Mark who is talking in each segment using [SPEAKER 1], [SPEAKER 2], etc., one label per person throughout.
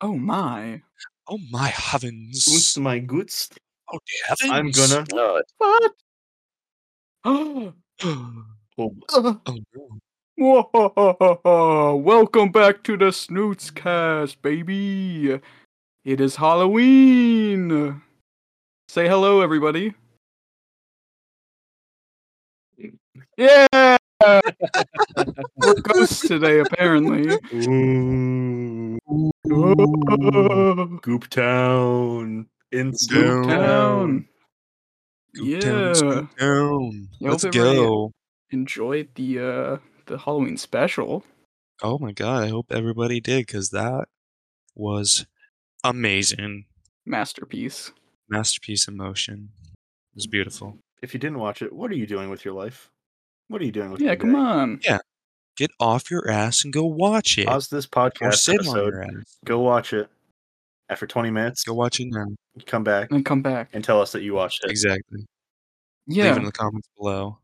[SPEAKER 1] Oh my.
[SPEAKER 2] Oh my heavens!
[SPEAKER 3] Oost my goods.
[SPEAKER 2] Oh dear heavens!
[SPEAKER 3] I'm gonna.
[SPEAKER 4] No,
[SPEAKER 1] What? Oh.
[SPEAKER 3] Oh,
[SPEAKER 2] Oh no!
[SPEAKER 1] Whoa-ho-ho-ho-ho. Welcome back to the Snoots Cast, baby. It is Halloween. Say hello, everybody. Yeah, we're ghosts today, apparently.
[SPEAKER 3] Ooh,
[SPEAKER 1] Ooh.
[SPEAKER 3] Goop Town. In
[SPEAKER 2] Goop
[SPEAKER 1] Town.
[SPEAKER 2] Go down, let's go down.
[SPEAKER 1] Yeah,
[SPEAKER 2] Let's
[SPEAKER 1] hope everybody-
[SPEAKER 2] go.
[SPEAKER 1] Enjoy the uh the Halloween special.
[SPEAKER 2] Oh my god, I hope everybody did because that was amazing.
[SPEAKER 1] Masterpiece.
[SPEAKER 2] Masterpiece in motion. It was beautiful.
[SPEAKER 3] If you didn't watch it, what are you doing with your life? What are you doing with
[SPEAKER 1] Yeah,
[SPEAKER 3] your
[SPEAKER 1] come
[SPEAKER 3] day?
[SPEAKER 1] on.
[SPEAKER 2] Get off your ass and go watch it.
[SPEAKER 3] Pause this
[SPEAKER 2] Or
[SPEAKER 3] podcast
[SPEAKER 2] sit on
[SPEAKER 3] episode.
[SPEAKER 2] your ass.
[SPEAKER 3] Go watch it. After 20 minutes,
[SPEAKER 2] Go Mm. watch it now.
[SPEAKER 3] come back
[SPEAKER 1] And then come back.
[SPEAKER 3] and tell us that you watched it.
[SPEAKER 2] Exactly. Leave it in
[SPEAKER 1] Yeah.
[SPEAKER 2] the comments below.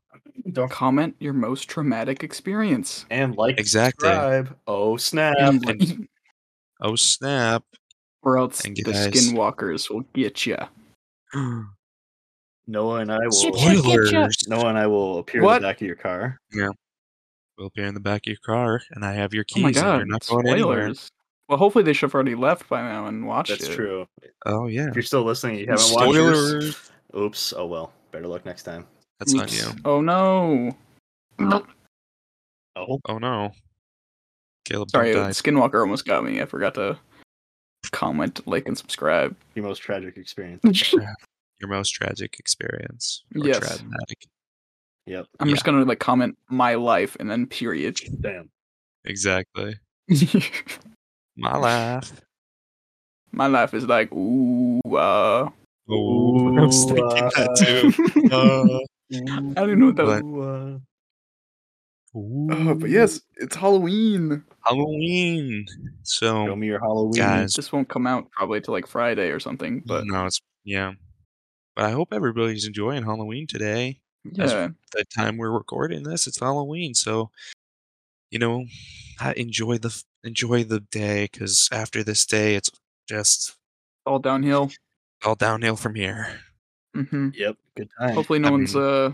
[SPEAKER 3] Don't-
[SPEAKER 1] Comment your most traumatic experience.
[SPEAKER 3] And like,
[SPEAKER 2] Exactly.
[SPEAKER 3] subscribe. Oh, snap.
[SPEAKER 2] and- Oh snap.
[SPEAKER 1] or else
[SPEAKER 2] Thank
[SPEAKER 1] the
[SPEAKER 2] you, guys.
[SPEAKER 1] skinwalkers will get you.
[SPEAKER 3] Noah and I will.
[SPEAKER 2] Spoilers.
[SPEAKER 3] Noah and I will appear
[SPEAKER 1] What?
[SPEAKER 3] in the back of your car.
[SPEAKER 2] We'll appear in the back of your car and I have your
[SPEAKER 1] Oh
[SPEAKER 2] keys
[SPEAKER 1] my
[SPEAKER 2] and
[SPEAKER 1] god!
[SPEAKER 2] you're not going anywhere.
[SPEAKER 1] Spoilers. Well, hopefully they should have already left by now and watched
[SPEAKER 3] That's
[SPEAKER 1] it.
[SPEAKER 3] true.
[SPEAKER 2] Oh yeah.
[SPEAKER 3] If you're still listening, you haven't watched yours.
[SPEAKER 2] Spoilers.
[SPEAKER 3] Oops. Oh well. Better luck next time.
[SPEAKER 2] That's not
[SPEAKER 1] Oops.
[SPEAKER 2] you.
[SPEAKER 1] Oh no!
[SPEAKER 3] Oh,
[SPEAKER 2] Oh no. Caleb
[SPEAKER 1] Sorry,
[SPEAKER 2] died.
[SPEAKER 1] Skinwalker almost got me. I forgot to comment, like, and subscribe.
[SPEAKER 3] the most tragic experience.
[SPEAKER 2] Your most tragic experience. Or
[SPEAKER 1] Yes.
[SPEAKER 2] traumatic.
[SPEAKER 3] Yep.
[SPEAKER 1] I'm just gonna like comment my life and then period.
[SPEAKER 3] Damn.
[SPEAKER 2] Exactly. My life.
[SPEAKER 1] my life is like ooh. Uh...
[SPEAKER 2] Oh, I was thinking that too. Uh,
[SPEAKER 1] I don't know what that.
[SPEAKER 2] But-
[SPEAKER 1] Was.
[SPEAKER 3] Ooh, uh,
[SPEAKER 1] Uh, but yes, it's Halloween.
[SPEAKER 2] Halloween.
[SPEAKER 3] show
[SPEAKER 2] So
[SPEAKER 3] me your Halloween.
[SPEAKER 2] guys,
[SPEAKER 1] Mm-hmm. This won't come out probably till like Friday or something. But
[SPEAKER 2] no, it's yeah. But I hope everybody's enjoying Halloween today. That's-
[SPEAKER 1] yeah,
[SPEAKER 2] The time we're recording this, it's Halloween, so you know, I enjoy the f- enjoy the day because after this day, it's just
[SPEAKER 1] all downhill.
[SPEAKER 2] all downhill from here.
[SPEAKER 1] hmm
[SPEAKER 3] Yep. Good time.
[SPEAKER 1] Hopefully, no
[SPEAKER 2] I
[SPEAKER 1] one's uh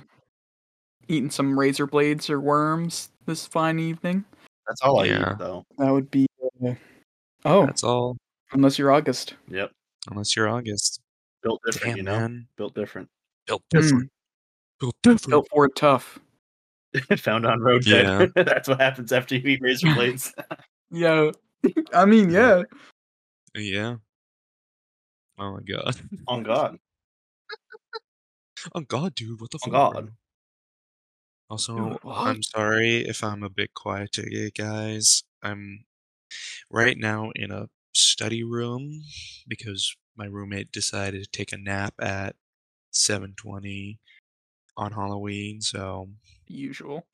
[SPEAKER 1] eating some razor blades or worms this fine evening.
[SPEAKER 3] That's all Oh, I
[SPEAKER 2] Yeah.
[SPEAKER 3] eat though.
[SPEAKER 1] That would be. Uh, oh,
[SPEAKER 2] That's all,
[SPEAKER 1] unless you're August.
[SPEAKER 3] Yep.
[SPEAKER 2] unless you're August.
[SPEAKER 3] Built different,
[SPEAKER 2] Damn
[SPEAKER 3] you know.
[SPEAKER 2] man,
[SPEAKER 3] Built different.
[SPEAKER 2] built
[SPEAKER 1] Mm,
[SPEAKER 2] different, built different.
[SPEAKER 1] built for it tough.
[SPEAKER 3] Found on road dead. That's what happens after you eat razor blades.
[SPEAKER 1] Yeah, I mean, yeah.
[SPEAKER 2] Yeah. Oh my god.
[SPEAKER 3] on God.
[SPEAKER 2] Oh god, dude, what the fuck?
[SPEAKER 3] God.
[SPEAKER 2] bro? Also,
[SPEAKER 1] Dude,
[SPEAKER 2] I'm
[SPEAKER 1] what?
[SPEAKER 2] sorry if I'm a bit quiet today, guys. I'm right now in a study room because my roommate decided to take a nap at 7:20 on Halloween, so
[SPEAKER 1] Usual.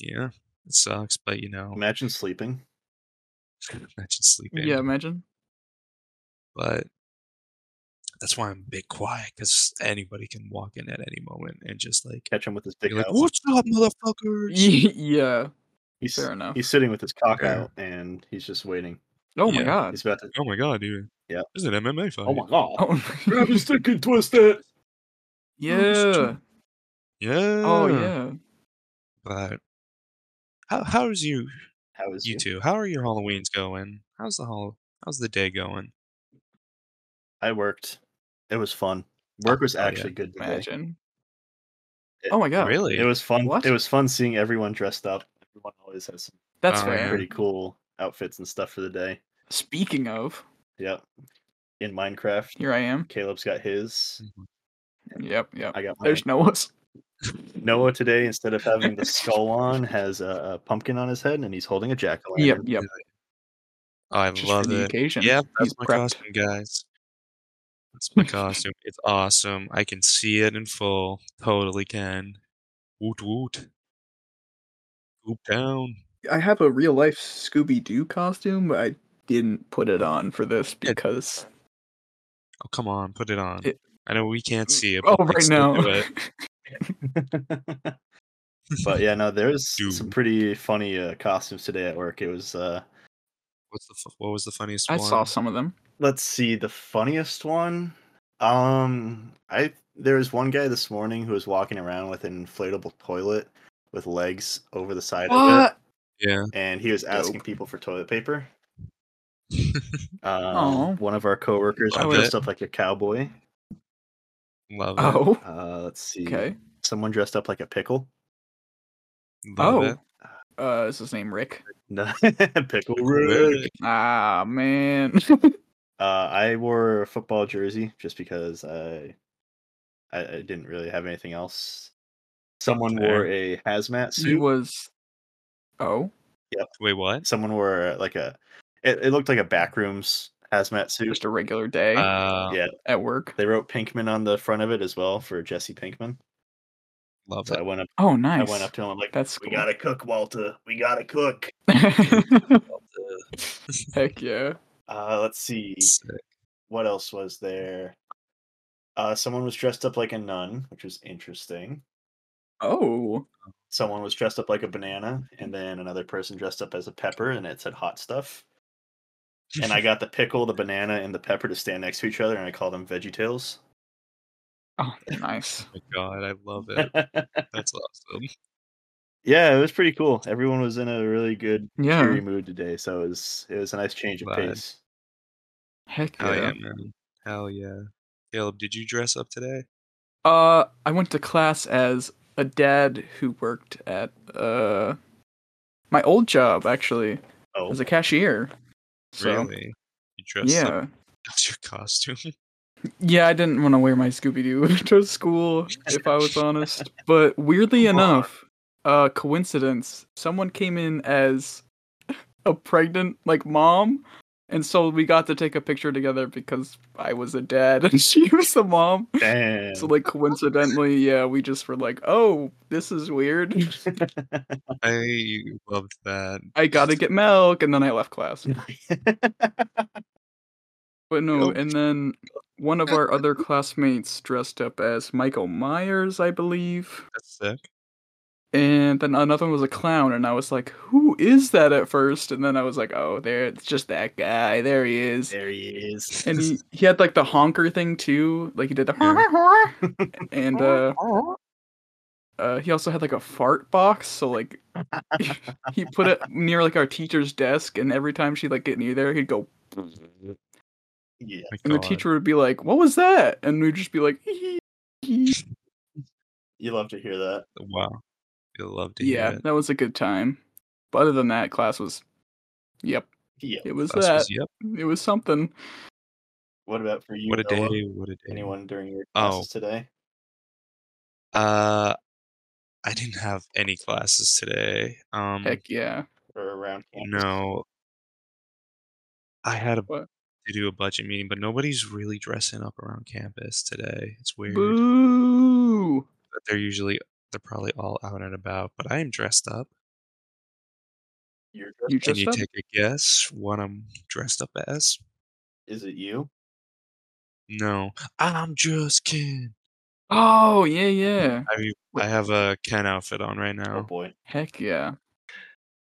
[SPEAKER 2] yeah, it sucks, but you know,
[SPEAKER 3] Imagine sleeping.
[SPEAKER 2] imagine sleeping.
[SPEAKER 1] Yeah, imagine.
[SPEAKER 2] but that's why I'm a bit quiet because anybody can walk in at any moment and just like
[SPEAKER 3] Catch him with his dick
[SPEAKER 2] be like,
[SPEAKER 3] out.
[SPEAKER 2] "What's up, motherfuckers?"
[SPEAKER 1] Ye- yeah,
[SPEAKER 3] He's
[SPEAKER 1] fair enough.
[SPEAKER 3] he's sitting with his cock
[SPEAKER 2] Yeah.
[SPEAKER 3] out and he's just waiting.
[SPEAKER 1] Oh my
[SPEAKER 2] yeah.
[SPEAKER 1] god.
[SPEAKER 3] He's about to.
[SPEAKER 2] Oh my god, dude!
[SPEAKER 3] Yeah.
[SPEAKER 2] it's an MMA fight.
[SPEAKER 3] Oh my God.
[SPEAKER 1] Oh,
[SPEAKER 3] Grab his dick and twist it.
[SPEAKER 1] yeah.
[SPEAKER 2] Yeah.
[SPEAKER 1] Oh yeah.
[SPEAKER 2] But how how's you
[SPEAKER 3] How is
[SPEAKER 2] you
[SPEAKER 3] you?
[SPEAKER 2] two? How are your Halloweens going? How's the hol- How's the day going?
[SPEAKER 3] I worked. It was fun. Work was
[SPEAKER 2] Oh, yeah.
[SPEAKER 3] actually good today.
[SPEAKER 1] Imagine. Oh my god.
[SPEAKER 2] Really?
[SPEAKER 3] It was fun.
[SPEAKER 1] What?
[SPEAKER 3] It was fun seeing everyone dressed up. Everyone always has some
[SPEAKER 1] That's
[SPEAKER 2] Oh,
[SPEAKER 1] fair.
[SPEAKER 2] yeah.
[SPEAKER 3] pretty cool outfits and stuff for the day.
[SPEAKER 1] Speaking of,
[SPEAKER 3] Yep. In Minecraft,
[SPEAKER 1] here I am.
[SPEAKER 3] Caleb's got his.
[SPEAKER 2] Mm-hmm.
[SPEAKER 1] Yep, yep.
[SPEAKER 3] I got mine.
[SPEAKER 1] There's Noah's.
[SPEAKER 3] Noah today. Instead of having the skull on, has a, a pumpkin on his head, and he's holding a jack o'
[SPEAKER 1] Yep,
[SPEAKER 3] lantern.
[SPEAKER 1] yep.
[SPEAKER 2] Oh, I
[SPEAKER 1] Just for
[SPEAKER 2] love
[SPEAKER 1] the
[SPEAKER 2] it.
[SPEAKER 1] occasion.
[SPEAKER 2] Yep, that's
[SPEAKER 1] He's
[SPEAKER 2] my
[SPEAKER 1] prepped.
[SPEAKER 2] costume, guys. That's my costume. It's awesome. I can see it in full. Totally can. Woot woot. Goop down.
[SPEAKER 1] I have a real life Scooby Doo costume, but I didn't put it on for this
[SPEAKER 2] Yeah.
[SPEAKER 1] because
[SPEAKER 2] Oh, come on, put it on.
[SPEAKER 1] It-
[SPEAKER 2] I know we can't see it.
[SPEAKER 1] oh,
[SPEAKER 2] but, like,
[SPEAKER 1] right
[SPEAKER 2] still
[SPEAKER 1] now.
[SPEAKER 2] do it.
[SPEAKER 3] but yeah, no, there's
[SPEAKER 2] Dude.
[SPEAKER 3] some pretty funny uh, costumes today at work. It was uh,
[SPEAKER 2] What's the fu- what was the funniest
[SPEAKER 1] I
[SPEAKER 2] one?
[SPEAKER 1] saw some of them.
[SPEAKER 3] Let's see the funniest one. Um, I there was one guy this morning who was walking around with an inflatable toilet with legs over the side of it,
[SPEAKER 2] Yeah.
[SPEAKER 3] and he was asking
[SPEAKER 1] Dope.
[SPEAKER 3] people for toilet paper.
[SPEAKER 1] Aw.
[SPEAKER 3] Um, one of our coworkers
[SPEAKER 2] Love
[SPEAKER 3] dressed
[SPEAKER 2] it.
[SPEAKER 3] up like a cowboy.
[SPEAKER 2] Love it.
[SPEAKER 1] Oh,
[SPEAKER 3] Uh, let's see.
[SPEAKER 1] okay.
[SPEAKER 3] Someone dressed up like a pickle.
[SPEAKER 2] Love it.
[SPEAKER 1] oh, uh, is his name Rick?
[SPEAKER 3] No, pickle Rick.
[SPEAKER 1] Ah, man.
[SPEAKER 3] Uh, I wore a football jersey just because I, I, I didn't really have anything else. Someone wore a hazmat
[SPEAKER 1] he
[SPEAKER 3] suit.
[SPEAKER 1] was. Oh,
[SPEAKER 2] Wait, what?
[SPEAKER 3] Someone wore uh, like a. It, it looked like a backrooms hazmat suit.
[SPEAKER 1] just a regular day
[SPEAKER 2] Uh,
[SPEAKER 3] yeah,
[SPEAKER 1] at work.
[SPEAKER 3] they wrote Pinkman on the front of it as well for Jesse Pinkman.
[SPEAKER 2] love
[SPEAKER 3] So I
[SPEAKER 2] it.
[SPEAKER 3] went up.
[SPEAKER 1] Oh, nice.
[SPEAKER 3] I went up to him. I'm like,
[SPEAKER 1] That's
[SPEAKER 3] "We
[SPEAKER 1] cool.
[SPEAKER 3] gotta cook, Walter. We gotta cook."
[SPEAKER 1] Heck yeah.
[SPEAKER 3] Uh, let's see.
[SPEAKER 2] Sick.
[SPEAKER 3] what else was there? Uh, someone was dressed up like a nun, which was interesting.
[SPEAKER 1] Oh,
[SPEAKER 3] Someone was dressed up like a banana, and then another person dressed up as a pepper, and it said hot stuff. And I got the pickle, the banana, and the pepper to stand next to each other, and I called them Veggie Tales.
[SPEAKER 1] oh, nice.
[SPEAKER 2] Oh my God, I love it. That's awesome.
[SPEAKER 3] yeah, it was pretty cool. Everyone was in a really good
[SPEAKER 1] Yeah.
[SPEAKER 3] cheery mood today, so it was it was a nice change of
[SPEAKER 2] Glad.
[SPEAKER 3] pace.
[SPEAKER 1] Heck
[SPEAKER 2] Hell yeah,
[SPEAKER 1] yeah.
[SPEAKER 2] man. Hell yeah. Caleb, did you dress up today?
[SPEAKER 1] Uh, I went to class as a dad who worked at uh my old job actually
[SPEAKER 3] Oh,
[SPEAKER 1] as a cashier. So,
[SPEAKER 2] Really? You dressed
[SPEAKER 1] Yeah.
[SPEAKER 2] up as your costume?
[SPEAKER 1] Yeah, I didn't want to wear my Scooby Doo to school, if I was honest. But weirdly
[SPEAKER 3] Come on.
[SPEAKER 1] enough, uh, coincidence, someone came in as a pregnant like mom, and so we got to take a picture together because I was a dad and she was the mom.
[SPEAKER 3] damn!
[SPEAKER 1] So like coincidentally, yeah, we just were like, oh, this is weird.
[SPEAKER 2] I loved that.
[SPEAKER 1] I gotta get milk, and then I left class. But no,
[SPEAKER 2] Nope.
[SPEAKER 1] and then one of our other classmates dressed up as Michael Myers, I believe.
[SPEAKER 2] That's sick.
[SPEAKER 1] And then another one was a clown, and I was like, "Who is that?" At first, and then I was like, "Oh, there, it's just that guy. There he is."
[SPEAKER 3] there he is.
[SPEAKER 1] And he, he had like the honker thing too, like he did the and uh, uh, he also had like a fart box. So like, he put it near like our teacher's desk, and every time she like get near there, he'd go,
[SPEAKER 3] Yeah.
[SPEAKER 2] My
[SPEAKER 1] and the
[SPEAKER 2] God.
[SPEAKER 1] teacher would be like, "What was that?" And we'd just be like,
[SPEAKER 3] You love to hear that.
[SPEAKER 2] Wow. You'll love to hear
[SPEAKER 1] "Yeah,
[SPEAKER 2] it.
[SPEAKER 1] that was a good time." But other than that, class was, yep,
[SPEAKER 3] Yeah.
[SPEAKER 1] it was
[SPEAKER 2] Class
[SPEAKER 1] that.
[SPEAKER 2] was- Mm-hmm. yep.
[SPEAKER 1] It was something.
[SPEAKER 3] What about for you?
[SPEAKER 2] What a
[SPEAKER 3] Noah?
[SPEAKER 2] day. What a day.
[SPEAKER 3] Anyone during your
[SPEAKER 2] Oh.
[SPEAKER 3] classes today?
[SPEAKER 2] Uh, I didn't have any classes today. Um,
[SPEAKER 1] Heck yeah.
[SPEAKER 3] or around campus?
[SPEAKER 2] no. I had a,
[SPEAKER 1] What?
[SPEAKER 2] to do a budget meeting, but nobody's really dressing up around campus today. It's weird.
[SPEAKER 1] Boo!
[SPEAKER 2] But they're usually they're probably all out and about. But I am dressed up.
[SPEAKER 3] You're
[SPEAKER 1] You
[SPEAKER 3] dressed
[SPEAKER 2] Can
[SPEAKER 1] just
[SPEAKER 2] you
[SPEAKER 1] up?
[SPEAKER 2] take a guess what I'm dressed up as?
[SPEAKER 3] up- Is it you?
[SPEAKER 2] No, I'm just Ken.
[SPEAKER 1] Oh yeah, yeah.
[SPEAKER 2] I
[SPEAKER 1] Wait.
[SPEAKER 2] I have a Ken outfit on right
[SPEAKER 3] Oh
[SPEAKER 2] now.
[SPEAKER 3] boy.
[SPEAKER 1] Heck yeah.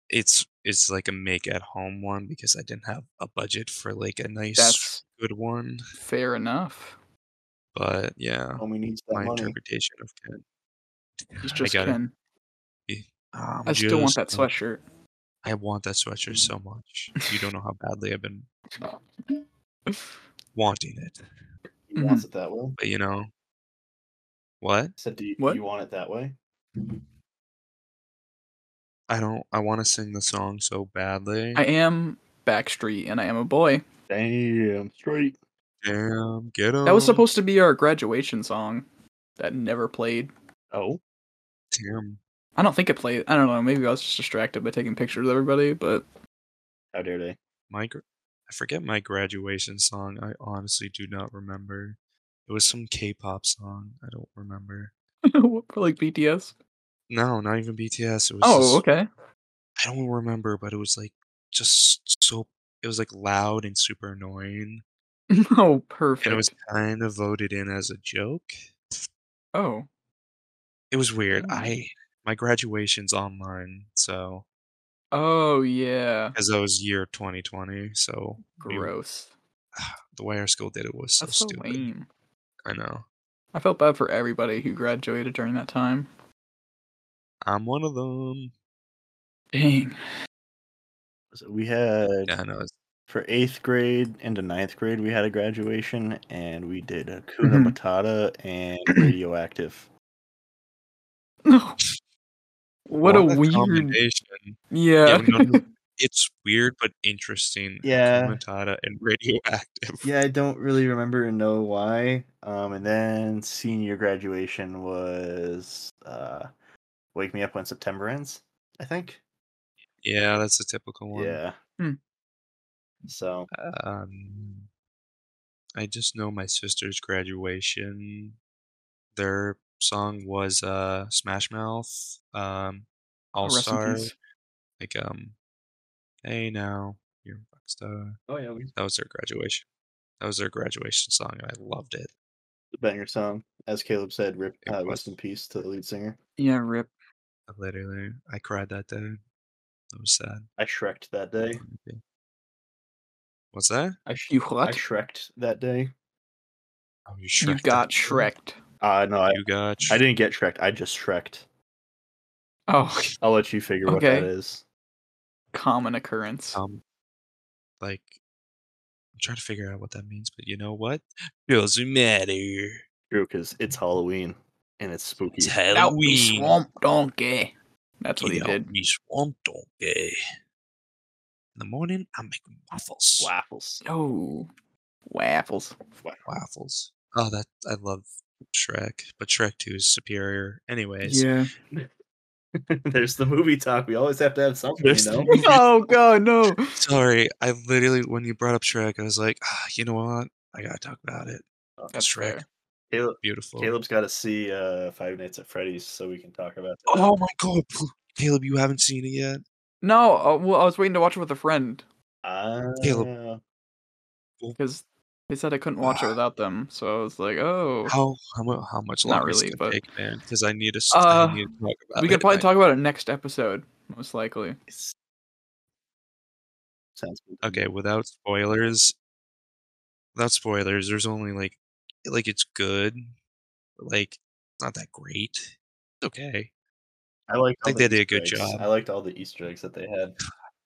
[SPEAKER 2] It's it's like a make at home one because I didn't have a budget for like a nice
[SPEAKER 1] That's
[SPEAKER 2] good one.
[SPEAKER 1] fair enough.
[SPEAKER 2] But yeah,
[SPEAKER 3] Homie needs that
[SPEAKER 2] my
[SPEAKER 3] money.
[SPEAKER 2] interpretation of Ken.
[SPEAKER 1] He's just
[SPEAKER 2] gotta-
[SPEAKER 1] Ken.
[SPEAKER 2] I'm
[SPEAKER 1] Ah, I still want
[SPEAKER 2] just
[SPEAKER 1] that
[SPEAKER 2] Ken.
[SPEAKER 1] sweatshirt.
[SPEAKER 2] I want that sweatshirt so much. You don't know how badly I've been wanting it.
[SPEAKER 3] He wants it that way.
[SPEAKER 2] But you know, what?
[SPEAKER 3] Said, do you,
[SPEAKER 1] What?
[SPEAKER 3] you want it that way?
[SPEAKER 2] I don't. I want to sing the song so badly.
[SPEAKER 1] I am Backstreet and I am a boy.
[SPEAKER 3] Damn, straight.
[SPEAKER 2] Damn, get him.
[SPEAKER 1] That was supposed to be our graduation song that never played.
[SPEAKER 3] Oh,
[SPEAKER 2] Damn.
[SPEAKER 1] I don't think it played. I don't know. Maybe I was just distracted by taking pictures of everybody, but
[SPEAKER 3] how dare they?
[SPEAKER 2] my gr- I forget my graduation song. I honestly do not remember. It was some K-pop song. I don't remember.
[SPEAKER 1] for like BTS.
[SPEAKER 2] No, not even BTS. It was.
[SPEAKER 1] Oh,
[SPEAKER 2] just-
[SPEAKER 1] okay.
[SPEAKER 2] I don't remember, but it was like just so. It was like loud and super annoying,
[SPEAKER 1] oh,
[SPEAKER 2] and it was
[SPEAKER 1] perfect.
[SPEAKER 2] kind of voted in as a joke.
[SPEAKER 1] Oh,
[SPEAKER 2] It was weird.
[SPEAKER 1] Mm.
[SPEAKER 2] I my graduation's online, so
[SPEAKER 1] Oh yeah.
[SPEAKER 2] as I was year 2020. So we-
[SPEAKER 1] Gross.
[SPEAKER 2] the way our school did it was so
[SPEAKER 1] That's so
[SPEAKER 2] stupid.
[SPEAKER 1] lame.
[SPEAKER 2] I know.
[SPEAKER 1] I felt bad for everybody who graduated during that time.
[SPEAKER 2] I'm one of them.
[SPEAKER 1] Dang.
[SPEAKER 3] So we had
[SPEAKER 2] Yeah, I know. It's
[SPEAKER 3] for eighth grade into ninth grade, we had a graduation, and we did a
[SPEAKER 1] Mhm.
[SPEAKER 3] Matata and Radioactive.
[SPEAKER 1] No. What, a weird.
[SPEAKER 2] combination.
[SPEAKER 1] Yeah.
[SPEAKER 2] Yeah, no, no. It's weird but interesting.
[SPEAKER 3] Yeah.
[SPEAKER 2] Matata and radioactive.
[SPEAKER 3] Yeah, I don't really remember and know why. Um, and then senior graduation was uh, Wake Me Up When September Ends, I think.
[SPEAKER 2] Yeah, that's a typical one. Uh,
[SPEAKER 3] Yeah.
[SPEAKER 1] Hmm.
[SPEAKER 3] So
[SPEAKER 2] Um, I just know my sister's graduation. Their song was uh Smash Mouth, um, All
[SPEAKER 1] Oh, Rest in
[SPEAKER 2] Star,
[SPEAKER 1] peace.
[SPEAKER 2] like um, Hey Now, You're a Rock Star.
[SPEAKER 3] oh yeah, we
[SPEAKER 2] That was their graduation. That was their graduation song, and I loved it.
[SPEAKER 3] banger song. As Caleb said, rip
[SPEAKER 2] It
[SPEAKER 3] uh,
[SPEAKER 2] was.
[SPEAKER 3] rest in peace to the lead singer.
[SPEAKER 1] Yeah. Rip.
[SPEAKER 2] Literally, I cried that day. That was sad.
[SPEAKER 3] I shreked that day.
[SPEAKER 2] Yeah. What's that?
[SPEAKER 3] I sh-
[SPEAKER 1] You
[SPEAKER 3] I
[SPEAKER 1] what?
[SPEAKER 3] shreked that day.
[SPEAKER 2] Oh, you
[SPEAKER 1] You
[SPEAKER 2] Shrek.
[SPEAKER 1] got shreked.
[SPEAKER 3] Uh no, I,
[SPEAKER 2] You got.
[SPEAKER 3] I didn't get shreked. I just shreked.
[SPEAKER 1] Oh,
[SPEAKER 3] I'll let you figure what
[SPEAKER 1] Okay.
[SPEAKER 3] that is.
[SPEAKER 1] common occurrence.
[SPEAKER 2] Um, like, I'm trying to figure out what that means, but you know what? Doesn't matter.
[SPEAKER 3] True, because it's Halloween and it's spooky.
[SPEAKER 2] It's
[SPEAKER 1] Out me
[SPEAKER 2] Halloween.
[SPEAKER 1] swamp donkey. That's what he
[SPEAKER 2] Get out
[SPEAKER 1] did.
[SPEAKER 2] me swamp donkey. In the morning, I'm making waffles.
[SPEAKER 3] Waffles.
[SPEAKER 1] Oh, waffles.
[SPEAKER 2] Waffles. Oh, that I love Shrek, but Shrek 2 is superior. Anyways,
[SPEAKER 1] Yeah.
[SPEAKER 3] There's the movie talk. We always have to have something,
[SPEAKER 2] There's
[SPEAKER 3] you
[SPEAKER 2] the
[SPEAKER 3] know.
[SPEAKER 2] movie
[SPEAKER 1] oh God, no.
[SPEAKER 2] Sorry, I literally when you brought up Shrek, I was like, ah, you know what? I gotta talk about it.
[SPEAKER 1] That's
[SPEAKER 2] Shrek,
[SPEAKER 1] fair.
[SPEAKER 3] Caleb,
[SPEAKER 2] beautiful.
[SPEAKER 3] Caleb's got to see uh, Five Nights at Freddy's so we can talk about that.
[SPEAKER 2] Oh my god, pl- Caleb, you haven't seen it yet.
[SPEAKER 1] No, uh, well, I was waiting to watch it with a friend
[SPEAKER 2] Caleb.
[SPEAKER 3] Ah,
[SPEAKER 1] because they said I couldn't watch it without them. So I was like, oh,
[SPEAKER 2] Ah. How how, mu- how much
[SPEAKER 1] Not
[SPEAKER 2] longer is it
[SPEAKER 1] really,
[SPEAKER 2] gonna
[SPEAKER 1] but-
[SPEAKER 2] take, man? Because I need to. s-
[SPEAKER 1] Uh,
[SPEAKER 2] I need to talk about
[SPEAKER 1] we could
[SPEAKER 2] it.
[SPEAKER 1] probably
[SPEAKER 2] I-
[SPEAKER 1] talk about it next episode, most likely.
[SPEAKER 3] it's- Sounds good.
[SPEAKER 2] Okay, without spoilers. Without spoilers, there's only like, like it's good, but like it's not that great. It's okay.
[SPEAKER 3] I liked
[SPEAKER 2] I think
[SPEAKER 3] all the
[SPEAKER 2] they did a good
[SPEAKER 3] Easter eggs.
[SPEAKER 2] job.
[SPEAKER 3] I liked all the Easter eggs that they had.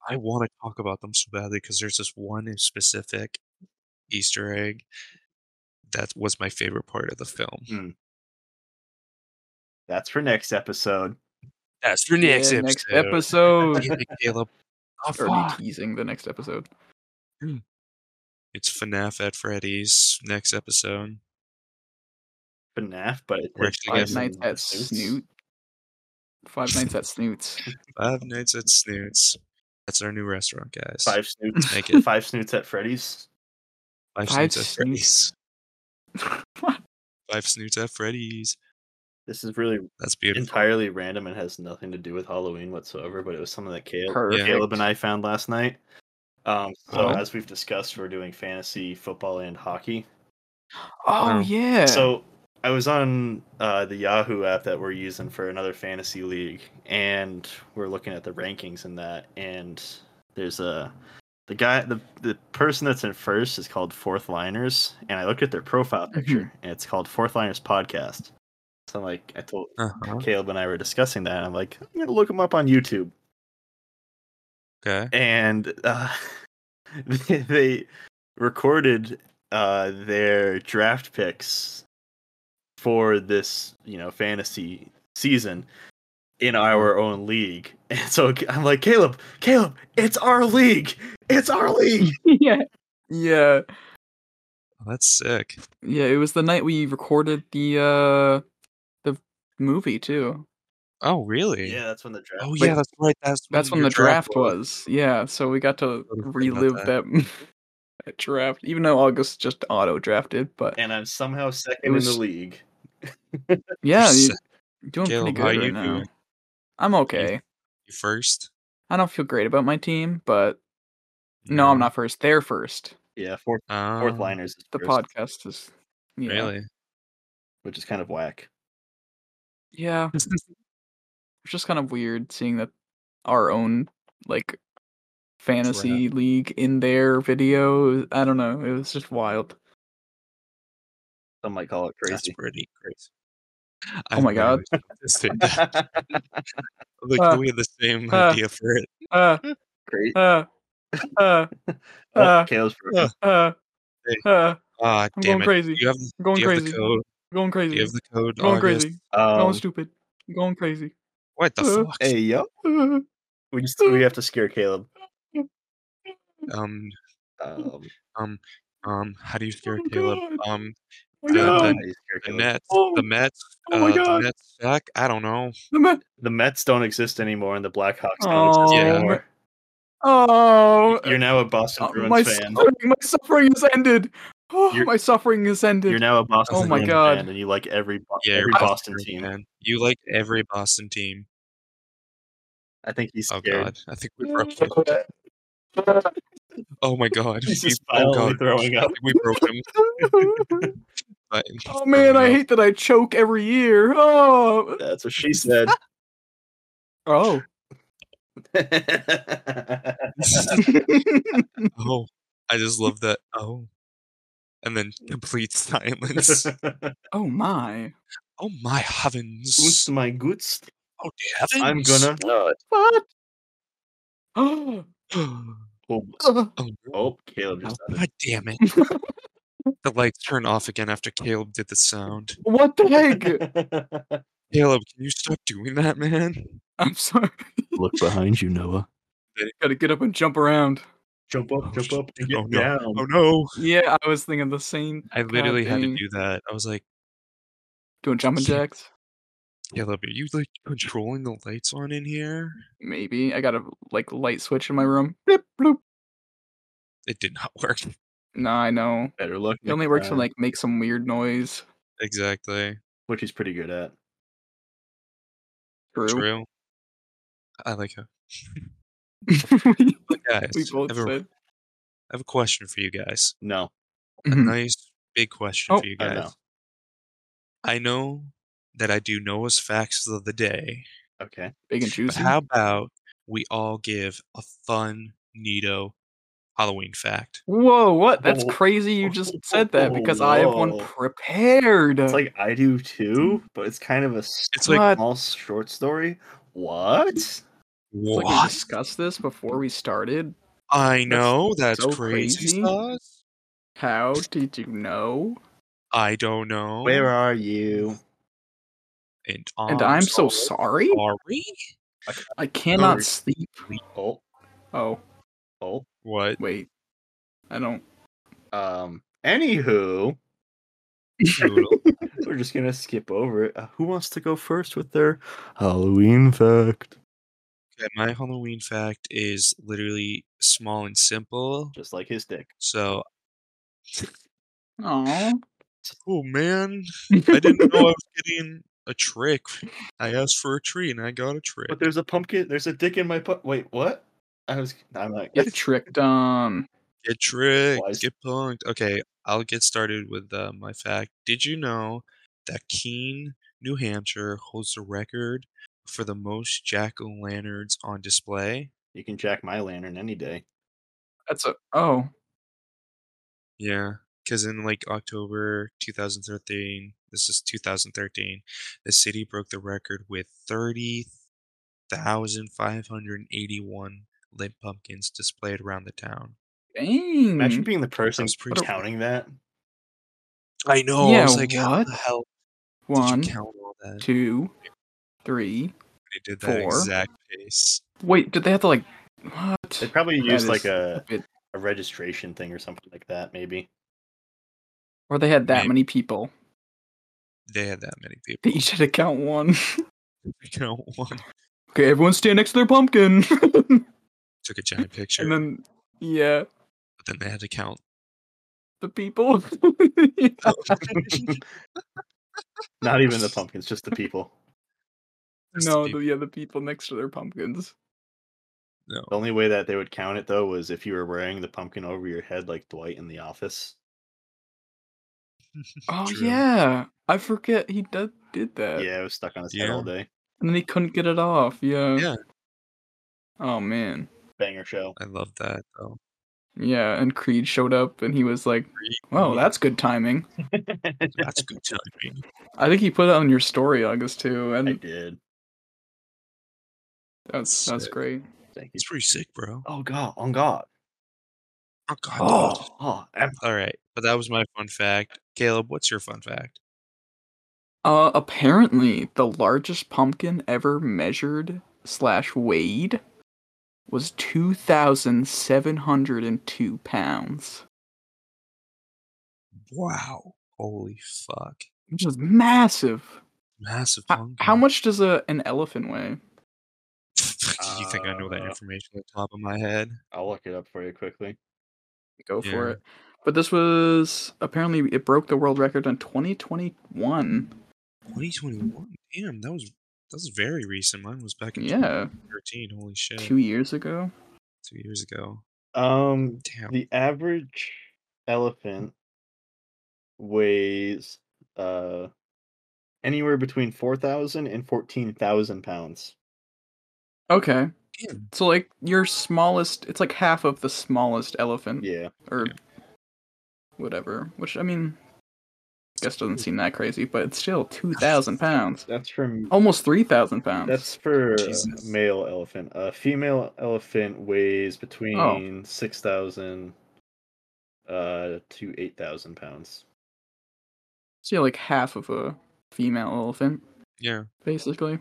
[SPEAKER 2] I want to talk about them so badly because there's this one in specific Easter egg that was my favorite part of the film.
[SPEAKER 3] Mm. That's for next episode.
[SPEAKER 2] That's for next
[SPEAKER 1] Yeah,
[SPEAKER 2] episode.
[SPEAKER 1] Next episode.
[SPEAKER 2] Damn it, Caleb. Oh,
[SPEAKER 1] Already
[SPEAKER 2] fuck.
[SPEAKER 1] teasing the next episode.
[SPEAKER 2] It's FNAF at Freddy's next episode.
[SPEAKER 3] FNAF, but it
[SPEAKER 2] We're
[SPEAKER 3] takes
[SPEAKER 2] actually
[SPEAKER 1] Five
[SPEAKER 3] place
[SPEAKER 2] guessing.
[SPEAKER 1] nights
[SPEAKER 3] in
[SPEAKER 1] at
[SPEAKER 3] Snoots.
[SPEAKER 1] Snoot. Five nights at Snoots.
[SPEAKER 2] Five Nights at Snoots. That's our new restaurant, guys.
[SPEAKER 3] Five snoots.
[SPEAKER 2] Make it
[SPEAKER 3] Five snoots at Freddy's.
[SPEAKER 2] Five,
[SPEAKER 1] Five
[SPEAKER 2] Snoots at
[SPEAKER 1] Snoots.
[SPEAKER 2] Freddy's. Five Snoots at Freddy's.
[SPEAKER 3] This is really
[SPEAKER 2] That's beautiful.
[SPEAKER 3] entirely random and has nothing to do with Halloween whatsoever, but it was something that Caleb,
[SPEAKER 1] Perfect. Uh-huh.
[SPEAKER 3] Caleb and I found last night. Um, so
[SPEAKER 1] Well.
[SPEAKER 3] as we've discussed, we're doing fantasy football and hockey.
[SPEAKER 1] Oh
[SPEAKER 2] No.
[SPEAKER 1] yeah.
[SPEAKER 3] So I was on uh, the Yahoo app that we're using for another fantasy league, and we're looking at the rankings in that. And there's a the guy, the the person that's in first is called Fourth Liners, and I looked at their profile
[SPEAKER 1] Mm-hmm.
[SPEAKER 3] picture, and it's called Fourth Liners Podcast. So I'm like, I told
[SPEAKER 2] Uh-huh.
[SPEAKER 3] Caleb and I were discussing that. And I'm like, I'm gonna look him up on YouTube,
[SPEAKER 2] Okay.
[SPEAKER 3] and uh, they, they recorded uh, their draft picks for this, you know, fantasy season in
[SPEAKER 1] Uh-huh.
[SPEAKER 3] our own league. And so I'm like, Caleb, Caleb, it's our league, it's our league.
[SPEAKER 1] yeah. Yeah.
[SPEAKER 2] Well, Oh, that's sick.
[SPEAKER 1] Yeah, it was the night we recorded the uh the movie too.
[SPEAKER 2] Oh, really?
[SPEAKER 3] yeah, that's when the draft.
[SPEAKER 2] Oh,
[SPEAKER 3] like,
[SPEAKER 2] yeah, that's right. That's
[SPEAKER 1] That's when
[SPEAKER 2] your
[SPEAKER 1] the draft, was. Yeah, so we got to
[SPEAKER 2] I didn't think about
[SPEAKER 1] relive that.
[SPEAKER 2] that.
[SPEAKER 1] that draft, even though August just auto drafted, but
[SPEAKER 3] And I'm somehow second
[SPEAKER 1] It was-
[SPEAKER 3] in the league.
[SPEAKER 1] yeah, you're
[SPEAKER 2] sick.
[SPEAKER 1] doing pretty
[SPEAKER 2] Caleb,
[SPEAKER 1] good
[SPEAKER 2] how
[SPEAKER 1] right
[SPEAKER 2] you
[SPEAKER 1] now.
[SPEAKER 2] doing?
[SPEAKER 1] I'm okay.
[SPEAKER 2] You first?
[SPEAKER 1] I don't feel great about my team, but no, I'm not first. They're first.
[SPEAKER 3] Yeah, fourth fourth
[SPEAKER 2] Um,
[SPEAKER 3] liners. Is
[SPEAKER 1] The
[SPEAKER 3] first,
[SPEAKER 1] podcast is yeah.
[SPEAKER 2] Really?
[SPEAKER 3] which is kind of whack.
[SPEAKER 1] Yeah. it's just kind of weird seeing that our own like fantasy league in their video. I don't know. It was just wild.
[SPEAKER 3] Some might call it
[SPEAKER 2] That's
[SPEAKER 3] crazy.
[SPEAKER 2] pretty crazy.
[SPEAKER 1] Oh my God.
[SPEAKER 2] never existed. Like,
[SPEAKER 1] Uh,
[SPEAKER 2] we had the same
[SPEAKER 1] uh,
[SPEAKER 2] idea for it.
[SPEAKER 1] Uh,
[SPEAKER 3] Great.
[SPEAKER 1] uh,
[SPEAKER 2] Mm-hmm.
[SPEAKER 1] uh,
[SPEAKER 3] Oh,
[SPEAKER 1] uh,
[SPEAKER 3] Caleb's
[SPEAKER 2] uh,
[SPEAKER 3] broken.
[SPEAKER 1] uh, uh, I'm
[SPEAKER 2] Ah, damn
[SPEAKER 1] going
[SPEAKER 2] it.
[SPEAKER 1] crazy.
[SPEAKER 2] Do you have, do
[SPEAKER 1] I'm going
[SPEAKER 2] you have the
[SPEAKER 1] crazy.
[SPEAKER 2] code?
[SPEAKER 1] I'm going
[SPEAKER 2] Do you
[SPEAKER 1] crazy.
[SPEAKER 2] have the code? Oh.
[SPEAKER 1] I'm going
[SPEAKER 2] August?
[SPEAKER 1] crazy. I'm
[SPEAKER 3] Um,
[SPEAKER 1] going stupid. I'm going crazy.
[SPEAKER 2] What the
[SPEAKER 1] Uh,
[SPEAKER 2] fuck?
[SPEAKER 3] hey yo,
[SPEAKER 1] Uh,
[SPEAKER 3] we just we have to scare Caleb.
[SPEAKER 2] Um,
[SPEAKER 3] Um,
[SPEAKER 2] um, um, how do you scare
[SPEAKER 1] Oh,
[SPEAKER 2] Caleb?
[SPEAKER 1] God.
[SPEAKER 2] Um,
[SPEAKER 1] oh my
[SPEAKER 2] Yeah,
[SPEAKER 3] I
[SPEAKER 1] God.
[SPEAKER 3] don't know
[SPEAKER 2] the-
[SPEAKER 3] how you scare
[SPEAKER 2] the
[SPEAKER 3] Caleb.
[SPEAKER 2] Nets,
[SPEAKER 1] Oh,
[SPEAKER 2] the Mets,
[SPEAKER 1] oh my
[SPEAKER 2] uh, the
[SPEAKER 1] God.
[SPEAKER 2] Mets sack. I don't know.
[SPEAKER 1] The Met-
[SPEAKER 3] The Mets don't exist anymore, and the Blackhawks don't
[SPEAKER 1] Oh,
[SPEAKER 3] exist
[SPEAKER 2] Yeah.
[SPEAKER 3] anymore.
[SPEAKER 1] Oh,
[SPEAKER 3] You're now a Boston
[SPEAKER 1] uh,
[SPEAKER 3] Bruins
[SPEAKER 1] my
[SPEAKER 3] fan.
[SPEAKER 1] suffering, my suffering has ended. Oh,
[SPEAKER 3] You're-
[SPEAKER 1] my suffering has ended.
[SPEAKER 3] You're now a Boston
[SPEAKER 2] Oh my
[SPEAKER 3] Bruins
[SPEAKER 1] God.
[SPEAKER 3] fan, and you like every Bo-
[SPEAKER 2] Yeah,
[SPEAKER 3] every
[SPEAKER 2] you're
[SPEAKER 3] Boston
[SPEAKER 2] Bruins
[SPEAKER 3] team.
[SPEAKER 2] fan. You like every Boston team.
[SPEAKER 3] I think he's
[SPEAKER 2] Oh
[SPEAKER 3] scared.
[SPEAKER 2] god, I think we broke him. Oh my god,
[SPEAKER 3] He's
[SPEAKER 2] we-
[SPEAKER 3] just
[SPEAKER 2] oh
[SPEAKER 3] violently
[SPEAKER 2] god,
[SPEAKER 3] throwing
[SPEAKER 2] I
[SPEAKER 3] up.
[SPEAKER 2] think we broke him. But-
[SPEAKER 1] oh man, I hate that I choke every year. Oh,
[SPEAKER 3] That's what she said.
[SPEAKER 1] oh.
[SPEAKER 2] oh, I just love that. Oh, and then complete silence.
[SPEAKER 1] oh my.
[SPEAKER 2] oh my heavens!
[SPEAKER 3] Oost my goods.
[SPEAKER 2] Oh heavens!
[SPEAKER 3] I'm gonna.
[SPEAKER 1] What? Oh.
[SPEAKER 3] Oh,
[SPEAKER 1] oh.
[SPEAKER 2] Oh, no.
[SPEAKER 3] oh, Caleb
[SPEAKER 2] Oh,
[SPEAKER 3] just done
[SPEAKER 2] god damn it. the lights turn off again after Caleb did the sound.
[SPEAKER 1] What the heck?
[SPEAKER 3] it.
[SPEAKER 2] Caleb, can you stop doing that, man?
[SPEAKER 1] I'm sorry.
[SPEAKER 3] Look behind you, Noah.
[SPEAKER 1] Gotta get up and jump around.
[SPEAKER 3] Jump up, jump up, and get
[SPEAKER 2] Oh, no.
[SPEAKER 3] down.
[SPEAKER 2] Oh no.
[SPEAKER 1] Yeah, I was thinking the same.
[SPEAKER 2] I literally had to
[SPEAKER 1] dang.
[SPEAKER 2] do that. I was like,
[SPEAKER 1] Doing jumping jacks?
[SPEAKER 2] Caleb, are you like controlling the lights on in here?
[SPEAKER 1] Maybe. I got a like light switch in my room. Blip, bloop.
[SPEAKER 2] It did not work.
[SPEAKER 1] Nah, I know.
[SPEAKER 3] Better look. uh,
[SPEAKER 1] It only
[SPEAKER 3] next
[SPEAKER 1] works when
[SPEAKER 3] time,
[SPEAKER 1] like make some weird noise.
[SPEAKER 2] Exactly.
[SPEAKER 3] which he's pretty good at.
[SPEAKER 1] True.
[SPEAKER 2] True. I like how Look, guys.
[SPEAKER 1] we both
[SPEAKER 2] I have, a,
[SPEAKER 1] said.
[SPEAKER 2] I have a question for you guys.
[SPEAKER 3] No,
[SPEAKER 1] Mhm.
[SPEAKER 2] A nice big question
[SPEAKER 1] Oh,
[SPEAKER 2] for you
[SPEAKER 3] I
[SPEAKER 2] guys.
[SPEAKER 3] know.
[SPEAKER 2] I know that I do Noah's facts of the day.
[SPEAKER 3] okay.
[SPEAKER 1] Big and
[SPEAKER 2] But
[SPEAKER 1] juicy.
[SPEAKER 2] how about we all give a fun, neato Halloween fact?
[SPEAKER 1] Whoa, what? That's
[SPEAKER 2] Oh,
[SPEAKER 3] Whoa.
[SPEAKER 1] crazy you just said that because I have one
[SPEAKER 3] Whoa.
[SPEAKER 1] prepared.
[SPEAKER 3] It's like I
[SPEAKER 1] Mm-hmm.
[SPEAKER 3] do too, but it's kind of a
[SPEAKER 2] It's like,
[SPEAKER 1] What?
[SPEAKER 3] small short story. What?
[SPEAKER 1] It's
[SPEAKER 2] what?
[SPEAKER 1] like we discussed this before we started.
[SPEAKER 2] I know that's
[SPEAKER 1] so
[SPEAKER 2] crazy.
[SPEAKER 1] crazy.
[SPEAKER 2] sauce.
[SPEAKER 1] How did you know?
[SPEAKER 2] I don't know.
[SPEAKER 3] Where are you?
[SPEAKER 2] and,
[SPEAKER 1] And I'm so sorry.
[SPEAKER 2] sorry.
[SPEAKER 1] I cannot
[SPEAKER 3] Sorry.
[SPEAKER 1] sleep.
[SPEAKER 3] Oh,
[SPEAKER 1] Oh,
[SPEAKER 3] oh.
[SPEAKER 2] What?
[SPEAKER 1] wait. I don't.
[SPEAKER 3] Um. Anywho,
[SPEAKER 2] Doodle.
[SPEAKER 3] we're just gonna skip over it. Uh, who wants to go first with their Halloween fact?
[SPEAKER 2] Okay, my Halloween fact is literally small and simple.
[SPEAKER 3] Just like his dick.
[SPEAKER 2] So,
[SPEAKER 1] Aw.
[SPEAKER 2] oh man, I didn't know I was getting a trick. I asked for a tree and I got a trick.
[SPEAKER 3] But there's a pumpkin. There's a dick in my pu- wait. What? I was. I'm like.
[SPEAKER 1] Get tricked on.
[SPEAKER 2] Get tricked,
[SPEAKER 3] Wise-
[SPEAKER 2] get punked. Okay, I'll get started with uh, my fact. Did you know that Keene, New Hampshire holds the record for the most jack o' lanterns on display?
[SPEAKER 3] You can jack my lantern any day.
[SPEAKER 1] That's a. Oh.
[SPEAKER 2] Yeah, because in like October 2013, this is 2013, the city broke the record with 30,581 lit pumpkins displayed around the town.
[SPEAKER 1] Dang.
[SPEAKER 3] Imagine being the person
[SPEAKER 2] Sounds pretty
[SPEAKER 3] counting that.
[SPEAKER 2] I know. I
[SPEAKER 1] Yeah,
[SPEAKER 2] was like, how the
[SPEAKER 1] what?
[SPEAKER 2] hell did
[SPEAKER 1] One,
[SPEAKER 2] you count all that?
[SPEAKER 1] two, three.
[SPEAKER 2] They did that
[SPEAKER 1] Four.
[SPEAKER 2] exact pace.
[SPEAKER 1] Wait, did they have to like.
[SPEAKER 3] They
[SPEAKER 1] What?
[SPEAKER 3] probably
[SPEAKER 1] That
[SPEAKER 3] used
[SPEAKER 1] is
[SPEAKER 3] like a,
[SPEAKER 1] bit-
[SPEAKER 3] a registration thing or something like that, maybe.
[SPEAKER 1] Or they had that
[SPEAKER 2] Maybe.
[SPEAKER 1] many people.
[SPEAKER 2] They had that many
[SPEAKER 1] They
[SPEAKER 2] people.
[SPEAKER 1] each had to count one.
[SPEAKER 2] to count one.
[SPEAKER 1] Okay, everyone stand next to their pumpkin.
[SPEAKER 2] Took a giant picture,
[SPEAKER 1] And then, yeah,
[SPEAKER 2] but then they had to count.
[SPEAKER 1] the people.
[SPEAKER 3] Not even the pumpkins, just the people.
[SPEAKER 2] Just
[SPEAKER 1] No,
[SPEAKER 2] the
[SPEAKER 1] the, yeah, the people next to their pumpkins.
[SPEAKER 2] No.
[SPEAKER 3] The only way that they would count it though was if you were wearing the pumpkin over your head, like Dwight in The Office.
[SPEAKER 1] Oh
[SPEAKER 2] True.
[SPEAKER 1] yeah, I forget he did did that,
[SPEAKER 3] yeah, it was stuck on his head all day.
[SPEAKER 1] and then he couldn't get it off. Yeah,
[SPEAKER 2] Yeah.
[SPEAKER 1] Oh man.
[SPEAKER 3] Banger show.
[SPEAKER 2] I love that though.
[SPEAKER 1] Yeah, and Creed showed up and he was like, "Well, that's good timing."
[SPEAKER 2] That's good timing.
[SPEAKER 1] I think he put it on your story, August too,
[SPEAKER 3] I
[SPEAKER 1] and
[SPEAKER 3] did.
[SPEAKER 1] that's that's
[SPEAKER 2] Sick.
[SPEAKER 1] great.
[SPEAKER 3] Thank you.
[SPEAKER 2] It's pretty sick, bro.
[SPEAKER 3] Oh god, on god.
[SPEAKER 2] Oh god.
[SPEAKER 3] Oh, I'm-
[SPEAKER 2] All right, but that was my fun fact. Caleb, what's your fun fact?
[SPEAKER 1] Uh, apparently, the largest pumpkin ever measured slash weighed was two thousand seven hundred and two pounds,
[SPEAKER 2] Wow. Holy fuck.
[SPEAKER 1] which is massive.
[SPEAKER 2] Massive.
[SPEAKER 1] How,
[SPEAKER 2] pumpkin.
[SPEAKER 1] how much does a an elephant weigh?
[SPEAKER 2] you think I know that
[SPEAKER 3] Uh,
[SPEAKER 2] information at the top of my head?
[SPEAKER 3] I'll look it up for you quickly.
[SPEAKER 1] Go for
[SPEAKER 2] Yeah.
[SPEAKER 1] it. But this was apparently it broke the world record in 2021.
[SPEAKER 2] 2021. Damn, that was that was very recent. Mine was back in
[SPEAKER 1] Yeah,
[SPEAKER 2] 2013. Holy shit,
[SPEAKER 1] two years ago.
[SPEAKER 2] two years ago.
[SPEAKER 3] Um,
[SPEAKER 2] Damn.
[SPEAKER 3] the average elephant weighs uh anywhere between 4,000 and 14,000 pounds.
[SPEAKER 1] Okay,
[SPEAKER 2] Damn.
[SPEAKER 1] so like your smallest, it's like half of the smallest elephant.
[SPEAKER 3] Yeah.
[SPEAKER 1] or whatever. Which I mean, I guess doesn't seem that crazy, but it's still two thousand pounds,
[SPEAKER 3] That's from
[SPEAKER 1] almost three thousand pounds.
[SPEAKER 3] that's for a
[SPEAKER 2] Oh, Jesus. Oh.
[SPEAKER 3] male elephant. A female elephant weighs between 6,000 uh to 8,000 pounds.
[SPEAKER 1] still like half of a female elephant,
[SPEAKER 2] Yeah.
[SPEAKER 1] basically.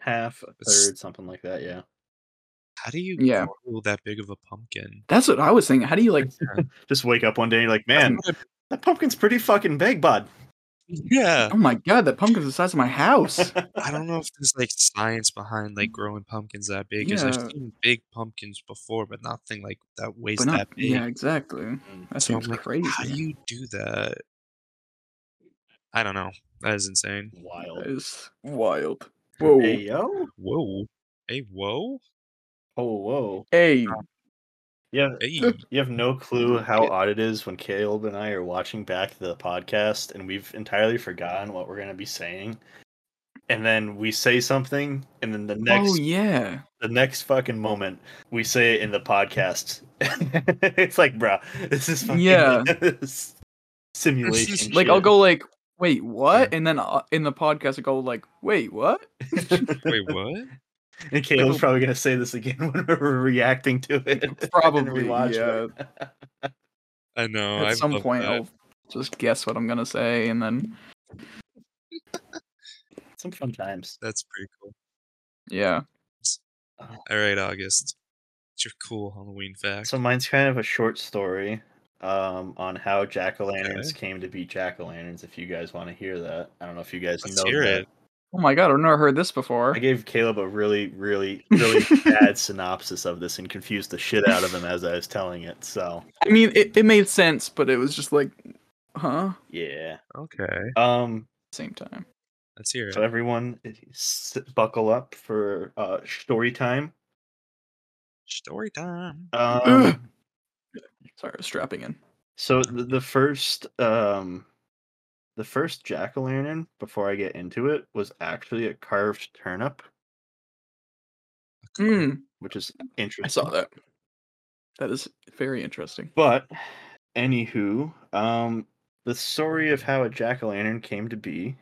[SPEAKER 3] Half, a
[SPEAKER 2] It's-
[SPEAKER 3] third, something like that, yeah.
[SPEAKER 2] How do you
[SPEAKER 1] Yeah.
[SPEAKER 2] grow that big of a pumpkin?
[SPEAKER 1] That's what I was thinking. How do you like?
[SPEAKER 3] Just wake up one day and you're like, "Man, that pumpkin's pretty fucking big, bud."
[SPEAKER 2] Yeah.
[SPEAKER 1] Oh my god, that pumpkin's the size of my house.
[SPEAKER 2] I don't know if there's like science behind like growing pumpkins that big. Because
[SPEAKER 1] Yeah.
[SPEAKER 2] I've seen big pumpkins before, but nothing like that weighs
[SPEAKER 1] but not,
[SPEAKER 2] that big. Mm.
[SPEAKER 1] yeah, exactly. That
[SPEAKER 2] So I'm
[SPEAKER 1] seems
[SPEAKER 2] like,
[SPEAKER 1] crazy.
[SPEAKER 2] How do you do that? I don't know. That is insane.
[SPEAKER 1] That
[SPEAKER 3] Wild.
[SPEAKER 1] is wild. Whoa.
[SPEAKER 3] Hey uh,
[SPEAKER 1] Hey.
[SPEAKER 3] yo.
[SPEAKER 2] Whoa. Hey, whoa.
[SPEAKER 3] Oh whoa. Yeah.
[SPEAKER 2] Hey.
[SPEAKER 3] You have no clue how odd it is when Caleb and I are watching back the podcast and we've entirely forgotten what we're gonna be saying. And then we say something, and then the next
[SPEAKER 1] Oh yeah.
[SPEAKER 3] the next fucking moment we say it in the podcast. it's like, bruh, this is fucking
[SPEAKER 1] Yeah.
[SPEAKER 3] simulation.
[SPEAKER 1] Like I'll go like, wait, what? And then i in the podcast I go like, wait, what?
[SPEAKER 3] shit.
[SPEAKER 2] Wait, what?
[SPEAKER 3] and Caleb's probably gonna say this again when we're reacting to it. and
[SPEAKER 1] Probably,
[SPEAKER 3] rewatch it.
[SPEAKER 2] I know.
[SPEAKER 1] at
[SPEAKER 2] Oh, I
[SPEAKER 1] some
[SPEAKER 2] love
[SPEAKER 1] point
[SPEAKER 2] that.
[SPEAKER 1] I'll just guess what I'm gonna say and then
[SPEAKER 3] Some fun times.
[SPEAKER 2] That's pretty cool.
[SPEAKER 1] yeah.
[SPEAKER 2] All right, August. It's your cool Halloween fact.
[SPEAKER 3] So mine's kind of a short story um, on how jack o' lanterns came to be jack o' lanterns. If you guys want to hear that, I don't know if you guys
[SPEAKER 2] Let's
[SPEAKER 3] know
[SPEAKER 2] hear
[SPEAKER 3] that.
[SPEAKER 2] it.
[SPEAKER 1] Oh my god, I've never heard this before.
[SPEAKER 3] I gave Caleb a really, really, really bad synopsis of this and confused the shit out of him as I was telling it. So
[SPEAKER 1] I mean it, it made sense, but it was just like huh?
[SPEAKER 3] yeah.
[SPEAKER 2] Okay.
[SPEAKER 3] Um.
[SPEAKER 1] Same time.
[SPEAKER 2] Let's hear
[SPEAKER 3] So
[SPEAKER 2] it.
[SPEAKER 3] everyone, s- buckle up for uh, story time.
[SPEAKER 2] Story time.
[SPEAKER 3] Um,
[SPEAKER 1] Sorry, I was strapping in.
[SPEAKER 3] So the, the first um the first jack o' lantern before I get into it was actually a carved turnip,
[SPEAKER 1] Mm,
[SPEAKER 3] which is
[SPEAKER 1] I
[SPEAKER 3] interesting.
[SPEAKER 1] saw that. That is very interesting.
[SPEAKER 3] But anywho, um the story of how a jack o' lantern came to be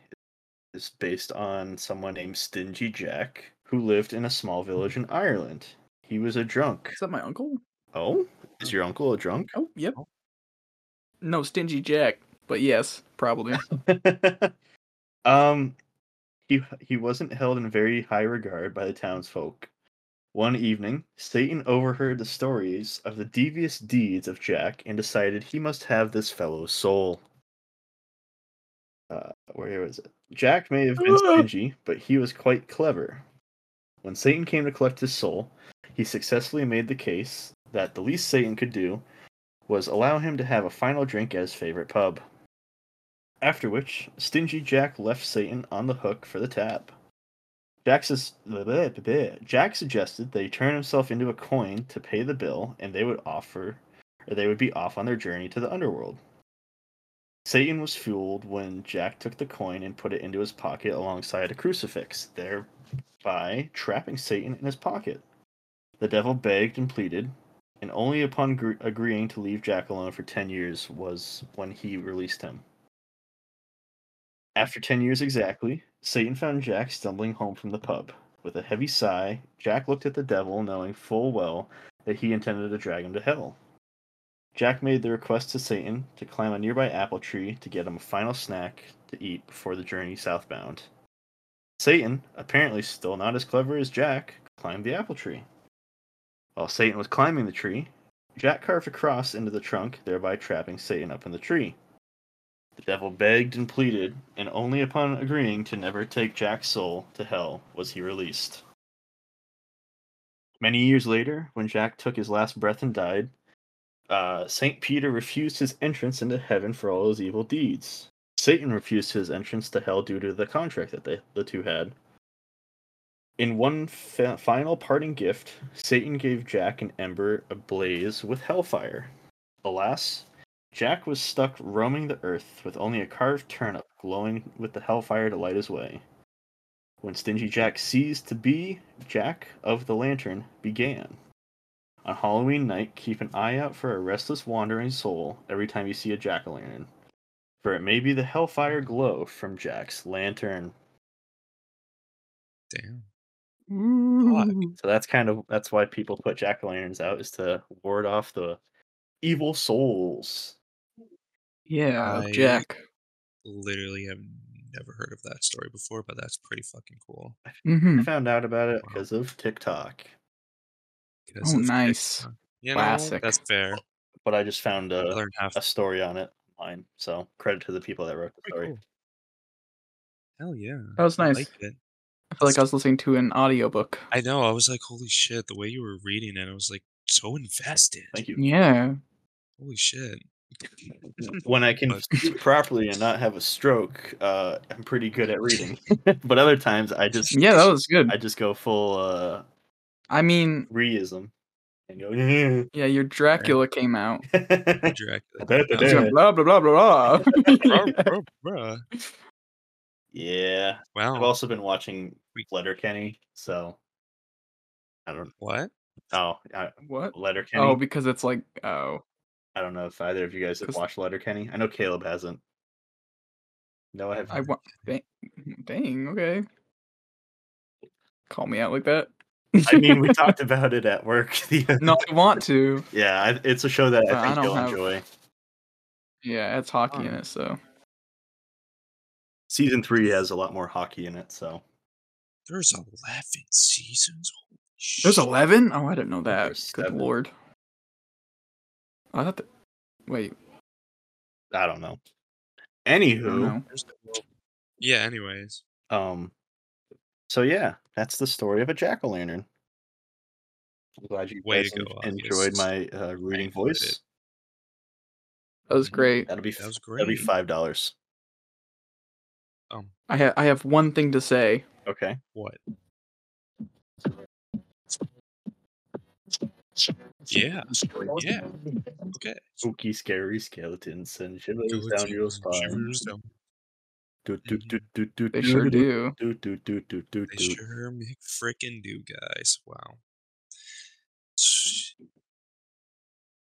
[SPEAKER 3] is based on someone named Stingy Jack who lived in a small village in Ireland. He was a drunk.
[SPEAKER 1] Is that my uncle?
[SPEAKER 3] Oh, is your uncle a drunk?
[SPEAKER 1] Oh, yep. No, stingy Jack. But yes, probably.
[SPEAKER 3] um, he he wasn't held in very high regard by the townsfolk. One evening, Satan overheard the stories of the devious deeds of Jack and decided he must have this fellow's soul. Uh, where was it? Jack may have been
[SPEAKER 1] Ah.
[SPEAKER 3] stingy, but he was quite clever. When Satan came to collect his soul, he successfully made the case that the least Satan could do was allow him to have a final drink at his favorite pub. After which, Stingy Jack left Satan on the hook for the tab. Jack, sus- bleh, bleh, bleh, bleh. Jack suggested that he turn himself into a coin to pay the bill, and they would offer, or they would be off on their journey to the underworld. Satan was fueled when Jack took the coin and put it into his pocket alongside a crucifix, thereby trapping Satan in his pocket. The devil begged and pleaded, and only upon gr- agreeing to leave Jack alone for 10 years was when he released him. After 10 years exactly, Satan found Jack stumbling home from the pub. With a heavy sigh, Jack looked at the devil, knowing full well that he intended to drag him to hell. Jack made the request to Satan to climb a nearby apple tree to get him a final snack to eat before the journey southbound. Satan, apparently still not as clever as Jack, climbed the apple tree. While Satan was climbing the tree, Jack carved a cross into the trunk, thereby trapping Satan up in the tree. The devil begged and pleaded, and only upon agreeing to never take Jack's soul to hell was he released. Many years later, when Jack took his last breath and died, uh, St. Peter refused his entrance into heaven for all his evil deeds. Satan refused his entrance to hell due to the contract that they, the two had. In one fa- final parting gift, Satan gave Jack an ember ablaze with hellfire. Alas, Jack was stuck roaming the earth with only a carved turnip glowing with the hellfire to light his way. When Stingy Jack ceased to be, Jack of the Lantern began. On Halloween night, keep an eye out for a restless wandering soul every time you see a jack o' lantern, for it may be the hellfire glow from Jack's lantern.
[SPEAKER 2] Damn.
[SPEAKER 3] So that's kind of that's why people put jack o' lanterns out is to ward off the evil souls.
[SPEAKER 1] Yeah,
[SPEAKER 2] I-
[SPEAKER 1] Jack.
[SPEAKER 2] Literally have never heard of that story before, but that's pretty fucking cool.
[SPEAKER 1] hmm
[SPEAKER 3] I found out about it because of TikTok,
[SPEAKER 2] 'Cause
[SPEAKER 1] Oh,
[SPEAKER 2] it's-
[SPEAKER 1] nice.
[SPEAKER 2] You know,
[SPEAKER 1] Classic.
[SPEAKER 2] That's fair.
[SPEAKER 3] but I just found uh,
[SPEAKER 2] I
[SPEAKER 3] a,
[SPEAKER 2] learned half.
[SPEAKER 3] a story on it online. So credit to the people that wrote the
[SPEAKER 2] Pretty
[SPEAKER 3] story.
[SPEAKER 2] cool. Hell yeah.
[SPEAKER 1] That was
[SPEAKER 2] I
[SPEAKER 1] nice.
[SPEAKER 2] liked it.
[SPEAKER 1] I feel like I was listening to an audiobook.
[SPEAKER 2] I know. I was like, holy shit, the way you were reading it, I was like, so invested.
[SPEAKER 3] Thank you.
[SPEAKER 1] Yeah.
[SPEAKER 2] Holy shit.
[SPEAKER 3] When I can
[SPEAKER 2] Nice.
[SPEAKER 3] speak properly and not have a stroke, uh, I'm pretty good at reading. but other times, I just
[SPEAKER 1] Yeah, that was good.
[SPEAKER 3] I just go full uh,
[SPEAKER 1] I mean,
[SPEAKER 3] reism and go.
[SPEAKER 1] yeah, your Dracula came out.
[SPEAKER 2] Dracula.
[SPEAKER 3] Da-da-da.
[SPEAKER 1] He's
[SPEAKER 2] That
[SPEAKER 1] like, blah blah blah blah blah.
[SPEAKER 2] was- Bruh, bruh, bruh.
[SPEAKER 3] yeah, I've
[SPEAKER 2] Wow.
[SPEAKER 3] also been watching Letterkenny, so I don't.
[SPEAKER 2] What?
[SPEAKER 3] Oh, I,
[SPEAKER 1] what?
[SPEAKER 3] Letterkenny.
[SPEAKER 1] Oh, because it's like oh,
[SPEAKER 3] I don't know if either of you guys have
[SPEAKER 1] 'Cause-
[SPEAKER 3] watched Letterkenny. I know Caleb hasn't. No, I have.
[SPEAKER 1] I want. Dang, mm-hmm, dang, okay. Call me out like that.
[SPEAKER 3] I mean, we talked about it at work. The other,
[SPEAKER 1] no, I want to.
[SPEAKER 3] Yeah, I, it's a show that
[SPEAKER 1] But I
[SPEAKER 3] I think
[SPEAKER 1] don't
[SPEAKER 3] you'll
[SPEAKER 1] have-
[SPEAKER 3] enjoy.
[SPEAKER 1] Yeah, it's hockey in
[SPEAKER 2] Fine.
[SPEAKER 1] it, so
[SPEAKER 3] Season three has a lot more hockey in it, so
[SPEAKER 2] There's 11 seasons. Holy
[SPEAKER 1] there's
[SPEAKER 2] shit.
[SPEAKER 1] eleven. Oh, I didn't know that.
[SPEAKER 3] there's
[SPEAKER 1] Good
[SPEAKER 3] seven.
[SPEAKER 1] lord. I thought. That, wait,
[SPEAKER 3] I don't know.
[SPEAKER 1] I don't
[SPEAKER 3] Anywho,
[SPEAKER 1] know.
[SPEAKER 2] There's- well, Yeah, anyways.
[SPEAKER 3] um, so yeah, that's the story of a jack o' lantern. I'm glad you
[SPEAKER 2] Way
[SPEAKER 3] guys
[SPEAKER 2] to
[SPEAKER 3] en-
[SPEAKER 2] go, August.
[SPEAKER 3] enjoyed my uh, reading
[SPEAKER 2] enjoyed it.
[SPEAKER 3] voice.
[SPEAKER 1] That was great.
[SPEAKER 3] That'll be
[SPEAKER 2] That was
[SPEAKER 3] that'll be
[SPEAKER 2] great.
[SPEAKER 3] five dollars.
[SPEAKER 2] Um,
[SPEAKER 1] I ha- I have one thing to say.
[SPEAKER 3] Okay.
[SPEAKER 2] what? Yeah. Yeah. Okay.
[SPEAKER 3] Spooky, scary skeletons and shivers
[SPEAKER 2] Good
[SPEAKER 3] down your
[SPEAKER 2] times,
[SPEAKER 3] spine.
[SPEAKER 2] shivers down-
[SPEAKER 3] Do, do, do, do, do,
[SPEAKER 1] They
[SPEAKER 3] do,
[SPEAKER 1] sure
[SPEAKER 3] do,
[SPEAKER 1] do.
[SPEAKER 3] do, do, do, do, do,
[SPEAKER 2] They
[SPEAKER 3] do.
[SPEAKER 2] sure make frickin' do, guys. Wow. S-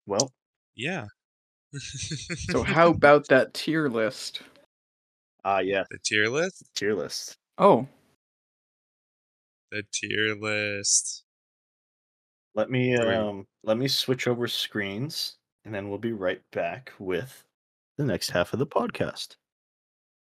[SPEAKER 3] Well,
[SPEAKER 2] Yeah.
[SPEAKER 1] So how about that tier list?
[SPEAKER 3] ah, yeah,
[SPEAKER 2] the tier list?
[SPEAKER 3] tier list.
[SPEAKER 1] Oh,
[SPEAKER 2] The tier list.
[SPEAKER 3] Let me
[SPEAKER 2] Great.
[SPEAKER 3] um, let me switch over screens, and then we'll be right back with the next half of the podcast.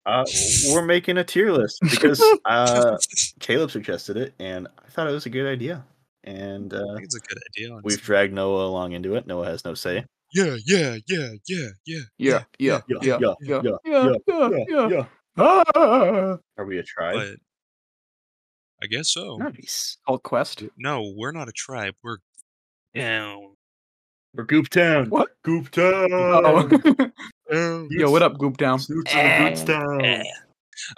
[SPEAKER 3] Uh, we're making a tier list because uh, Caleb suggested it, and I thought it was a good idea. And
[SPEAKER 2] I
[SPEAKER 3] uh,
[SPEAKER 2] think it's a good idea.
[SPEAKER 3] we've
[SPEAKER 2] honestly.
[SPEAKER 3] dragged Noah along into it. Noah has no say.
[SPEAKER 2] Yeah, yeah, yeah, yeah, yeah.
[SPEAKER 1] yeah, yeah,
[SPEAKER 3] yeah,
[SPEAKER 1] yeah,
[SPEAKER 3] yeah,
[SPEAKER 1] yeah, yeah,
[SPEAKER 3] yeah,
[SPEAKER 1] yeah, yeah, yeah. Ah!
[SPEAKER 3] Are we a tribe?
[SPEAKER 2] But I guess so.
[SPEAKER 3] Nice.
[SPEAKER 1] Called Quest.
[SPEAKER 2] No, we're not a tribe. We're down.
[SPEAKER 3] We're Goop Town.
[SPEAKER 1] What?
[SPEAKER 3] Goop Town.
[SPEAKER 1] Oh,
[SPEAKER 2] down.
[SPEAKER 1] yo, what up, Goop Down?
[SPEAKER 3] Suits and
[SPEAKER 2] Eh.
[SPEAKER 3] boots down.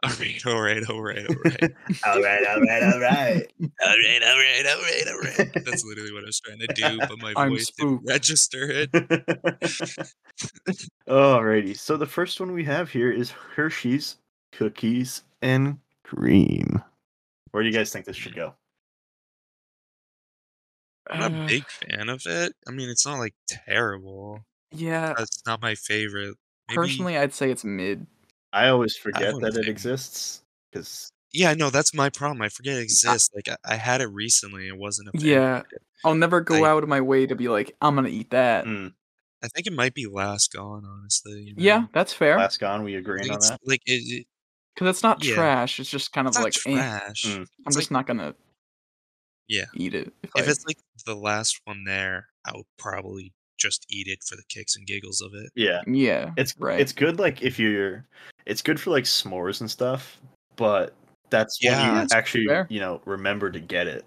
[SPEAKER 2] All right, all right, all right, all right.
[SPEAKER 3] all right, all right, all right.
[SPEAKER 2] all right, all right, all right, all right. That's literally what I was trying to do, but my
[SPEAKER 1] I'm
[SPEAKER 2] voice
[SPEAKER 1] spooked.
[SPEAKER 2] didn't register it.
[SPEAKER 3] Alrighty, so the first one we have here is Hershey's cookies and cream. Where do you guys think this should go?
[SPEAKER 2] I'm not a
[SPEAKER 1] Uh,
[SPEAKER 2] big fan of it. I mean, it's not like terrible.
[SPEAKER 1] yeah,
[SPEAKER 2] That's not my favorite. Uh, Maybe,
[SPEAKER 1] Uh. personally, I'd say it's mid.
[SPEAKER 3] I always forget
[SPEAKER 2] wouldn't
[SPEAKER 3] that it
[SPEAKER 2] think-
[SPEAKER 3] exists because
[SPEAKER 2] yeah, no, that's my problem. I forget it exists. Like I, I had it recently. It wasn't a fan.
[SPEAKER 1] Yeah, I'll never go
[SPEAKER 2] I- Mm-hmm.
[SPEAKER 1] out of my way to be like, I'm gonna eat that.
[SPEAKER 2] I think it might be last gone. Honestly, you
[SPEAKER 1] Yeah,
[SPEAKER 2] know?
[SPEAKER 1] that's fair because
[SPEAKER 3] last gone we
[SPEAKER 2] I
[SPEAKER 3] agreeing
[SPEAKER 2] think
[SPEAKER 3] on
[SPEAKER 2] it's
[SPEAKER 3] that.
[SPEAKER 2] like it, it-
[SPEAKER 1] it's not
[SPEAKER 2] Yeah.
[SPEAKER 1] trash. It's just kind of
[SPEAKER 2] it's not
[SPEAKER 1] like, eh,
[SPEAKER 2] trash.
[SPEAKER 3] Mm.
[SPEAKER 1] I'm
[SPEAKER 2] It's
[SPEAKER 1] just not gonna
[SPEAKER 2] Yeah,
[SPEAKER 1] eat it. If,
[SPEAKER 2] if
[SPEAKER 1] I,
[SPEAKER 2] it's like the last one there, I would probably just eat it for the kicks and giggles of it.
[SPEAKER 3] Yeah,
[SPEAKER 1] yeah,
[SPEAKER 3] it's
[SPEAKER 1] right.
[SPEAKER 3] it's good like if you're, it's good for like s'mores and stuff, but that's when
[SPEAKER 2] Yeah,
[SPEAKER 3] you
[SPEAKER 2] that's
[SPEAKER 3] actually
[SPEAKER 1] fair.
[SPEAKER 3] you know remember to get it.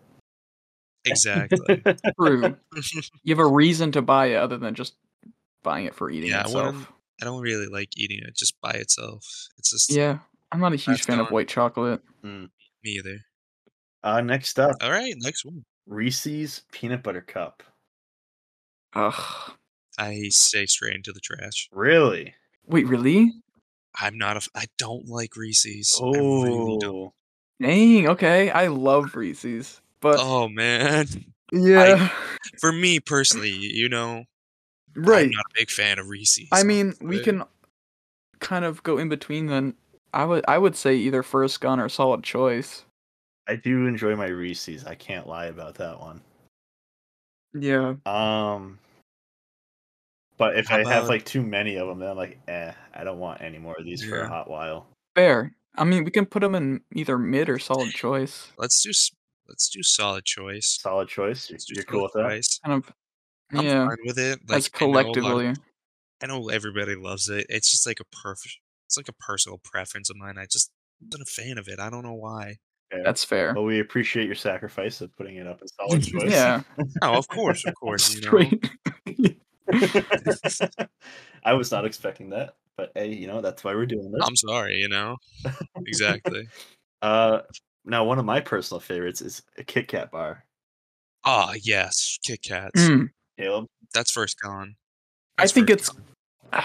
[SPEAKER 2] Exactly.
[SPEAKER 1] true. you have a reason to buy it other than just buying it for eating
[SPEAKER 2] Yeah, I wouldn't-
[SPEAKER 1] itself.
[SPEAKER 2] I don't really like eating it just by itself. It's just
[SPEAKER 1] Yeah, I'm not a huge
[SPEAKER 2] That's
[SPEAKER 1] fan of
[SPEAKER 2] gone.
[SPEAKER 1] white chocolate.
[SPEAKER 2] me either.
[SPEAKER 3] Uh, next up,
[SPEAKER 2] All right, next one.
[SPEAKER 3] Reese's peanut butter cup.
[SPEAKER 1] Ugh.
[SPEAKER 2] I say straight into the trash.
[SPEAKER 3] Really?
[SPEAKER 1] Wait, really?
[SPEAKER 2] I'm not a. f- I don't like Reese's. I really don't.
[SPEAKER 3] Oh,
[SPEAKER 1] Dang. Okay, I love Reese's, but
[SPEAKER 2] Oh man.
[SPEAKER 1] yeah,
[SPEAKER 2] For me personally, you know,
[SPEAKER 1] right.
[SPEAKER 2] I'm not a big fan of Reese's.
[SPEAKER 1] I mean, we
[SPEAKER 2] but-
[SPEAKER 1] can kind of go in between. Then I would I would say either first gun or solid choice.
[SPEAKER 3] I do enjoy my Reese's. I can't lie about that one.
[SPEAKER 1] Yeah.
[SPEAKER 3] Um, but if
[SPEAKER 2] How
[SPEAKER 3] I have
[SPEAKER 2] about-
[SPEAKER 3] like too many of them, then I'm like, eh, I don't want any more of these for a
[SPEAKER 2] Yeah.
[SPEAKER 3] hot while.
[SPEAKER 1] Fair. I mean, we can put them in either mid or solid choice.
[SPEAKER 2] let's do s- let's do solid choice.
[SPEAKER 3] Solid choice. You're,
[SPEAKER 2] Let's do
[SPEAKER 3] you're
[SPEAKER 2] solid
[SPEAKER 3] cool with that?
[SPEAKER 2] choice.
[SPEAKER 1] Kind of.
[SPEAKER 2] I'm
[SPEAKER 1] yeah.
[SPEAKER 2] fine with it. Like
[SPEAKER 1] As
[SPEAKER 2] I know a lot of-
[SPEAKER 1] collectively.
[SPEAKER 2] I know everybody loves it. It's just like a perfect. It's like a personal preference of mine. I just wasn't a fan of it. I don't know why.
[SPEAKER 3] Okay.
[SPEAKER 1] That's fair.
[SPEAKER 3] Well, we appreciate your sacrifice of putting it up in solid choice.
[SPEAKER 1] Yeah.
[SPEAKER 2] Oh, of course, of course. You know,
[SPEAKER 1] Straight.
[SPEAKER 3] I was not expecting that, but hey, you know that's why we're doing this.
[SPEAKER 2] I'm sorry. You know, exactly.
[SPEAKER 3] Uh, now one of my personal favorites is a Kit Kat bar.
[SPEAKER 2] Ah, yes, Kit Kats.
[SPEAKER 1] Mm,
[SPEAKER 3] Caleb,
[SPEAKER 2] That's first gone.
[SPEAKER 1] I
[SPEAKER 2] That's
[SPEAKER 1] think
[SPEAKER 2] first
[SPEAKER 1] it's.
[SPEAKER 2] gone.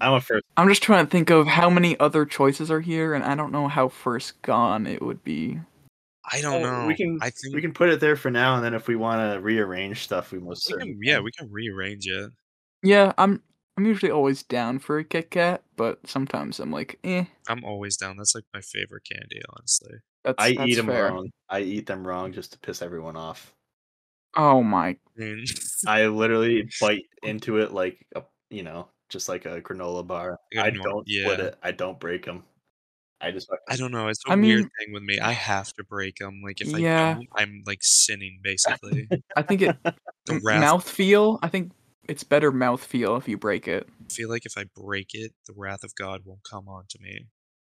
[SPEAKER 3] I'm a first.
[SPEAKER 1] Hmm. I'm just trying to think of how many other choices are here, and I don't know how first gone it would be.
[SPEAKER 2] I don't
[SPEAKER 3] Oh,
[SPEAKER 2] know.
[SPEAKER 3] We can
[SPEAKER 2] I think
[SPEAKER 3] we can put it there for now, and then if we want to rearrange stuff, we most
[SPEAKER 2] we
[SPEAKER 3] certainly.
[SPEAKER 2] can- yeah,
[SPEAKER 3] can.
[SPEAKER 2] we can rearrange it.
[SPEAKER 1] Yeah, I'm. I'm usually always down for a Kit Kat, but sometimes I'm like, eh.
[SPEAKER 2] I'm always down. That's like my favorite candy, honestly.
[SPEAKER 1] That's,
[SPEAKER 3] I
[SPEAKER 1] that's
[SPEAKER 3] eat them
[SPEAKER 1] fair.
[SPEAKER 3] wrong. I eat them wrong just to piss everyone off.
[SPEAKER 1] Oh my.
[SPEAKER 2] I mean,
[SPEAKER 3] I literally bite into it like a you know just like a granola bar.
[SPEAKER 2] Like a
[SPEAKER 3] I
[SPEAKER 2] nor-
[SPEAKER 3] don't split
[SPEAKER 2] yeah.
[SPEAKER 3] it. I don't break them. I just
[SPEAKER 2] I don't know. It's a
[SPEAKER 1] I
[SPEAKER 2] weird
[SPEAKER 1] mean-
[SPEAKER 2] thing with me. I have to break them. Like if I
[SPEAKER 1] Yeah.
[SPEAKER 2] don't, I'm like sinning basically.
[SPEAKER 1] I think it
[SPEAKER 2] the
[SPEAKER 1] m-
[SPEAKER 2] wrath.
[SPEAKER 1] mouthfeel. I think it's better mouthfeel if you break it.
[SPEAKER 2] I feel like if I break it, the wrath of God won't come onto me.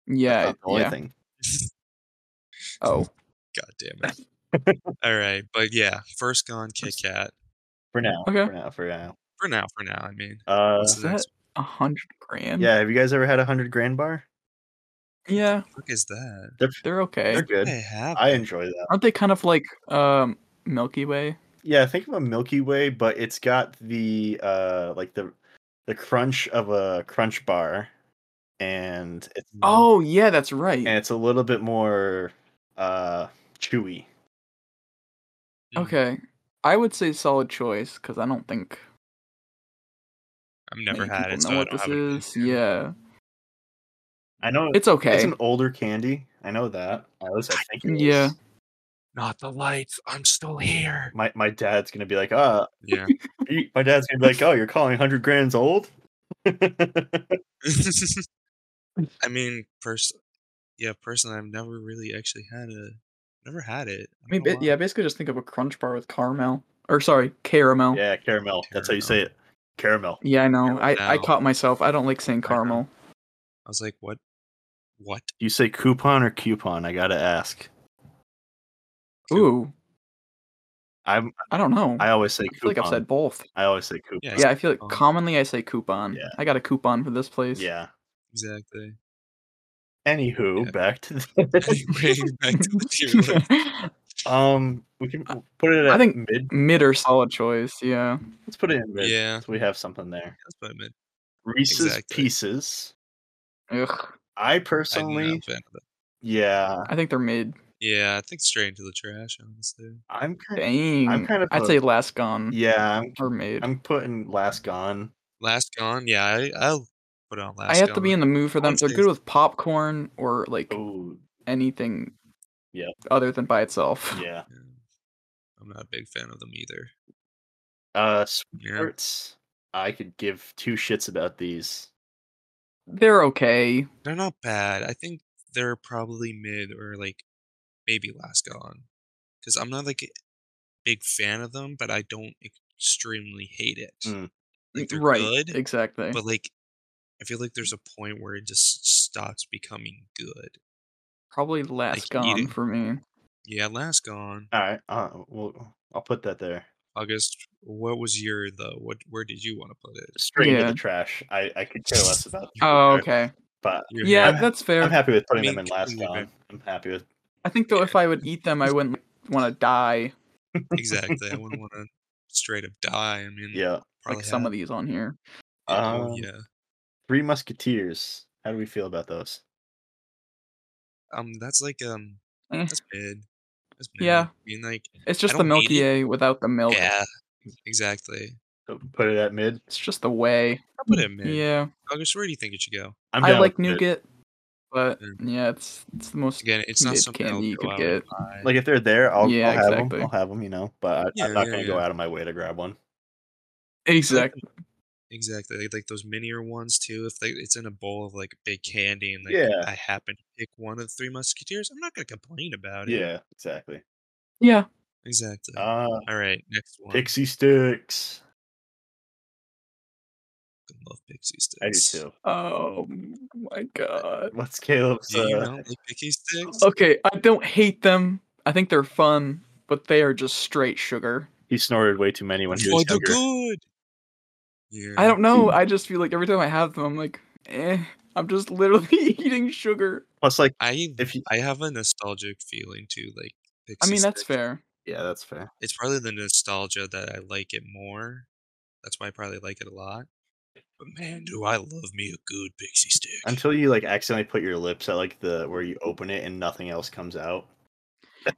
[SPEAKER 1] Yeah.
[SPEAKER 3] that's not the only
[SPEAKER 1] yeah.
[SPEAKER 3] thing.
[SPEAKER 1] Oh.
[SPEAKER 2] God damn it. All right, but yeah, first gone Kit Kat
[SPEAKER 3] For now.
[SPEAKER 1] Okay.
[SPEAKER 3] For now. For now.
[SPEAKER 2] for now. For now, I mean.
[SPEAKER 3] Uh,
[SPEAKER 2] What's the
[SPEAKER 1] that-
[SPEAKER 2] next?
[SPEAKER 1] A hundred grand.
[SPEAKER 3] yeah. Have you guys ever had a hundred grand bar?
[SPEAKER 1] Yeah.
[SPEAKER 2] Fuck is that?
[SPEAKER 3] They're
[SPEAKER 1] They're okay.
[SPEAKER 3] they're
[SPEAKER 2] I
[SPEAKER 3] good.
[SPEAKER 2] have.
[SPEAKER 3] I enjoy that.
[SPEAKER 1] Aren't they kind of like um Milky Way?
[SPEAKER 3] Yeah, think of a Milky Way, but it's got the uh like the the crunch of a crunch bar, and it's
[SPEAKER 1] Oh yeah, that's right.
[SPEAKER 3] and it's a little bit more uh chewy.
[SPEAKER 2] Mm,
[SPEAKER 1] okay. I would say solid choice because I don't think
[SPEAKER 2] I've never
[SPEAKER 1] many
[SPEAKER 2] had
[SPEAKER 1] people
[SPEAKER 2] it, so
[SPEAKER 1] know
[SPEAKER 2] I
[SPEAKER 1] what
[SPEAKER 2] don't
[SPEAKER 1] this
[SPEAKER 2] have an
[SPEAKER 1] is.
[SPEAKER 2] opinion.
[SPEAKER 1] Yeah,
[SPEAKER 3] I know
[SPEAKER 1] Oh, it's okay.
[SPEAKER 3] It's an older candy. I know that. At least I think. it is.
[SPEAKER 1] Yeah.
[SPEAKER 2] Not the lights. I'm still here.
[SPEAKER 3] My my dad's gonna be like, uh,
[SPEAKER 2] Yeah.
[SPEAKER 3] you- my dad's gonna be like, oh, you're calling hundred grand's old.
[SPEAKER 2] I mean, person. Yeah, personally, I've never really actually had a. Never had it.
[SPEAKER 1] I mean,
[SPEAKER 2] don't know
[SPEAKER 1] ba- yeah.
[SPEAKER 2] why.
[SPEAKER 1] Basically, just think of a Crunch Bar with caramel, or sorry, caramel.
[SPEAKER 3] yeah, caramel. That's how you say it. Caramel.
[SPEAKER 1] Yeah, I know. I, I
[SPEAKER 2] Caramel.
[SPEAKER 1] caught myself. I don't like saying
[SPEAKER 2] I know.
[SPEAKER 1] caramel.
[SPEAKER 2] I was like, what? What?
[SPEAKER 3] You say coupon or coupon? I gotta ask.
[SPEAKER 2] Cool.
[SPEAKER 1] Ooh,
[SPEAKER 3] I'm.
[SPEAKER 1] I don't know.
[SPEAKER 3] I always say
[SPEAKER 1] I feel
[SPEAKER 3] coupon.
[SPEAKER 1] like I've said both.
[SPEAKER 3] I always say coupon.
[SPEAKER 2] Yeah,
[SPEAKER 1] Yeah, I feel like
[SPEAKER 2] coupon.
[SPEAKER 1] commonly I say coupon.
[SPEAKER 3] Yeah.
[SPEAKER 1] I got a coupon for this place.
[SPEAKER 3] Yeah.
[SPEAKER 2] Exactly.
[SPEAKER 3] Anywho,
[SPEAKER 2] Yeah.
[SPEAKER 3] back to the,
[SPEAKER 2] Anyway, back to the tier list.
[SPEAKER 3] um, we can put it. At
[SPEAKER 1] I think-
[SPEAKER 3] mid.
[SPEAKER 1] Mid or solid choice. Yeah.
[SPEAKER 3] Let's put it in mid.
[SPEAKER 2] Yeah,
[SPEAKER 3] So we have something there.
[SPEAKER 2] that's what I meant.
[SPEAKER 3] Reese's
[SPEAKER 2] Exactly.
[SPEAKER 3] Pieces.
[SPEAKER 1] Ugh.
[SPEAKER 3] I
[SPEAKER 2] I'm not a
[SPEAKER 3] personally,
[SPEAKER 2] fan of that.
[SPEAKER 3] yeah,
[SPEAKER 1] I think they're mid.
[SPEAKER 2] Yeah, I think straight into the trash, honestly.
[SPEAKER 3] I'm kind of,
[SPEAKER 1] Dang.
[SPEAKER 3] I'm kind of
[SPEAKER 1] I'd
[SPEAKER 3] a-
[SPEAKER 1] say last gone
[SPEAKER 3] yeah, I'm,
[SPEAKER 1] or made.
[SPEAKER 3] I'm putting last gone.
[SPEAKER 2] Last Gone, yeah, I, I'll put on Last
[SPEAKER 1] I have to be
[SPEAKER 2] Gone.
[SPEAKER 1] in the mood for them. They're
[SPEAKER 2] Honestly,
[SPEAKER 1] good with popcorn or like
[SPEAKER 3] Oh,
[SPEAKER 1] anything
[SPEAKER 3] Yeah.
[SPEAKER 1] other than by itself.
[SPEAKER 3] yeah.
[SPEAKER 2] Yeah. I'm not a big fan of them either.
[SPEAKER 3] Uh,
[SPEAKER 2] Yeah.
[SPEAKER 3] sports. I could give two shits about these.
[SPEAKER 1] They're okay.
[SPEAKER 2] They're not bad. I think they're probably mid or like maybe Last Gone. Because I'm not like a big fan of them, but I don't extremely hate it.
[SPEAKER 3] Mm.
[SPEAKER 2] Like they're
[SPEAKER 1] right.
[SPEAKER 2] good,
[SPEAKER 1] Exactly.
[SPEAKER 2] but like I feel like there's a point where it just stops becoming good.
[SPEAKER 1] Probably last
[SPEAKER 2] eat
[SPEAKER 1] gone
[SPEAKER 2] it.
[SPEAKER 1] for me.
[SPEAKER 2] Yeah, Last Gone.
[SPEAKER 3] All right. Uh, well, I'll put that there.
[SPEAKER 2] August, what was your though? What where did you want to put it?
[SPEAKER 3] Straight into
[SPEAKER 1] Yeah.
[SPEAKER 3] the trash. I, I could care less about. them,
[SPEAKER 1] Oh, okay.
[SPEAKER 3] But
[SPEAKER 2] Your
[SPEAKER 1] Yeah,
[SPEAKER 2] head?
[SPEAKER 1] that's fair.
[SPEAKER 3] I'm happy with putting them
[SPEAKER 2] mean,
[SPEAKER 3] in last
[SPEAKER 2] completely
[SPEAKER 3] gone.
[SPEAKER 2] fair.
[SPEAKER 3] I'm happy with.
[SPEAKER 1] I think though if I would eat them, I wouldn't want to die
[SPEAKER 2] exactly. I wouldn't want to straight up die. I mean,
[SPEAKER 3] Yeah.
[SPEAKER 2] probably
[SPEAKER 1] like some
[SPEAKER 2] have-
[SPEAKER 1] of these on here.
[SPEAKER 2] yeah, oh,
[SPEAKER 3] Um,
[SPEAKER 2] yeah.
[SPEAKER 3] Three Musketeers. How do we feel about those?
[SPEAKER 2] Um, that's like um,
[SPEAKER 1] Eh.
[SPEAKER 2] that's mid. That's mid.
[SPEAKER 1] Yeah.
[SPEAKER 2] I mean, like,
[SPEAKER 1] It's just
[SPEAKER 2] I
[SPEAKER 1] the
[SPEAKER 2] don't hate
[SPEAKER 1] milky A without the
[SPEAKER 3] Oh,
[SPEAKER 1] milk.
[SPEAKER 2] yeah, exactly.
[SPEAKER 3] So Put it at mid.
[SPEAKER 1] It's just the way.
[SPEAKER 2] I'll put it
[SPEAKER 3] Hmm,
[SPEAKER 2] mid.
[SPEAKER 1] Yeah.
[SPEAKER 2] August, where do you think it should go?
[SPEAKER 3] I'm
[SPEAKER 1] I
[SPEAKER 3] down
[SPEAKER 1] like
[SPEAKER 3] with mid.
[SPEAKER 1] nougat, but
[SPEAKER 2] Mm.
[SPEAKER 1] yeah, it's it's the most
[SPEAKER 2] Again, it's not
[SPEAKER 1] Mid
[SPEAKER 2] something I'll
[SPEAKER 1] candy you
[SPEAKER 2] go
[SPEAKER 1] could
[SPEAKER 2] out
[SPEAKER 1] get.
[SPEAKER 2] and buy.
[SPEAKER 3] Like if they're there, I'll,
[SPEAKER 1] Yeah,
[SPEAKER 3] I'll have
[SPEAKER 1] exactly.
[SPEAKER 3] them. I'll have them, you know. But I,
[SPEAKER 2] Yeah,
[SPEAKER 3] I'm not
[SPEAKER 2] yeah,
[SPEAKER 3] gonna go
[SPEAKER 2] yeah.
[SPEAKER 3] out of my way to grab one.
[SPEAKER 1] exact.
[SPEAKER 2] exactly like, like those minier ones too. If like it's in a bowl of like big candy and like
[SPEAKER 3] Yeah.
[SPEAKER 2] I happen to pick one of the Three Musketeers, I'm not gonna complain about it.
[SPEAKER 3] Yeah, exactly.
[SPEAKER 1] Yeah,
[SPEAKER 2] exactly.
[SPEAKER 3] Uh,
[SPEAKER 2] All right, next one.
[SPEAKER 3] pixie sticks.
[SPEAKER 2] I love pixie sticks.
[SPEAKER 3] I do too.
[SPEAKER 1] Oh my god.
[SPEAKER 3] What's Caleb's?
[SPEAKER 2] Do you
[SPEAKER 3] Uh,
[SPEAKER 2] not like pixie sticks?
[SPEAKER 1] Okay, I don't hate them. I think they're fun, but they are just straight sugar.
[SPEAKER 3] he snorted way too many when he
[SPEAKER 2] Why
[SPEAKER 3] was
[SPEAKER 2] they're
[SPEAKER 3] younger.
[SPEAKER 2] good. Yeah.
[SPEAKER 1] I don't know. I just feel like every time I have them, I'm like, eh. I'm just literally eating sugar.
[SPEAKER 3] Plus, like,
[SPEAKER 2] I
[SPEAKER 3] if you,
[SPEAKER 2] I have a nostalgic feeling too. Like
[SPEAKER 1] I
[SPEAKER 2] Pixie
[SPEAKER 1] mean, that's
[SPEAKER 2] Sticks.
[SPEAKER 1] fair.
[SPEAKER 3] yeah, that's fair.
[SPEAKER 2] It's probably the nostalgia that I like it more. That's why I probably like it a lot. But man, do I love me a good pixie stick?
[SPEAKER 3] Until you like accidentally put your lips at like the where you open it and nothing else comes out.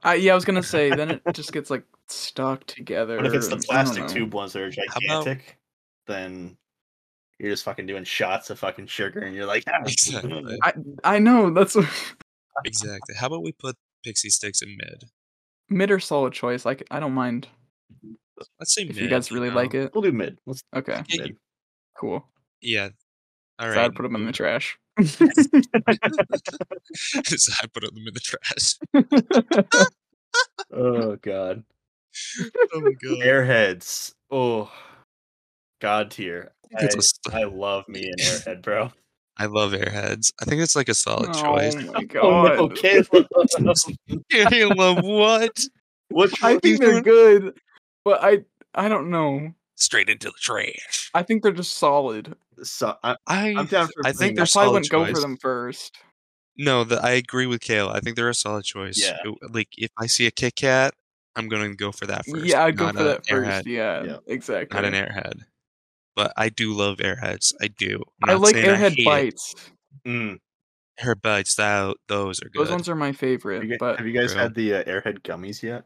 [SPEAKER 1] I, yeah, I was gonna say. Then it just gets like stuck together.
[SPEAKER 3] But if it's the
[SPEAKER 1] and- I don't
[SPEAKER 3] plastic
[SPEAKER 1] know.
[SPEAKER 3] tube ones that are
[SPEAKER 2] How about-
[SPEAKER 3] gigantic, then you're just fucking doing shots of fucking sugar, and you're like, "Ah."
[SPEAKER 2] Exactly.
[SPEAKER 1] I know that's what,
[SPEAKER 2] exactly. How about we put pixie sticks in mid?
[SPEAKER 1] mid or solid choice. Like I don't mind
[SPEAKER 2] Let's say
[SPEAKER 1] if
[SPEAKER 2] mid.
[SPEAKER 1] you guys really like
[SPEAKER 2] know?
[SPEAKER 1] it.
[SPEAKER 3] we'll do mid. Let's
[SPEAKER 1] Okay,
[SPEAKER 2] Yeah,
[SPEAKER 3] mid.
[SPEAKER 1] cool.
[SPEAKER 2] Yeah. All
[SPEAKER 1] So
[SPEAKER 2] right.
[SPEAKER 1] I'd put them in the trash.
[SPEAKER 2] so I put them in the trash.
[SPEAKER 3] Oh god,
[SPEAKER 2] Oh my god.
[SPEAKER 3] airheads. Oh, god tier.
[SPEAKER 2] I
[SPEAKER 3] I,
[SPEAKER 2] think it's a-
[SPEAKER 3] I love me an airhead, bro.
[SPEAKER 2] I love airheads. I think it's like a solid choice.
[SPEAKER 1] Oh my god.
[SPEAKER 3] Oh no, Caleb.
[SPEAKER 2] Caleb, what?
[SPEAKER 3] Which
[SPEAKER 1] I
[SPEAKER 3] one do you
[SPEAKER 1] think they're
[SPEAKER 3] want?
[SPEAKER 1] good, but I I don't know.
[SPEAKER 2] Straight into the trash.
[SPEAKER 1] I think they're just solid.
[SPEAKER 3] So, I,
[SPEAKER 2] I
[SPEAKER 3] I'm down for.
[SPEAKER 2] I
[SPEAKER 1] I
[SPEAKER 2] think
[SPEAKER 3] plain.
[SPEAKER 2] they're
[SPEAKER 1] probably
[SPEAKER 2] solid
[SPEAKER 1] wouldn't go for
[SPEAKER 2] choice.
[SPEAKER 1] them first.
[SPEAKER 2] No, the, I agree with Kale. I think they're a solid choice.
[SPEAKER 3] Yeah.
[SPEAKER 2] It- like if I see a Kit Kat, I'm gonna go for that first.
[SPEAKER 1] yeah, I'd go
[SPEAKER 2] not
[SPEAKER 1] for
[SPEAKER 2] a
[SPEAKER 1] that
[SPEAKER 2] Airhead,
[SPEAKER 1] first. Yeah,
[SPEAKER 3] Yeah.
[SPEAKER 1] exactly.
[SPEAKER 2] Not an airhead. But I do love airheads. I do. I'm
[SPEAKER 1] I
[SPEAKER 2] not
[SPEAKER 1] like
[SPEAKER 2] saying
[SPEAKER 1] Airhead
[SPEAKER 2] hate it.
[SPEAKER 1] bites.
[SPEAKER 3] Mm,
[SPEAKER 2] Airhead bites. That, those are good.
[SPEAKER 1] Those ones are my
[SPEAKER 3] have,
[SPEAKER 1] favorite.
[SPEAKER 3] you,
[SPEAKER 1] But
[SPEAKER 3] have you guys
[SPEAKER 2] True.
[SPEAKER 3] had the uh, airhead gummies yet?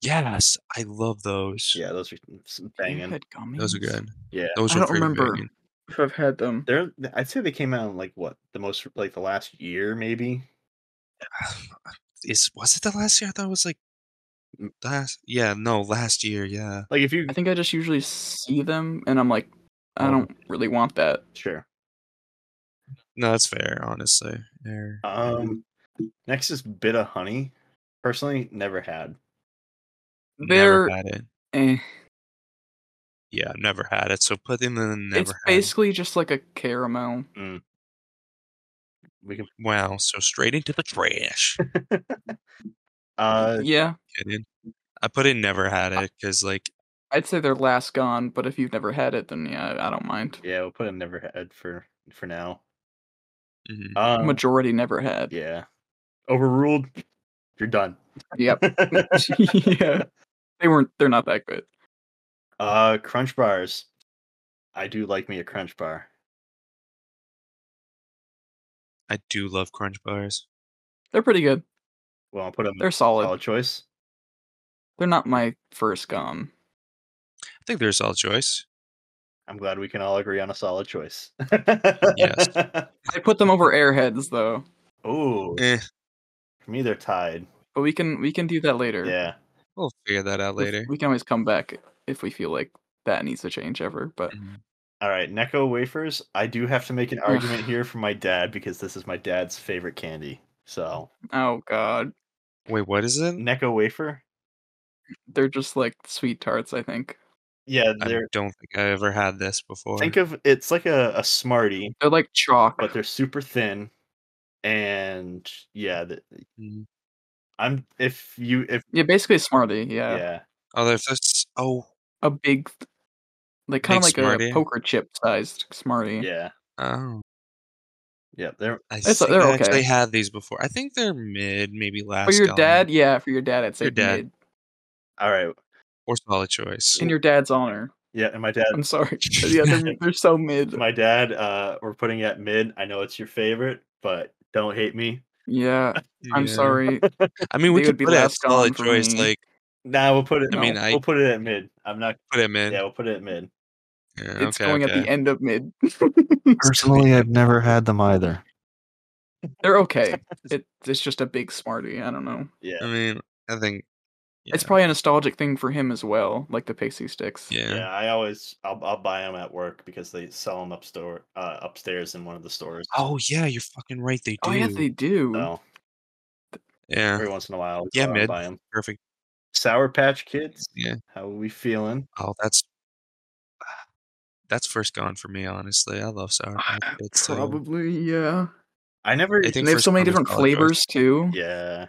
[SPEAKER 2] yes, I love those.
[SPEAKER 3] Yeah, those are some banging.
[SPEAKER 1] Airhead gummies.
[SPEAKER 2] Those are good.
[SPEAKER 3] Yeah,
[SPEAKER 2] Those
[SPEAKER 1] I
[SPEAKER 2] are
[SPEAKER 1] don't
[SPEAKER 2] pretty
[SPEAKER 1] remember.
[SPEAKER 2] banging.
[SPEAKER 1] If I've had them.
[SPEAKER 3] they're. I'd say they came out in like what the most like the last year maybe.
[SPEAKER 2] Is was it the last year? I thought it was like last. Yeah, no, last year. Yeah.
[SPEAKER 3] Like if you
[SPEAKER 1] I think I just usually see them and I'm like, I
[SPEAKER 3] Oh.
[SPEAKER 1] don't really want that.
[SPEAKER 3] sure.
[SPEAKER 2] No, that's fair. Honestly, Air-
[SPEAKER 1] Uh,
[SPEAKER 3] Um, next is bit of honey. Personally, never had.
[SPEAKER 2] never
[SPEAKER 1] They're
[SPEAKER 2] had it.
[SPEAKER 1] eh.
[SPEAKER 2] Yeah, I've never had it. So put them in the never.
[SPEAKER 1] it's
[SPEAKER 2] had.
[SPEAKER 1] basically just like a caramel.
[SPEAKER 3] We can.
[SPEAKER 2] Wow, so straight into the trash.
[SPEAKER 3] Uh,
[SPEAKER 1] yeah,
[SPEAKER 2] Kidding. I put in never had it because like
[SPEAKER 1] I'd say they're last gone. But if you've never had it, then yeah, I don't mind.
[SPEAKER 3] yeah, we'll put a never had for for now.
[SPEAKER 2] mhm.
[SPEAKER 3] Um,
[SPEAKER 1] Majority never had.
[SPEAKER 3] yeah, overruled. You're done.
[SPEAKER 1] Yep. yeah, they weren't. They're not that good.
[SPEAKER 3] uh, crunch bars. I do like me a crunch bar.
[SPEAKER 2] I do love crunch bars.
[SPEAKER 1] They're pretty good.
[SPEAKER 3] Well, I'll put them.
[SPEAKER 1] They're solid.
[SPEAKER 3] Solid choice.
[SPEAKER 1] They're not my first gum.
[SPEAKER 2] I think they're a solid choice.
[SPEAKER 3] I'm glad we can all agree on a solid choice.
[SPEAKER 2] Yes.
[SPEAKER 1] I put them over Airheads though,
[SPEAKER 3] Oh,
[SPEAKER 2] Eh,
[SPEAKER 3] for me they're tied.
[SPEAKER 1] but we can we can do that later.
[SPEAKER 3] Yeah.
[SPEAKER 2] we'll figure that out
[SPEAKER 1] We-
[SPEAKER 2] later.
[SPEAKER 1] We can always come back if we feel like that needs to change ever. But
[SPEAKER 2] Mhm.
[SPEAKER 3] All right, Necco wafers. I do have to make an argument here for my dad because this is my dad's favorite candy. So
[SPEAKER 2] Mm-hmm.
[SPEAKER 1] oh god,
[SPEAKER 2] Wait, what is it?
[SPEAKER 3] Necco wafer.
[SPEAKER 1] they're just like sweet tarts. I think
[SPEAKER 3] Yeah,
[SPEAKER 2] I
[SPEAKER 3] they're.
[SPEAKER 2] don't think I ever had this before.
[SPEAKER 3] Think of it's like a, a smartie,
[SPEAKER 1] they're like chalk.
[SPEAKER 3] but they're super thin, and yeah, the,
[SPEAKER 2] Mm.
[SPEAKER 3] I'm if you if
[SPEAKER 1] yeah, basically Smartie. Yeah.
[SPEAKER 3] yeah
[SPEAKER 2] Oh, they're just oh,
[SPEAKER 1] a big, like kind of
[SPEAKER 2] Big
[SPEAKER 1] like
[SPEAKER 2] Smartie?
[SPEAKER 1] a poker chip sized Smartie.
[SPEAKER 3] yeah
[SPEAKER 2] oh.
[SPEAKER 3] yeah they're
[SPEAKER 2] I
[SPEAKER 1] It's-
[SPEAKER 2] think
[SPEAKER 1] they're
[SPEAKER 2] I actually
[SPEAKER 1] okay.
[SPEAKER 2] had these before. I think they're mid, maybe last.
[SPEAKER 1] For your
[SPEAKER 2] gallon
[SPEAKER 1] dad, yeah, for your dad, I'd say
[SPEAKER 2] Your dad.
[SPEAKER 1] mid.
[SPEAKER 3] all right.
[SPEAKER 2] or solid choice.
[SPEAKER 1] in your dad's honor.
[SPEAKER 3] Yeah, and my dad
[SPEAKER 1] I'm sorry. Yeah, they're, they're so mid.
[SPEAKER 3] my dad uh we're putting it at mid i know it's your favorite but don't hate me
[SPEAKER 1] Yeah, I'm
[SPEAKER 2] Yeah.
[SPEAKER 1] sorry.
[SPEAKER 2] I mean, we
[SPEAKER 1] They
[SPEAKER 2] could
[SPEAKER 1] would be
[SPEAKER 2] put it at
[SPEAKER 1] last gallon
[SPEAKER 2] solid
[SPEAKER 1] for
[SPEAKER 2] choice.
[SPEAKER 1] me.
[SPEAKER 2] Like
[SPEAKER 3] nah we'll put it
[SPEAKER 2] I
[SPEAKER 3] i
[SPEAKER 2] mean,
[SPEAKER 3] mean
[SPEAKER 2] I-
[SPEAKER 3] we'll put it at mid i'm not
[SPEAKER 2] put him in.
[SPEAKER 3] yeah we'll put it at mid
[SPEAKER 2] Yeah,
[SPEAKER 1] It's
[SPEAKER 2] okay,
[SPEAKER 1] going
[SPEAKER 2] okay.
[SPEAKER 1] at the end of mid.
[SPEAKER 3] personally i've never had them either
[SPEAKER 1] they're okay. It, it's just a big smartie. I don't know.
[SPEAKER 3] yeah
[SPEAKER 2] I mean, I think
[SPEAKER 1] It's
[SPEAKER 2] yeah,
[SPEAKER 1] probably a nostalgic thing for him as well, like the pixie sticks.
[SPEAKER 3] yeah,
[SPEAKER 2] yeah.
[SPEAKER 3] i always I'll, I'll buy them at work because they sell them upstore uh, upstairs in one of the stores
[SPEAKER 2] Oh yeah, you're fucking right. They do.
[SPEAKER 1] Oh yeah, they do.
[SPEAKER 3] so
[SPEAKER 2] yeah.
[SPEAKER 3] every once in a while I'll
[SPEAKER 2] Yeah,
[SPEAKER 3] go out and
[SPEAKER 2] mid.
[SPEAKER 3] buy 'em.
[SPEAKER 2] Perfect.
[SPEAKER 3] sour patch kids
[SPEAKER 2] Yeah.
[SPEAKER 3] how are we feeling
[SPEAKER 2] Oh, that's that's first gone for me. Honestly, I love sour patch kids. too.
[SPEAKER 1] Ah, Probably yeah.
[SPEAKER 3] i never
[SPEAKER 2] I think
[SPEAKER 1] And they have
[SPEAKER 2] first
[SPEAKER 1] so many
[SPEAKER 2] gone is
[SPEAKER 1] different
[SPEAKER 2] solid choice.
[SPEAKER 1] flavors too.
[SPEAKER 3] yeah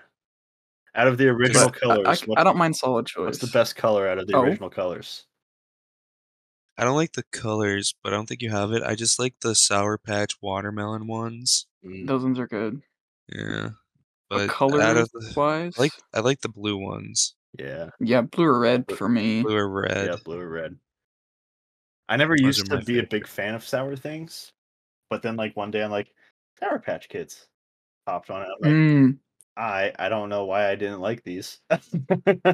[SPEAKER 3] out of the original
[SPEAKER 1] But I-
[SPEAKER 3] colors
[SPEAKER 1] I,
[SPEAKER 3] what-
[SPEAKER 1] I don't mind solid choice.
[SPEAKER 3] what's the best color out of the
[SPEAKER 1] Oh.
[SPEAKER 3] original colors
[SPEAKER 2] I don't like the colors, but I don't think you have it. I just like the sour patch watermelon ones.
[SPEAKER 3] Mm.
[SPEAKER 1] Those ones are good.
[SPEAKER 2] Yeah,
[SPEAKER 1] But
[SPEAKER 2] but out
[SPEAKER 1] color
[SPEAKER 2] of the,
[SPEAKER 1] wise,
[SPEAKER 2] I like I like the blue ones,
[SPEAKER 3] yeah
[SPEAKER 1] yeah, blue or red for me.
[SPEAKER 2] blue or red.
[SPEAKER 3] Yeah, blue or red. I never
[SPEAKER 2] Those
[SPEAKER 3] used
[SPEAKER 2] are my
[SPEAKER 3] to be a big fan of sour things, but then like one day I'm like, Sour Patch Kids popped on it. I'm like,
[SPEAKER 1] Mm,
[SPEAKER 3] I I don't know why I didn't like these.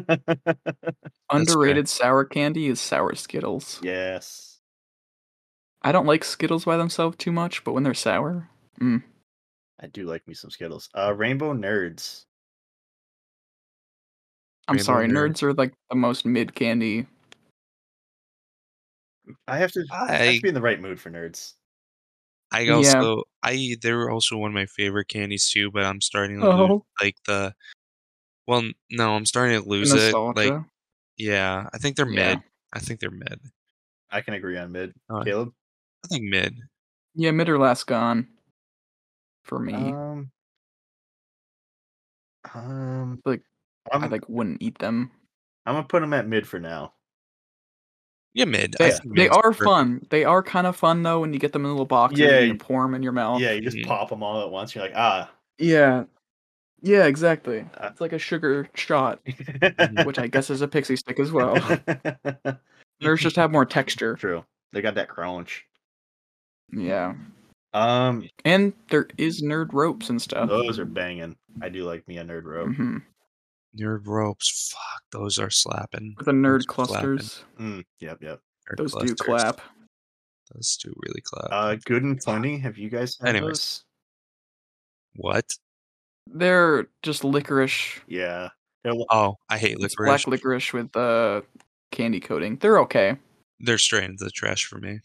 [SPEAKER 2] fair.
[SPEAKER 1] underrated sour candy is sour Skittles.
[SPEAKER 3] yes,
[SPEAKER 1] I don't like Skittles by themselves too much, but when they're sour,
[SPEAKER 3] I do like me some Skittles. Uh, Rainbow Nerds.
[SPEAKER 1] I'm
[SPEAKER 2] Rainbow
[SPEAKER 1] sorry,
[SPEAKER 2] Nerd.
[SPEAKER 1] nerds are like the most mid candy.
[SPEAKER 3] I have to, I have
[SPEAKER 2] I-
[SPEAKER 3] to be in the right mood for nerds.
[SPEAKER 2] I
[SPEAKER 1] Yeah.
[SPEAKER 2] also I they were also one of my favorite candies too, but I'm starting to lose
[SPEAKER 1] Oh.
[SPEAKER 2] like the. Well, n- no, I'm starting to lose it. Like,
[SPEAKER 1] Nostalgia.
[SPEAKER 2] yeah, I think they're
[SPEAKER 1] Yeah.
[SPEAKER 2] mid. I think they're mid.
[SPEAKER 3] I can agree on mid.
[SPEAKER 1] Oh,
[SPEAKER 2] Alright.
[SPEAKER 3] Caleb.
[SPEAKER 2] I think mid.
[SPEAKER 1] Yeah, mid or last gone. For me,
[SPEAKER 2] Uh,
[SPEAKER 3] Um. Um.
[SPEAKER 1] Like,
[SPEAKER 3] I'm,
[SPEAKER 1] I like wouldn't eat them.
[SPEAKER 3] I'm gonna put them at mid for now.
[SPEAKER 2] Yeah, mid. I
[SPEAKER 1] They,
[SPEAKER 2] think
[SPEAKER 1] they
[SPEAKER 2] mid's
[SPEAKER 1] are
[SPEAKER 2] perfect.
[SPEAKER 1] fun. They are kind of fun though when you get them in a little box.
[SPEAKER 3] Yeah,
[SPEAKER 1] and you
[SPEAKER 3] you-
[SPEAKER 1] pour them in your mouth.
[SPEAKER 3] Yeah, you just
[SPEAKER 2] Mhm.
[SPEAKER 3] pop them all at once. You're like, ah.
[SPEAKER 1] yeah, yeah, exactly.
[SPEAKER 3] Uh,
[SPEAKER 1] It's like a sugar shot, which I guess is a pixie stick as well. Nerds just have more texture.
[SPEAKER 3] True. They got that crunch.
[SPEAKER 1] Yeah.
[SPEAKER 3] Um,
[SPEAKER 1] And there is nerd ropes and
[SPEAKER 2] Uh-huh.
[SPEAKER 1] stuff.
[SPEAKER 3] those are banging. I do like me a nerd rope.
[SPEAKER 1] hmm
[SPEAKER 2] Nerd ropes. Fuck, those are slapping.
[SPEAKER 1] The nerd
[SPEAKER 2] Those are slapping.
[SPEAKER 1] clusters.
[SPEAKER 2] Mm-hmm.
[SPEAKER 3] Mm, yep, yep.
[SPEAKER 2] Nerd
[SPEAKER 1] Those do
[SPEAKER 2] clusters.
[SPEAKER 1] clap.
[SPEAKER 2] Those do really clap.
[SPEAKER 3] Uh, good and plenty. Have you guys had
[SPEAKER 2] Anyways.
[SPEAKER 3] those?
[SPEAKER 2] what?
[SPEAKER 1] They're just licorice.
[SPEAKER 3] Yeah, they're li-
[SPEAKER 2] Oh, I hate
[SPEAKER 1] It's
[SPEAKER 2] licorice.
[SPEAKER 1] black licorice with uh, candy coating. They're okay.
[SPEAKER 2] They're straight into the trash for me.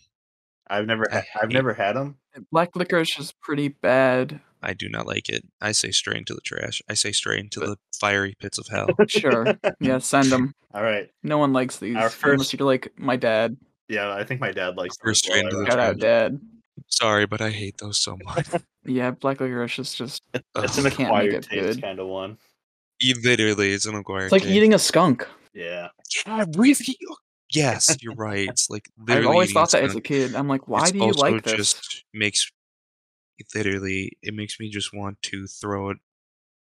[SPEAKER 3] I've never,
[SPEAKER 2] I
[SPEAKER 3] had, I've
[SPEAKER 2] hate-
[SPEAKER 3] never had them.
[SPEAKER 1] Black licorice is pretty bad.
[SPEAKER 2] I do not like it. I say straight into the trash. I say straight into
[SPEAKER 1] But-
[SPEAKER 2] the fiery pits of hell.
[SPEAKER 1] Sure. yeah, send them.
[SPEAKER 3] All right.
[SPEAKER 1] No one likes these.
[SPEAKER 3] Our
[SPEAKER 1] Unless
[SPEAKER 3] first-
[SPEAKER 1] you're like my dad.
[SPEAKER 3] Yeah, I think my dad likes. them
[SPEAKER 2] We're
[SPEAKER 3] as
[SPEAKER 2] straight into
[SPEAKER 3] well.
[SPEAKER 2] the
[SPEAKER 3] I-
[SPEAKER 1] Shout out, dad.
[SPEAKER 2] Sorry, but I hate those so much.
[SPEAKER 1] Yeah, black licorice is just.
[SPEAKER 3] It's
[SPEAKER 2] Ugh.
[SPEAKER 3] an
[SPEAKER 1] Can't make
[SPEAKER 3] acquired
[SPEAKER 1] it
[SPEAKER 3] taste
[SPEAKER 1] good.
[SPEAKER 3] kind of one.
[SPEAKER 2] You literally, it's an acquired.
[SPEAKER 1] It's like
[SPEAKER 2] taste.
[SPEAKER 1] eating a skunk.
[SPEAKER 3] Yeah.
[SPEAKER 2] Yeah, really? Yes, you're right. It's like literally.
[SPEAKER 1] I've always
[SPEAKER 2] eating
[SPEAKER 1] thought that as a
[SPEAKER 2] skunk.
[SPEAKER 1] kid. I'm like, why
[SPEAKER 2] It's
[SPEAKER 1] do you
[SPEAKER 2] also
[SPEAKER 1] like this?
[SPEAKER 2] Just makes it literally. It makes me just want to throw it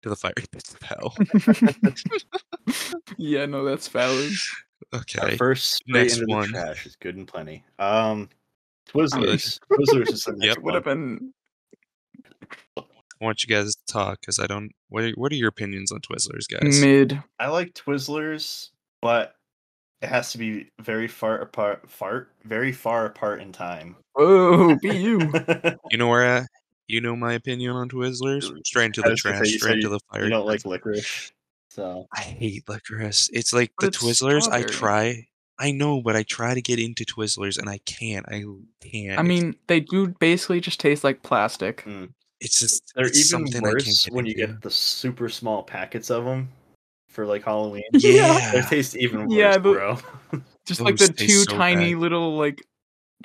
[SPEAKER 2] to the fire pits of hell.
[SPEAKER 1] yeah, no, that's valid.
[SPEAKER 2] okay.
[SPEAKER 3] Our first straight
[SPEAKER 2] Next
[SPEAKER 3] into
[SPEAKER 2] one.
[SPEAKER 3] the trash is good and plenty. Um,
[SPEAKER 2] Twiz.
[SPEAKER 3] Twizzlers. Twizzlers is the next
[SPEAKER 2] Yep.
[SPEAKER 1] Would
[SPEAKER 3] one.
[SPEAKER 1] have been
[SPEAKER 2] I want you guys to talk because I don't. What are, what are your opinions on Twizzlers, guys?
[SPEAKER 1] Mid.
[SPEAKER 3] I like Twizzlers, but it has to be very far apart. Fart very far apart in time.
[SPEAKER 1] Oh, be you.
[SPEAKER 2] You know where I, you know my opinion on Twizzlers. Straight into
[SPEAKER 3] I
[SPEAKER 2] the
[SPEAKER 3] was gonna
[SPEAKER 2] trash.
[SPEAKER 3] say, you
[SPEAKER 2] straight
[SPEAKER 3] said
[SPEAKER 2] into the fire.
[SPEAKER 3] you don't like licorice, so
[SPEAKER 2] I hate licorice. It's like
[SPEAKER 1] But
[SPEAKER 2] the
[SPEAKER 1] it's
[SPEAKER 2] Twizzlers. I
[SPEAKER 1] strawberry.
[SPEAKER 2] try. I know, but I try to get into Twizzlers and I can't. I can't.
[SPEAKER 1] I mean, they do basically just taste like plastic.
[SPEAKER 2] Mm, it's just
[SPEAKER 3] they're
[SPEAKER 2] it's
[SPEAKER 3] even
[SPEAKER 2] something I can't
[SPEAKER 3] worse
[SPEAKER 2] get
[SPEAKER 3] when you
[SPEAKER 2] into.
[SPEAKER 3] get the super small packets of them for like Halloween.
[SPEAKER 2] Yeah.
[SPEAKER 3] They taste even worse,
[SPEAKER 1] Yeah, the-
[SPEAKER 3] bro.
[SPEAKER 1] Just like the
[SPEAKER 2] Those taste
[SPEAKER 1] two
[SPEAKER 2] so
[SPEAKER 1] tiny
[SPEAKER 2] bad.
[SPEAKER 1] little like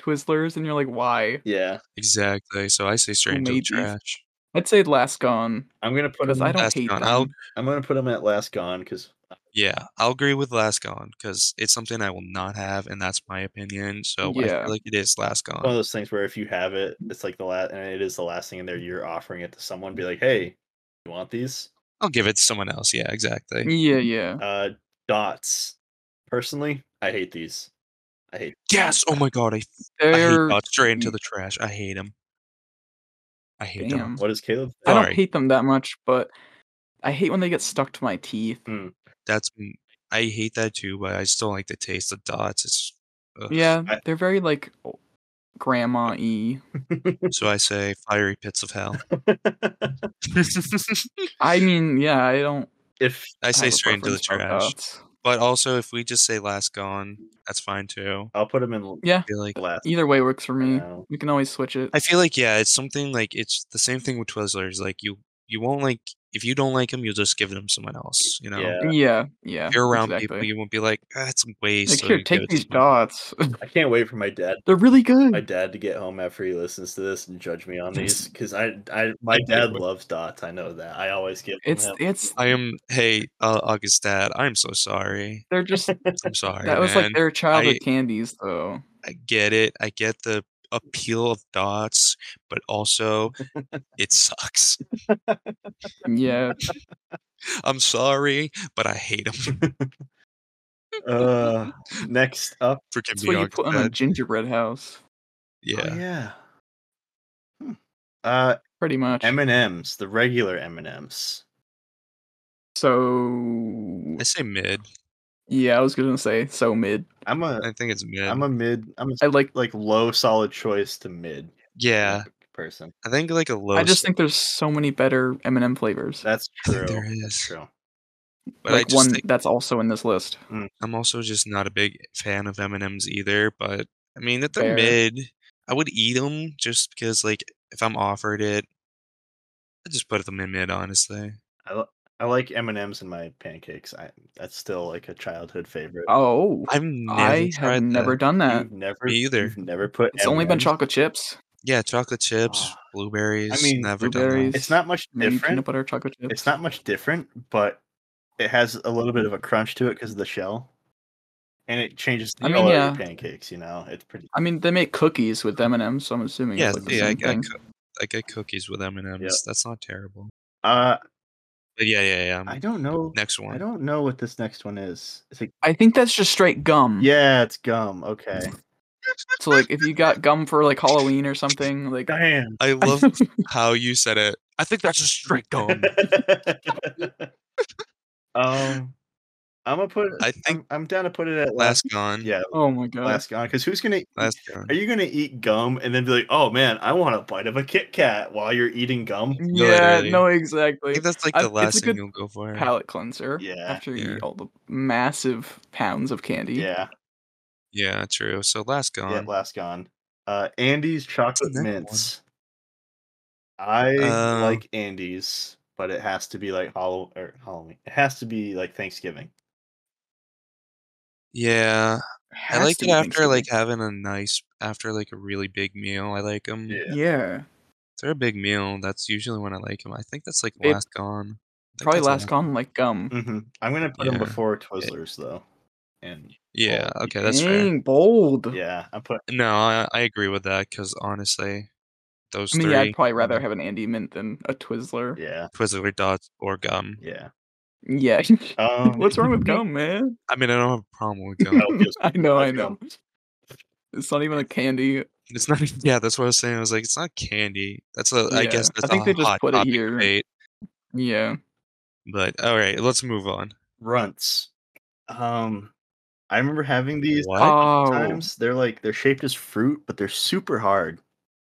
[SPEAKER 1] Twizzlers, and you're like, why?
[SPEAKER 3] yeah,
[SPEAKER 2] exactly. So I say straight into the
[SPEAKER 1] made these?
[SPEAKER 2] trash.
[SPEAKER 1] I'd say last gone
[SPEAKER 3] I'm gonna put
[SPEAKER 1] because
[SPEAKER 3] them.
[SPEAKER 1] I don't
[SPEAKER 2] Last
[SPEAKER 1] hate
[SPEAKER 2] gone.
[SPEAKER 1] them.
[SPEAKER 2] I'll-
[SPEAKER 3] I'm gonna put them at last gone because
[SPEAKER 2] Yeah, I'll agree with last gone because it's something I will not have, and that's my opinion. So I
[SPEAKER 1] Yeah.
[SPEAKER 2] feel like it is last gone.
[SPEAKER 3] one of those things where if you have it, it's like the last, and it is the last thing in there. You're offering it to someone. Be like, hey, you want these?
[SPEAKER 2] I'll give it to someone else. Yeah, exactly.
[SPEAKER 1] Yeah, yeah.
[SPEAKER 3] Uh, dots. Personally, I hate these. I hate.
[SPEAKER 2] Yes. Oh my god, I, I hate
[SPEAKER 1] They're
[SPEAKER 2] dots. Straight into
[SPEAKER 1] sweet.
[SPEAKER 2] the trash. I hate them. I hate them.
[SPEAKER 1] damn.
[SPEAKER 3] What is Caleb?
[SPEAKER 1] I don't
[SPEAKER 2] Sorry.
[SPEAKER 1] hate them that much, but I hate when they get stuck to my teeth.
[SPEAKER 2] That's m- I hate that too, but I still like the taste of dots. It's ugh.
[SPEAKER 1] Yeah,
[SPEAKER 3] I-
[SPEAKER 1] they're very like grandma y.
[SPEAKER 2] So I say fiery pits of hell.
[SPEAKER 1] I mean, yeah, I don't.
[SPEAKER 3] if
[SPEAKER 2] I
[SPEAKER 1] have
[SPEAKER 2] say
[SPEAKER 1] a
[SPEAKER 2] straight into the
[SPEAKER 1] preference about
[SPEAKER 2] trash.
[SPEAKER 1] that.
[SPEAKER 2] But also, if we just say last gone, that's fine too.
[SPEAKER 3] I'll put them in l-
[SPEAKER 2] I feel like
[SPEAKER 3] last.
[SPEAKER 1] Either way works for
[SPEAKER 3] for
[SPEAKER 1] me.
[SPEAKER 3] now.
[SPEAKER 1] We can always switch it.
[SPEAKER 2] I feel like yeah, it's something like it's the same thing with Twizzlers. Like you you won't like if you don't like them, you'll just give them to someone else. You know,
[SPEAKER 3] Yeah.
[SPEAKER 1] yeah, yeah.
[SPEAKER 2] if you're around people,
[SPEAKER 1] exactly.
[SPEAKER 2] you won't be like ah, it's a waste.
[SPEAKER 1] Like,
[SPEAKER 2] so
[SPEAKER 1] here,
[SPEAKER 2] you give
[SPEAKER 1] take
[SPEAKER 2] it to
[SPEAKER 1] these
[SPEAKER 2] someone else.
[SPEAKER 1] dots.
[SPEAKER 3] I can't wait for my dad.
[SPEAKER 1] they're really
[SPEAKER 2] Hmm.
[SPEAKER 1] good.
[SPEAKER 3] My dad to get home after he listens to this and judge me on these because I, I, my dad loves dots. I know that. I always give. them
[SPEAKER 1] it's
[SPEAKER 3] him.
[SPEAKER 1] it's
[SPEAKER 2] I am hey uh, August dad. I'm so sorry.
[SPEAKER 1] they're just
[SPEAKER 2] I'm sorry.
[SPEAKER 1] that was
[SPEAKER 2] man.
[SPEAKER 1] like their childhood
[SPEAKER 2] I-
[SPEAKER 1] candies though.
[SPEAKER 2] I get it. I get the appeal of dots, but also it sucks.
[SPEAKER 1] Yeah,
[SPEAKER 2] I'm sorry, but I hate them.
[SPEAKER 3] Uh, next up,
[SPEAKER 2] Forgive
[SPEAKER 1] that's
[SPEAKER 2] me,
[SPEAKER 1] what you
[SPEAKER 2] August
[SPEAKER 1] put on a
[SPEAKER 2] dad.
[SPEAKER 1] gingerbread house,
[SPEAKER 2] Yeah.
[SPEAKER 3] Oh, yeah. Hmm. Uh,
[SPEAKER 1] pretty much.
[SPEAKER 3] M and M's, the regular M and M's.
[SPEAKER 1] so
[SPEAKER 2] I say mid.
[SPEAKER 1] yeah, I was gonna say so mid.
[SPEAKER 3] I'm a,
[SPEAKER 2] I think it's mid.
[SPEAKER 3] I'm a mid. I'm a,
[SPEAKER 1] I like.
[SPEAKER 3] like low solid choice to mid.
[SPEAKER 2] yeah,
[SPEAKER 3] Person.
[SPEAKER 2] I think like a low.
[SPEAKER 1] I just
[SPEAKER 2] s-
[SPEAKER 1] think there's so many better M and M flavors.
[SPEAKER 3] That's
[SPEAKER 2] I think
[SPEAKER 3] true.
[SPEAKER 2] there is.
[SPEAKER 3] True.
[SPEAKER 2] but I
[SPEAKER 1] like
[SPEAKER 2] just
[SPEAKER 1] one
[SPEAKER 2] think
[SPEAKER 1] that's also in this list.
[SPEAKER 2] I'm also just not a big fan of M and M's either. But I mean, at the
[SPEAKER 1] Fair.
[SPEAKER 2] mid, I would eat them just because like if I'm offered it, I just put them in mid. Honestly,
[SPEAKER 3] I, li- I like M and M's in my pancakes. I that's still like a childhood favorite.
[SPEAKER 1] Oh,
[SPEAKER 2] I've never
[SPEAKER 1] I have
[SPEAKER 2] tried
[SPEAKER 1] never
[SPEAKER 2] that.
[SPEAKER 1] done that.
[SPEAKER 3] You've never
[SPEAKER 2] Me either.
[SPEAKER 3] You've never put.
[SPEAKER 1] It's only been
[SPEAKER 3] M&Ms?
[SPEAKER 1] chocolate chips,
[SPEAKER 2] Yeah, chocolate chips,
[SPEAKER 3] Ah.
[SPEAKER 2] blueberries.
[SPEAKER 3] mean,
[SPEAKER 2] never Done
[SPEAKER 1] blueberries.
[SPEAKER 2] that.
[SPEAKER 3] It's not much
[SPEAKER 1] maybe peanut
[SPEAKER 3] different.
[SPEAKER 1] butter chocolate chips.
[SPEAKER 3] It's not much different, but it has a little bit of a crunch to it because of the shell, and it changes the
[SPEAKER 1] I mean,
[SPEAKER 3] color
[SPEAKER 1] yeah.
[SPEAKER 3] of your pancakes. You know, it's pretty.
[SPEAKER 1] I mean, they make cookies with M and M's, so I'm assuming
[SPEAKER 2] Yeah,
[SPEAKER 1] it's like the
[SPEAKER 2] yeah, I
[SPEAKER 1] same
[SPEAKER 2] got
[SPEAKER 1] thing.
[SPEAKER 2] coo- I get cookies with M and M's. That's not terrible.
[SPEAKER 3] Uh,
[SPEAKER 2] But yeah, yeah, yeah.
[SPEAKER 3] I don't know.
[SPEAKER 2] Next one.
[SPEAKER 3] I don't know what this next one is. It's like,
[SPEAKER 1] I think that's just straight gum.
[SPEAKER 3] yeah, it's gum. Okay.
[SPEAKER 1] So like, if you got gum for like Halloween or something, like
[SPEAKER 3] Damn.
[SPEAKER 2] I love how you said it. I think that's just straight gum.
[SPEAKER 3] um, I'm gonna put.
[SPEAKER 2] I
[SPEAKER 3] I
[SPEAKER 2] think-
[SPEAKER 3] think I'm, I'm down to put it at last.
[SPEAKER 2] Last gone.
[SPEAKER 3] Yeah,
[SPEAKER 1] oh my god,
[SPEAKER 3] last gone. Because who's gonna? e,
[SPEAKER 2] Last gone.
[SPEAKER 3] Are you gonna eat gum and then be like, "Oh man, I want a bite of a Kit Kat" while you're eating gum?
[SPEAKER 1] yeah,
[SPEAKER 2] literally.
[SPEAKER 1] no,
[SPEAKER 2] I
[SPEAKER 1] exactly.
[SPEAKER 2] think that's like
[SPEAKER 1] I-
[SPEAKER 2] the
[SPEAKER 1] it's a
[SPEAKER 2] last thing
[SPEAKER 1] good
[SPEAKER 2] you'll go for.
[SPEAKER 1] Palate cleanser.
[SPEAKER 3] Yeah,
[SPEAKER 1] After you
[SPEAKER 2] yeah.
[SPEAKER 1] eat all the massive pounds of candy.
[SPEAKER 3] Yeah,
[SPEAKER 2] Yeah, true. So last
[SPEAKER 3] yeah,
[SPEAKER 2] gone.
[SPEAKER 3] last gone. Uh, Andy's chocolate
[SPEAKER 2] next one?
[SPEAKER 3] mints. I
[SPEAKER 2] Uh,
[SPEAKER 3] like Andy's, but it has to be like Hall- or Halloween. It has to be like Thanksgiving.
[SPEAKER 2] yeah, I
[SPEAKER 1] Has
[SPEAKER 2] like
[SPEAKER 1] to
[SPEAKER 2] it
[SPEAKER 1] be
[SPEAKER 2] after like
[SPEAKER 1] Thanksgiving.
[SPEAKER 2] having a nice after like a really big meal. I like them.
[SPEAKER 3] Yeah.
[SPEAKER 1] Yeah,
[SPEAKER 2] They're a big meal. That's usually when I like them. I think that's like
[SPEAKER 1] It-
[SPEAKER 2] last gone. I think
[SPEAKER 1] probably
[SPEAKER 2] that's Mm,
[SPEAKER 1] last gone like gum.
[SPEAKER 3] hmm I'm gonna put them
[SPEAKER 2] Yeah.
[SPEAKER 3] before Twizzlers though, and
[SPEAKER 2] Yeah.
[SPEAKER 3] Oh,
[SPEAKER 2] Okay, that's fair.
[SPEAKER 1] Dang, bold.
[SPEAKER 3] yeah, I put
[SPEAKER 2] No, I, I agree with that because honestly, those
[SPEAKER 1] I mean,
[SPEAKER 2] three
[SPEAKER 1] yeah, I'd probably
[SPEAKER 2] um,
[SPEAKER 1] rather have an Andy Mint than a Twizzler.
[SPEAKER 3] yeah,
[SPEAKER 2] Twizzler dots or gum.
[SPEAKER 3] yeah.
[SPEAKER 1] Yeah.
[SPEAKER 3] Um,
[SPEAKER 1] What's wrong with gum, man?
[SPEAKER 2] Oh, I mean, I don't have a problem with gum.
[SPEAKER 3] Oh, yes,
[SPEAKER 1] I know, I
[SPEAKER 3] that's
[SPEAKER 1] know.
[SPEAKER 3] gum.
[SPEAKER 1] It's not even a candy.
[SPEAKER 2] It's not. Yeah, that's what I was saying. I was like, it's not candy. That's a. I
[SPEAKER 1] Yeah,
[SPEAKER 2] guess
[SPEAKER 1] I
[SPEAKER 2] that's
[SPEAKER 1] think
[SPEAKER 2] a
[SPEAKER 1] they just
[SPEAKER 2] hot
[SPEAKER 1] put it
[SPEAKER 2] topic
[SPEAKER 1] here.
[SPEAKER 2] debate.
[SPEAKER 1] Yeah.
[SPEAKER 2] But all right, let's move on.
[SPEAKER 3] runts. Um, I remember having these
[SPEAKER 2] What?
[SPEAKER 1] Oh,
[SPEAKER 3] times. They're like they're shaped as fruit, but they're super hard, to,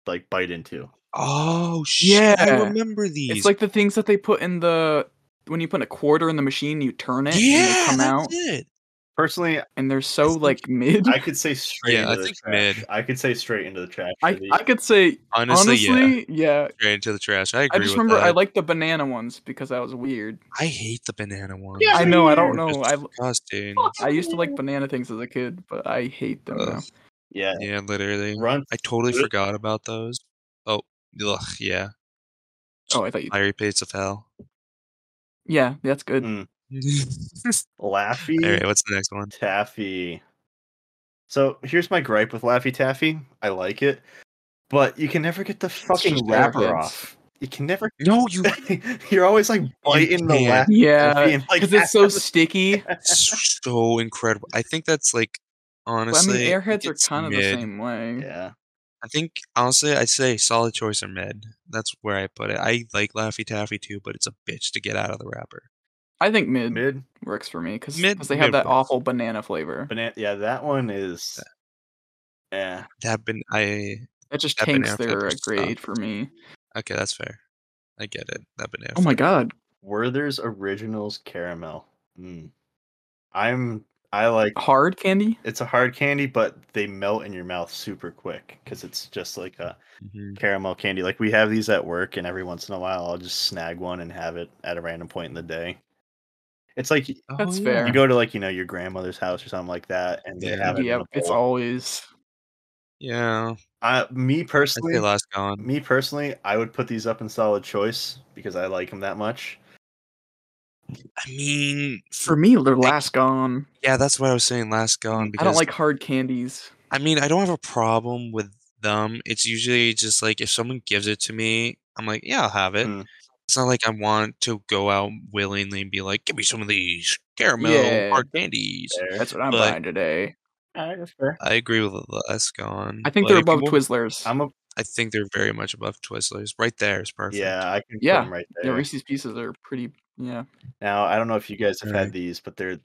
[SPEAKER 3] like bite into.
[SPEAKER 2] oh shit! I
[SPEAKER 1] Yeah.
[SPEAKER 2] remember these.
[SPEAKER 1] it's like the things that they put in the when you put a quarter in the machine, you turn it, and
[SPEAKER 2] yeah,
[SPEAKER 1] they come
[SPEAKER 2] that's
[SPEAKER 1] out,
[SPEAKER 2] it.
[SPEAKER 3] Personally,
[SPEAKER 1] and they're so
[SPEAKER 2] think-
[SPEAKER 1] like mid.
[SPEAKER 3] I could say straight.
[SPEAKER 2] Yeah,
[SPEAKER 3] into
[SPEAKER 2] I
[SPEAKER 3] the
[SPEAKER 2] think
[SPEAKER 3] trash.
[SPEAKER 2] mid.
[SPEAKER 3] I could say straight into the trash.
[SPEAKER 1] I,
[SPEAKER 3] for these.
[SPEAKER 1] I could say
[SPEAKER 2] Honestly,
[SPEAKER 1] honestly,
[SPEAKER 2] yeah.
[SPEAKER 1] yeah.
[SPEAKER 2] Straight into the trash. I
[SPEAKER 1] I
[SPEAKER 2] agree
[SPEAKER 1] just
[SPEAKER 2] with
[SPEAKER 1] remember
[SPEAKER 2] that.
[SPEAKER 1] I liked the banana ones because that was weird.
[SPEAKER 2] I hate the banana one.
[SPEAKER 3] Yeah,
[SPEAKER 1] I
[SPEAKER 3] me
[SPEAKER 1] know. I don't
[SPEAKER 3] neither.
[SPEAKER 1] know. I l-
[SPEAKER 2] Disgusting.
[SPEAKER 1] I used to like banana things as a kid, but I hate them now.
[SPEAKER 2] Ugh.
[SPEAKER 3] yeah,
[SPEAKER 2] Yeah, literally.
[SPEAKER 3] runts.
[SPEAKER 2] I totally
[SPEAKER 3] Really?
[SPEAKER 2] forgot about those. Oh, ugh, yeah.
[SPEAKER 1] Oh, I thought you.
[SPEAKER 2] Fiery Pates of Hell.
[SPEAKER 1] Yeah, that's good.
[SPEAKER 3] Mm.
[SPEAKER 2] All
[SPEAKER 3] Laffy
[SPEAKER 2] right, what's the next one?
[SPEAKER 3] Taffy. So here's my gripe with Laffy Taffy. I like it, but you can never get the fucking
[SPEAKER 1] just
[SPEAKER 3] wrapper
[SPEAKER 1] arrogance.
[SPEAKER 3] off. You can never.
[SPEAKER 2] No, you
[SPEAKER 3] You're always like biting the
[SPEAKER 2] can't.
[SPEAKER 3] Laffy Taffy
[SPEAKER 1] Yeah,
[SPEAKER 3] and like
[SPEAKER 1] because it's so sticky.
[SPEAKER 2] it's so incredible. I think that's like
[SPEAKER 1] But, I
[SPEAKER 2] honestly.
[SPEAKER 1] mean,
[SPEAKER 2] I think
[SPEAKER 1] airheads are
[SPEAKER 2] it's
[SPEAKER 1] kind of the
[SPEAKER 2] mid.
[SPEAKER 1] same way.
[SPEAKER 3] yeah.
[SPEAKER 2] I think honestly, I'd say solid choice or mid. That's where I put it. I like Laffy Taffy too, but it's a bitch to get out of the wrapper.
[SPEAKER 1] I think mid,
[SPEAKER 3] Mid
[SPEAKER 1] works for me because
[SPEAKER 2] Mid-
[SPEAKER 1] they have
[SPEAKER 2] mid
[SPEAKER 1] that
[SPEAKER 2] works.
[SPEAKER 1] awful banana flavor.
[SPEAKER 3] banana. Yeah, that one is. Yeah.
[SPEAKER 2] That been I
[SPEAKER 1] It just
[SPEAKER 2] that
[SPEAKER 1] tanks
[SPEAKER 2] banana
[SPEAKER 1] their uh,
[SPEAKER 2] flavor
[SPEAKER 1] grade
[SPEAKER 2] sucks.
[SPEAKER 1] for me.
[SPEAKER 2] okay. That's fair. I get it. That banana.
[SPEAKER 1] Oh my god,
[SPEAKER 3] Werther's Originals caramel. Mm. I'm I like
[SPEAKER 1] hard candy.
[SPEAKER 3] it's a hard candy, but they melt in your mouth super quick because it's just like a
[SPEAKER 2] Mhm.
[SPEAKER 3] caramel candy. Like we have these at work, and every once in a while, I'll just snag one and have it at a random point in the day. It's like you
[SPEAKER 2] Oh,
[SPEAKER 1] That's
[SPEAKER 2] yeah.
[SPEAKER 1] fair.
[SPEAKER 3] go to like you know your grandmother's house or something like that, and they have it. in
[SPEAKER 1] Yep,
[SPEAKER 3] a
[SPEAKER 1] it's
[SPEAKER 3] bowl.
[SPEAKER 1] always
[SPEAKER 2] Yeah, I'd
[SPEAKER 3] I, me
[SPEAKER 2] say
[SPEAKER 3] personally,
[SPEAKER 2] last gone.
[SPEAKER 3] me personally, I would put these up in solid choice because I like them that much.
[SPEAKER 2] I mean,
[SPEAKER 1] for me. They're last gone.
[SPEAKER 2] yeah, that's what I was saying. Last gone.
[SPEAKER 1] I
[SPEAKER 2] Because
[SPEAKER 1] don't like hard candies.
[SPEAKER 2] I mean, I don't have a problem with them. It's usually just like if someone gives it to me, I'm like, yeah, I'll have it.
[SPEAKER 3] Mm.
[SPEAKER 2] It's not like I want to go out willingly and be like, give me some of these caramel
[SPEAKER 1] Yeah.
[SPEAKER 2] hard candies.
[SPEAKER 3] There.
[SPEAKER 1] That's uh, what I'm
[SPEAKER 2] But-
[SPEAKER 1] buying today.
[SPEAKER 3] Alright, that's fair.
[SPEAKER 2] I agree with Les Gone.
[SPEAKER 1] I think
[SPEAKER 2] Like,
[SPEAKER 1] they're above
[SPEAKER 2] people-
[SPEAKER 1] Twizzlers.
[SPEAKER 3] I'm a
[SPEAKER 2] I think they're very much above Twizzlers. Right there is perfect.
[SPEAKER 3] yeah, I can
[SPEAKER 1] Yeah,
[SPEAKER 3] put them right
[SPEAKER 1] yeah,
[SPEAKER 3] there.
[SPEAKER 1] Reese's Pieces are pretty. Yeah,
[SPEAKER 3] Now I don't know if you guys have
[SPEAKER 2] Alright.
[SPEAKER 3] had these, but they're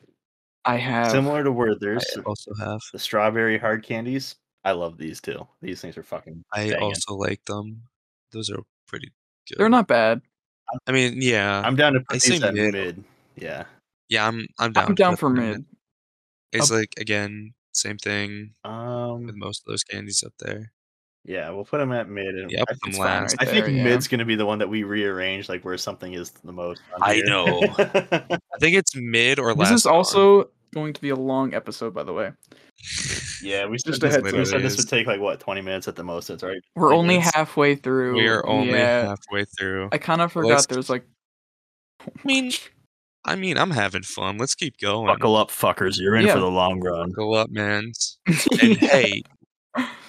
[SPEAKER 1] I have.
[SPEAKER 3] similar to
[SPEAKER 2] I
[SPEAKER 3] Werther's.
[SPEAKER 2] also have.
[SPEAKER 3] The strawberry hard candies. I love these too. These things are fucking.
[SPEAKER 2] I
[SPEAKER 3] banging.
[SPEAKER 2] also like them. Those are pretty good.
[SPEAKER 1] They're not bad.
[SPEAKER 2] I mean, yeah,
[SPEAKER 3] I'm down to
[SPEAKER 2] I
[SPEAKER 3] put
[SPEAKER 2] say
[SPEAKER 3] these at
[SPEAKER 2] mid.
[SPEAKER 3] mid. Yeah.
[SPEAKER 2] yeah, I'm I'm down.
[SPEAKER 1] I'm
[SPEAKER 2] to
[SPEAKER 1] down
[SPEAKER 2] put
[SPEAKER 1] for
[SPEAKER 2] them in.
[SPEAKER 1] mid.
[SPEAKER 2] It's like again, same thing with
[SPEAKER 3] Um.
[SPEAKER 2] most of those candies up there.
[SPEAKER 3] Yeah, we'll put them at mid. And
[SPEAKER 2] Yeah, I'll
[SPEAKER 3] I,
[SPEAKER 2] put them
[SPEAKER 1] It's fine
[SPEAKER 2] last.
[SPEAKER 1] right
[SPEAKER 3] I think
[SPEAKER 1] there. yeah.
[SPEAKER 3] mid's gonna be the one that we rearrange, like where something is the most. on
[SPEAKER 2] I
[SPEAKER 3] here.
[SPEAKER 2] know. I think it's mid or last.
[SPEAKER 1] This is
[SPEAKER 2] gone.
[SPEAKER 1] also going to be a long episode, by the way.
[SPEAKER 3] yeah, we
[SPEAKER 1] Just
[SPEAKER 3] just
[SPEAKER 1] a
[SPEAKER 3] we
[SPEAKER 1] heads
[SPEAKER 3] said
[SPEAKER 1] up.
[SPEAKER 3] this would take like what 20 minutes at the most. That's right.
[SPEAKER 1] We're
[SPEAKER 2] Like,
[SPEAKER 1] only
[SPEAKER 2] it's-
[SPEAKER 1] halfway through.
[SPEAKER 2] we are only
[SPEAKER 1] Yeah,
[SPEAKER 2] halfway through. I
[SPEAKER 1] I kind of
[SPEAKER 2] let's-
[SPEAKER 1] forgot. There's like
[SPEAKER 2] mean, I mean, I'm having fun. Let's keep going.
[SPEAKER 3] up, fuckers! You're
[SPEAKER 1] in for Yeah.
[SPEAKER 3] the long run.
[SPEAKER 2] Buckle up, man. And hey,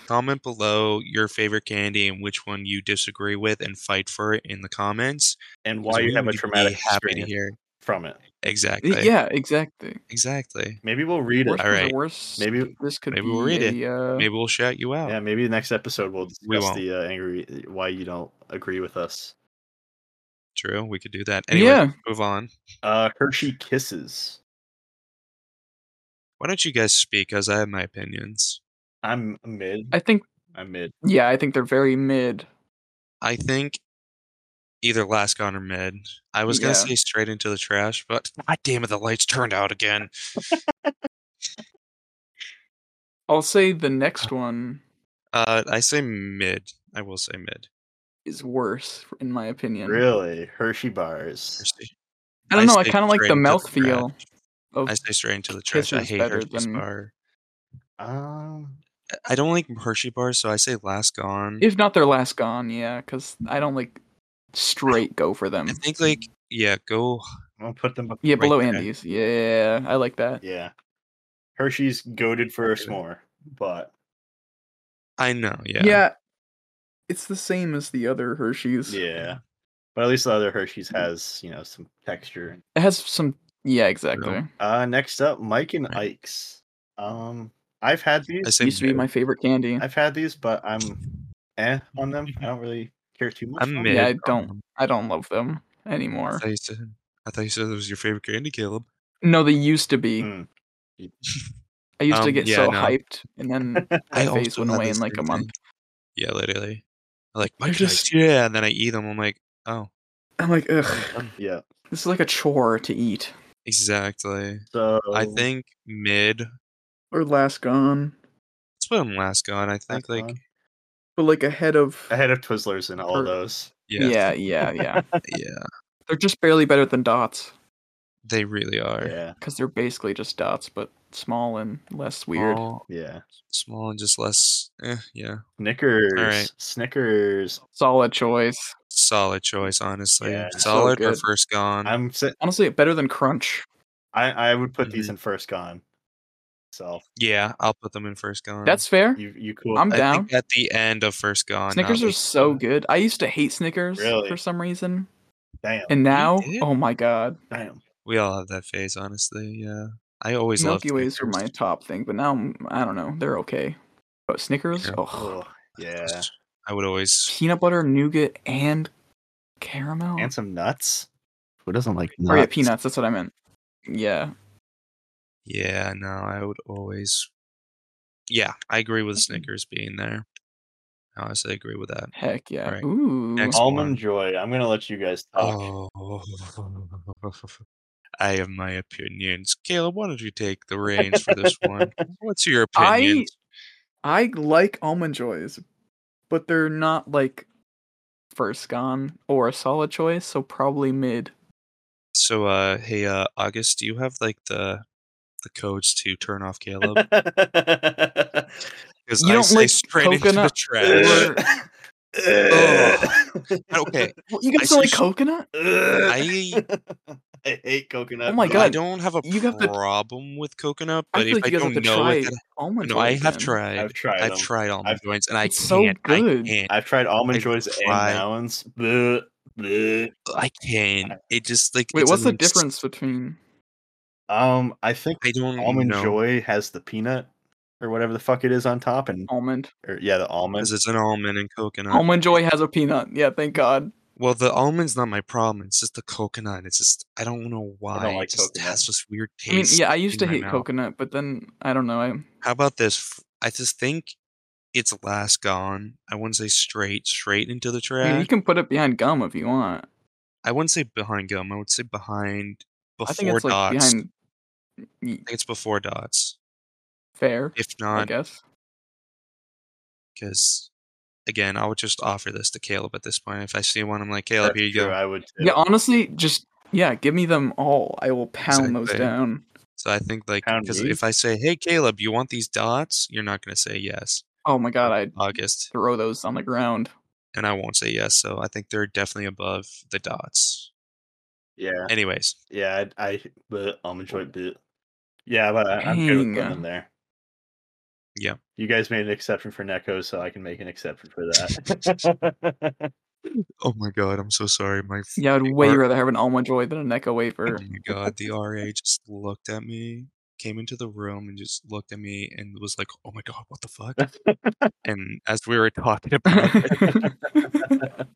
[SPEAKER 2] comment below your favorite candy and which one you disagree with, and fight for it in the comments.
[SPEAKER 3] And
[SPEAKER 2] 'cause
[SPEAKER 3] why you
[SPEAKER 2] we
[SPEAKER 3] have a
[SPEAKER 2] would be
[SPEAKER 3] traumatic
[SPEAKER 2] happy to
[SPEAKER 3] experience
[SPEAKER 2] hear.
[SPEAKER 3] from it?
[SPEAKER 2] Exactly.
[SPEAKER 1] yeah, exactly.
[SPEAKER 2] Exactly.
[SPEAKER 3] Maybe we'll read it.
[SPEAKER 1] Worst
[SPEAKER 2] All
[SPEAKER 1] comes to
[SPEAKER 2] right.
[SPEAKER 1] worst,
[SPEAKER 3] Maybe-
[SPEAKER 1] this could
[SPEAKER 2] maybe
[SPEAKER 1] be
[SPEAKER 2] we'll read it.
[SPEAKER 1] a, Uh,
[SPEAKER 2] Maybe we'll shout you out.
[SPEAKER 3] Yeah, maybe the next episode we'll discuss
[SPEAKER 2] We won't.
[SPEAKER 3] the uh, angry why you don't agree with us.
[SPEAKER 2] True. We could do that. Anyway,
[SPEAKER 1] Yeah.
[SPEAKER 2] let's move on.
[SPEAKER 3] Uh, Hershey kisses.
[SPEAKER 2] Why don't you guys speak? Because I have my opinions.
[SPEAKER 3] I'm mid.
[SPEAKER 1] I think.
[SPEAKER 3] I'm mid.
[SPEAKER 1] Yeah, I think they're very mid.
[SPEAKER 2] I think either last gone or mid. I was gonna
[SPEAKER 1] Yeah.
[SPEAKER 2] say straight into the trash, but god damn it, the lights turned out again.
[SPEAKER 1] I'll say the
[SPEAKER 2] Uh-huh.
[SPEAKER 1] next one
[SPEAKER 2] Uh, I say mid. I will say mid.
[SPEAKER 1] is worse, in my opinion.
[SPEAKER 3] Really, Hershey bars.
[SPEAKER 2] Mercy.
[SPEAKER 1] I don't know. I
[SPEAKER 2] say
[SPEAKER 1] kind of like
[SPEAKER 2] straight
[SPEAKER 1] the
[SPEAKER 2] into
[SPEAKER 1] mouth
[SPEAKER 2] trash.
[SPEAKER 1] feel of
[SPEAKER 2] I say straight into the trash. I
[SPEAKER 1] Kisses
[SPEAKER 2] hate
[SPEAKER 1] better
[SPEAKER 2] Hershey's
[SPEAKER 1] than- uh,
[SPEAKER 2] bar.
[SPEAKER 3] Um,
[SPEAKER 2] I- I don't like Hershey bars, so I say last gone.
[SPEAKER 1] if not their last gone. Yeah, because I don't like straight go for them.
[SPEAKER 2] I think like yeah, go
[SPEAKER 3] I'm gonna put them. bef-
[SPEAKER 1] Yeah,
[SPEAKER 2] right
[SPEAKER 1] below
[SPEAKER 2] there.
[SPEAKER 1] Andy's. Yeah, I like that.
[SPEAKER 3] Yeah, Hershey's goaded for a
[SPEAKER 2] Okay.
[SPEAKER 3] s'more, but
[SPEAKER 2] I know, yeah.
[SPEAKER 1] Yeah. It's the same as the other Hershey's.
[SPEAKER 3] yeah, but at least the other Hershey's has you know some texture.
[SPEAKER 1] It has some. Yeah, exactly.
[SPEAKER 3] Uh, next up, Mike and
[SPEAKER 2] Right.
[SPEAKER 3] Ike's. Um, I've had these.
[SPEAKER 2] I say
[SPEAKER 1] Used to be
[SPEAKER 2] mid.
[SPEAKER 1] my favorite candy.
[SPEAKER 3] I've had these, but I'm eh on them. I don't really care too much.
[SPEAKER 2] I'm
[SPEAKER 3] for 'em.
[SPEAKER 2] mid.
[SPEAKER 1] Yeah, I
[SPEAKER 2] on
[SPEAKER 1] don't-
[SPEAKER 2] them.
[SPEAKER 1] I don't love them
[SPEAKER 2] I
[SPEAKER 1] anymore.
[SPEAKER 2] thought you said. I thought you said it was your favorite candy, Caleb.
[SPEAKER 1] No, they used to be.
[SPEAKER 3] Mm.
[SPEAKER 1] I used to
[SPEAKER 2] Um,
[SPEAKER 1] get
[SPEAKER 2] yeah,
[SPEAKER 1] so
[SPEAKER 2] no.
[SPEAKER 1] hyped, and then
[SPEAKER 2] I
[SPEAKER 1] that phase
[SPEAKER 2] also
[SPEAKER 1] went
[SPEAKER 2] had
[SPEAKER 1] away
[SPEAKER 2] the
[SPEAKER 1] in like a
[SPEAKER 2] same
[SPEAKER 1] month.
[SPEAKER 2] thing. Yeah, literally. I like my
[SPEAKER 1] They're
[SPEAKER 2] just
[SPEAKER 1] just-
[SPEAKER 2] yeah, and then I eat them. I'm like, oh,
[SPEAKER 1] I'm like, ugh,
[SPEAKER 3] Yeah.
[SPEAKER 1] this is like a chore to eat.
[SPEAKER 2] exactly.
[SPEAKER 3] So
[SPEAKER 2] I
[SPEAKER 1] Oh.
[SPEAKER 2] think mid.
[SPEAKER 1] Or last gone,
[SPEAKER 2] Let's put them last on. I think like
[SPEAKER 3] Fun.
[SPEAKER 1] but like ahead of.
[SPEAKER 3] ahead of Twizzlers and all
[SPEAKER 1] Or-
[SPEAKER 3] those.
[SPEAKER 2] yeah, yeah,
[SPEAKER 1] Yeah, yeah, yeah. they're just barely better than dots
[SPEAKER 2] They really are.
[SPEAKER 3] Yeah.
[SPEAKER 1] because they're basically just dots, but small and less weird.
[SPEAKER 2] Small,
[SPEAKER 3] Yeah.
[SPEAKER 2] small and just less. Eh, yeah,
[SPEAKER 3] Snickers.
[SPEAKER 2] right.
[SPEAKER 3] Snickers.
[SPEAKER 1] Solid choice.
[SPEAKER 2] solid choice, honestly.
[SPEAKER 3] Yeah. So
[SPEAKER 2] Solid or
[SPEAKER 1] good.
[SPEAKER 2] first gone.
[SPEAKER 3] I'm si-
[SPEAKER 1] Honestly, better than crunch.
[SPEAKER 3] I I would put these
[SPEAKER 1] Mm-hmm.
[SPEAKER 2] Mhm.
[SPEAKER 3] in first gone. So
[SPEAKER 2] yeah, I'll put them in first gone.
[SPEAKER 1] That's fair.
[SPEAKER 3] you you cool?
[SPEAKER 1] I'm
[SPEAKER 2] I
[SPEAKER 1] down.
[SPEAKER 2] think at the end of first gone.
[SPEAKER 1] Snickers are so good. I used to hate Snickers
[SPEAKER 3] Really?
[SPEAKER 1] for some reason,
[SPEAKER 3] damn
[SPEAKER 1] and now,
[SPEAKER 2] did?
[SPEAKER 1] oh my god,
[SPEAKER 3] damn.
[SPEAKER 2] We all have that phase, honestly. Yeah, I always loved
[SPEAKER 1] Milky Ways were my
[SPEAKER 2] Snickers.
[SPEAKER 1] top thing, but now mm, I don't know. They're okay, but Snickers,
[SPEAKER 2] Yeah.
[SPEAKER 1] oh,
[SPEAKER 3] Oh, yeah.
[SPEAKER 2] I would always.
[SPEAKER 1] peanut butter, nougat, and caramel.
[SPEAKER 3] And some nuts. Who doesn't like nuts?
[SPEAKER 1] Or yeah, peanuts. That's what I meant. Yeah,
[SPEAKER 2] Yeah, no, I would always. Yeah, I agree with
[SPEAKER 1] Mm-hmm.
[SPEAKER 2] Snickers being there. I honestly agree with that.
[SPEAKER 1] heck yeah.
[SPEAKER 2] Right.
[SPEAKER 1] Ooh,
[SPEAKER 2] Next one.
[SPEAKER 3] Almond joy. I'm gonna let you guys talk.
[SPEAKER 2] Oh, I have my opinions. Caleb, why don't you take the reins for this one? What's your
[SPEAKER 1] I-
[SPEAKER 2] opinion?
[SPEAKER 1] I like almond joys, but they're not like first gone or a solid choice, so probably mid.
[SPEAKER 2] So, uh, hey, uh, August, do you have like the the codes to turn off Caleb? Because
[SPEAKER 1] You
[SPEAKER 2] I
[SPEAKER 1] don't
[SPEAKER 2] say
[SPEAKER 1] like
[SPEAKER 2] straight into the
[SPEAKER 1] coconut
[SPEAKER 2] trash.
[SPEAKER 1] or-
[SPEAKER 2] okay,
[SPEAKER 1] Well, you guys
[SPEAKER 2] see
[SPEAKER 1] don't like
[SPEAKER 2] sh-
[SPEAKER 1] coconut?
[SPEAKER 2] I
[SPEAKER 3] I hate coconut.
[SPEAKER 1] Oh my
[SPEAKER 3] but
[SPEAKER 2] I
[SPEAKER 1] God,
[SPEAKER 2] don't have a
[SPEAKER 1] you have to-
[SPEAKER 2] problem with coconut,
[SPEAKER 1] I
[SPEAKER 2] but
[SPEAKER 1] feel
[SPEAKER 2] if
[SPEAKER 1] like
[SPEAKER 2] I
[SPEAKER 1] you guys have
[SPEAKER 2] don't
[SPEAKER 1] to
[SPEAKER 2] know
[SPEAKER 1] try
[SPEAKER 2] it, then-
[SPEAKER 1] almond
[SPEAKER 2] no,
[SPEAKER 1] joys.
[SPEAKER 2] I have
[SPEAKER 1] then.
[SPEAKER 2] tried.
[SPEAKER 3] I've tried.
[SPEAKER 2] I've
[SPEAKER 3] them.
[SPEAKER 2] tried all my
[SPEAKER 3] I've-
[SPEAKER 2] joints, and I
[SPEAKER 1] It's so
[SPEAKER 2] can't.
[SPEAKER 1] good.
[SPEAKER 2] I can't.
[SPEAKER 3] I've tried almond
[SPEAKER 2] I've
[SPEAKER 3] joys
[SPEAKER 2] tried-
[SPEAKER 3] and melons. Bleh, bleh.
[SPEAKER 2] I can't. It just like
[SPEAKER 1] Wait,
[SPEAKER 2] it's
[SPEAKER 1] what's the
[SPEAKER 2] an obs-
[SPEAKER 1] difference between?
[SPEAKER 3] Um, I think
[SPEAKER 2] I don't
[SPEAKER 3] almond
[SPEAKER 2] know.
[SPEAKER 3] joy has the peanut or whatever the fuck it is on top, and
[SPEAKER 2] Oh.
[SPEAKER 1] Almond.
[SPEAKER 3] or, yeah, the almond.
[SPEAKER 2] because it's an almond and coconut.
[SPEAKER 1] Almond Joy has a peanut. Yeah, thank God.
[SPEAKER 2] Well, the almond's not my problem. It's just the coconut. It's just I don't know why.
[SPEAKER 3] like
[SPEAKER 2] it just
[SPEAKER 3] coconut.
[SPEAKER 2] has this weird
[SPEAKER 1] I mean,
[SPEAKER 2] taste.
[SPEAKER 1] yeah, I used to
[SPEAKER 2] in my
[SPEAKER 1] hate
[SPEAKER 2] mouth.
[SPEAKER 1] coconut, but then I don't know. I
[SPEAKER 2] How about this? F- I just think it's last gone. I wouldn't say straight, straight into the
[SPEAKER 1] I
[SPEAKER 2] trash.
[SPEAKER 1] mean, you can put it behind gum if you want.
[SPEAKER 2] I wouldn't say behind gum. I would say behind before
[SPEAKER 1] I think it's like
[SPEAKER 2] dots.
[SPEAKER 1] behind.
[SPEAKER 2] I think it's before dots.
[SPEAKER 1] Fair,
[SPEAKER 2] If
[SPEAKER 1] I
[SPEAKER 2] not,
[SPEAKER 1] guess.
[SPEAKER 2] because again, I would just offer this to Caleb at this point. If I see one, I'm like, Caleb, oh,
[SPEAKER 3] That's
[SPEAKER 2] here you
[SPEAKER 3] true,
[SPEAKER 2] go.
[SPEAKER 3] I would. Too.
[SPEAKER 1] Yeah, honestly, just yeah, give me them all. I will pound those
[SPEAKER 2] Exactly.
[SPEAKER 1] down.
[SPEAKER 2] So I think like
[SPEAKER 3] Pound
[SPEAKER 2] because
[SPEAKER 3] me.
[SPEAKER 2] if I say, "Hey Caleb, you want these dots?" You're not gonna say yes,
[SPEAKER 1] Oh my god, I'd
[SPEAKER 2] August,
[SPEAKER 1] throw those on the ground.
[SPEAKER 2] and I won't say yes. So I think they're definitely above the dots.
[SPEAKER 3] yeah,
[SPEAKER 2] Anyways,
[SPEAKER 3] yeah. I, I bleh, almond joy. Bleh. Yeah, but I, I'm good with
[SPEAKER 1] Dang.
[SPEAKER 3] them in there.
[SPEAKER 2] Yeah.
[SPEAKER 3] You guys made an exception for Neko, so I can make an exception for that.
[SPEAKER 2] oh my god, I'm so sorry. My f-
[SPEAKER 1] Yeah, I'd
[SPEAKER 2] Big
[SPEAKER 1] way
[SPEAKER 2] heart.
[SPEAKER 1] rather have an almond joy than a Necco
[SPEAKER 2] oh
[SPEAKER 1] wafer.
[SPEAKER 2] my god, the RA just looked at me, came into the room, and just looked at me and was like, "Oh my god, what the fuck?" and as we were talking about, it,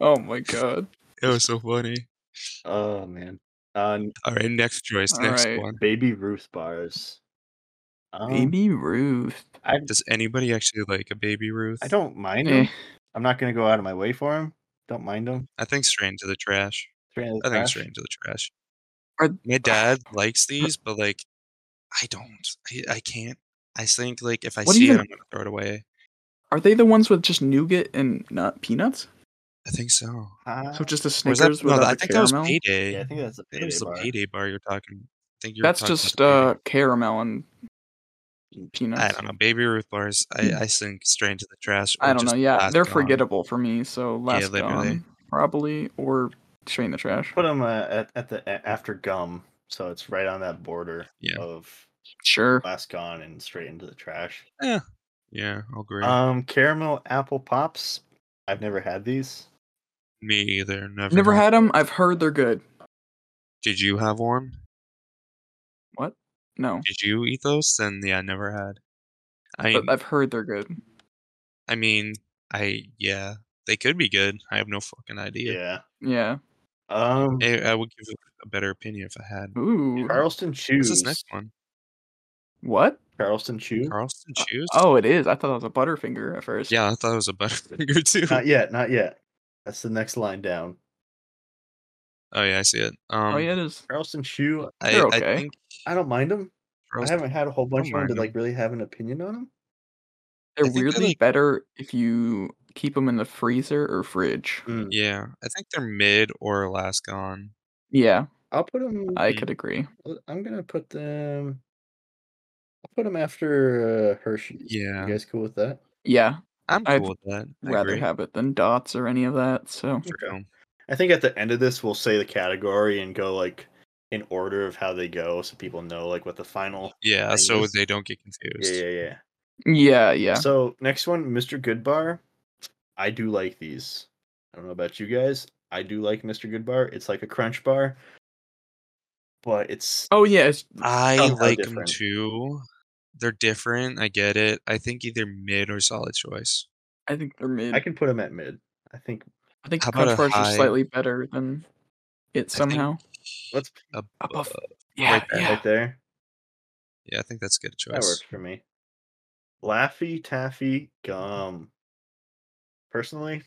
[SPEAKER 1] oh my god.
[SPEAKER 2] it was so funny.
[SPEAKER 3] oh man. Uh,
[SPEAKER 2] All right, next choice,
[SPEAKER 1] All
[SPEAKER 2] next
[SPEAKER 1] right.
[SPEAKER 2] one.
[SPEAKER 3] Baby Ruth bars. Um,
[SPEAKER 1] Baby Ruth.
[SPEAKER 3] I
[SPEAKER 2] Does anybody actually like a baby Ruth?
[SPEAKER 3] I don't mind
[SPEAKER 1] Eh,
[SPEAKER 3] them. I'm not gonna go out of my way for them. Don't mind them.
[SPEAKER 2] I think straight into the trash. I think it's straight into the trash.
[SPEAKER 1] Are-
[SPEAKER 2] My dad likes these, but like, I don't. I, I can't. I think like if I
[SPEAKER 1] What do
[SPEAKER 2] see
[SPEAKER 1] you
[SPEAKER 2] it,
[SPEAKER 1] mean?
[SPEAKER 2] I'm gonna throw it away.
[SPEAKER 1] are they the ones with just nougat and nut peanuts?
[SPEAKER 2] I think so.
[SPEAKER 1] So just a
[SPEAKER 2] Or is that,
[SPEAKER 1] Snickers
[SPEAKER 2] no,
[SPEAKER 1] without
[SPEAKER 2] I
[SPEAKER 1] the
[SPEAKER 2] think that
[SPEAKER 1] caramel.
[SPEAKER 2] was payday.
[SPEAKER 3] yeah, I
[SPEAKER 2] I
[SPEAKER 3] think that's a
[SPEAKER 2] think it
[SPEAKER 3] payday
[SPEAKER 2] was the
[SPEAKER 3] bar.
[SPEAKER 2] payday bar you're talking. I think you're
[SPEAKER 1] That's
[SPEAKER 2] talking about
[SPEAKER 1] just
[SPEAKER 2] the Payday.
[SPEAKER 1] uh caramel and peanuts.
[SPEAKER 2] I don't know. Baby Ruth bars. I, I think straight into the trash.
[SPEAKER 1] Hmm. I
[SPEAKER 2] or
[SPEAKER 1] don't know.
[SPEAKER 2] just
[SPEAKER 1] Yeah,
[SPEAKER 2] last
[SPEAKER 1] they're
[SPEAKER 2] gone.
[SPEAKER 1] forgettable for me. So last
[SPEAKER 2] literally.
[SPEAKER 1] gone, probably, or straight in the trash.
[SPEAKER 3] Put them uh, at at the a- after gum, so it's right on that border
[SPEAKER 2] Yeah.
[SPEAKER 3] of
[SPEAKER 1] Sure.
[SPEAKER 3] last gone and straight into the trash.
[SPEAKER 2] Yeah, I'll agree.
[SPEAKER 3] Um, caramel apple pops. I've never had these.
[SPEAKER 2] Me either. Never.
[SPEAKER 1] Never had them. I've heard they're good.
[SPEAKER 2] Did you have one?
[SPEAKER 1] What? No,
[SPEAKER 2] Did you eat those? Then yeah, I never had. I
[SPEAKER 1] but uh I've heard they're good.
[SPEAKER 2] I mean, I yeah, they could be good. I have no fucking idea.
[SPEAKER 3] Yeah.
[SPEAKER 1] Yeah.
[SPEAKER 3] Um,
[SPEAKER 2] I, I would give a better opinion if I had.
[SPEAKER 1] Ooh.
[SPEAKER 3] Charleston
[SPEAKER 2] What's
[SPEAKER 3] Chews.
[SPEAKER 2] this next one?
[SPEAKER 1] What?
[SPEAKER 3] Charleston Chew.
[SPEAKER 2] Carlston Chews?
[SPEAKER 1] Oh, it is. I thought that was a Butterfinger at first.
[SPEAKER 2] Yeah, I thought it was a Butterfinger too.
[SPEAKER 1] Uh,
[SPEAKER 3] Not yet. Not yet. That's the next line down.
[SPEAKER 2] Oh yeah, I see it. Um,
[SPEAKER 1] oh yeah, it is.
[SPEAKER 3] Charleston Chew.
[SPEAKER 2] I,
[SPEAKER 1] They're
[SPEAKER 2] I
[SPEAKER 1] okay.
[SPEAKER 2] think
[SPEAKER 3] I don't mind them. I
[SPEAKER 2] Charleston-
[SPEAKER 3] haven't had a whole bunch of
[SPEAKER 2] mind
[SPEAKER 3] them to
[SPEAKER 2] 'em.
[SPEAKER 3] like really have an opinion on them.
[SPEAKER 2] I
[SPEAKER 1] They're
[SPEAKER 2] think I
[SPEAKER 1] weirdly
[SPEAKER 2] like-
[SPEAKER 1] better if you keep them in the freezer or fridge.
[SPEAKER 2] yeah, I think they're mid or last gone.
[SPEAKER 1] Yeah,
[SPEAKER 3] I'll put them.
[SPEAKER 1] I
[SPEAKER 2] Mhm.
[SPEAKER 1] could agree.
[SPEAKER 3] I'm gonna put them. I'll put them after uh, Hershey.
[SPEAKER 2] Yeah,
[SPEAKER 3] You guys cool with that?
[SPEAKER 1] Yeah,
[SPEAKER 2] I'm cool
[SPEAKER 1] I'd
[SPEAKER 2] with that. I
[SPEAKER 1] rather
[SPEAKER 2] agree.
[SPEAKER 1] have it than dots or any of that. So
[SPEAKER 2] For
[SPEAKER 3] Okay.
[SPEAKER 2] real.
[SPEAKER 3] I think at the end of this, we'll say the category and go like in order of how they go, so people know like what the final.
[SPEAKER 2] Yeah, so
[SPEAKER 3] Things.
[SPEAKER 2] they don't get
[SPEAKER 3] Yeah,
[SPEAKER 2] confused.
[SPEAKER 3] yeah, yeah.
[SPEAKER 1] yeah, yeah.
[SPEAKER 3] So next one, Mr. Goodbar. I do like these. I don't know about you guys. I do like Mr. Goodbar. It's like a crunch bar, but it's
[SPEAKER 1] Oh yeah, it's,
[SPEAKER 2] I
[SPEAKER 3] Somehow
[SPEAKER 2] like them
[SPEAKER 3] different.
[SPEAKER 2] too. They're different. I get it. I think either mid or solid choice.
[SPEAKER 1] I think they're mid.
[SPEAKER 3] I can put them at mid. I think
[SPEAKER 1] I think
[SPEAKER 2] How about
[SPEAKER 1] Crunch Bars
[SPEAKER 2] a high?
[SPEAKER 1] are slightly better than it
[SPEAKER 2] I think
[SPEAKER 1] somehow.
[SPEAKER 3] let's
[SPEAKER 1] Above.
[SPEAKER 2] above.
[SPEAKER 1] Yeah,
[SPEAKER 2] right there.
[SPEAKER 1] yeah.
[SPEAKER 3] right there.
[SPEAKER 2] Yeah, I think that's a good
[SPEAKER 3] That works
[SPEAKER 2] choice.
[SPEAKER 3] for me. Laffy Taffy gum. Personally,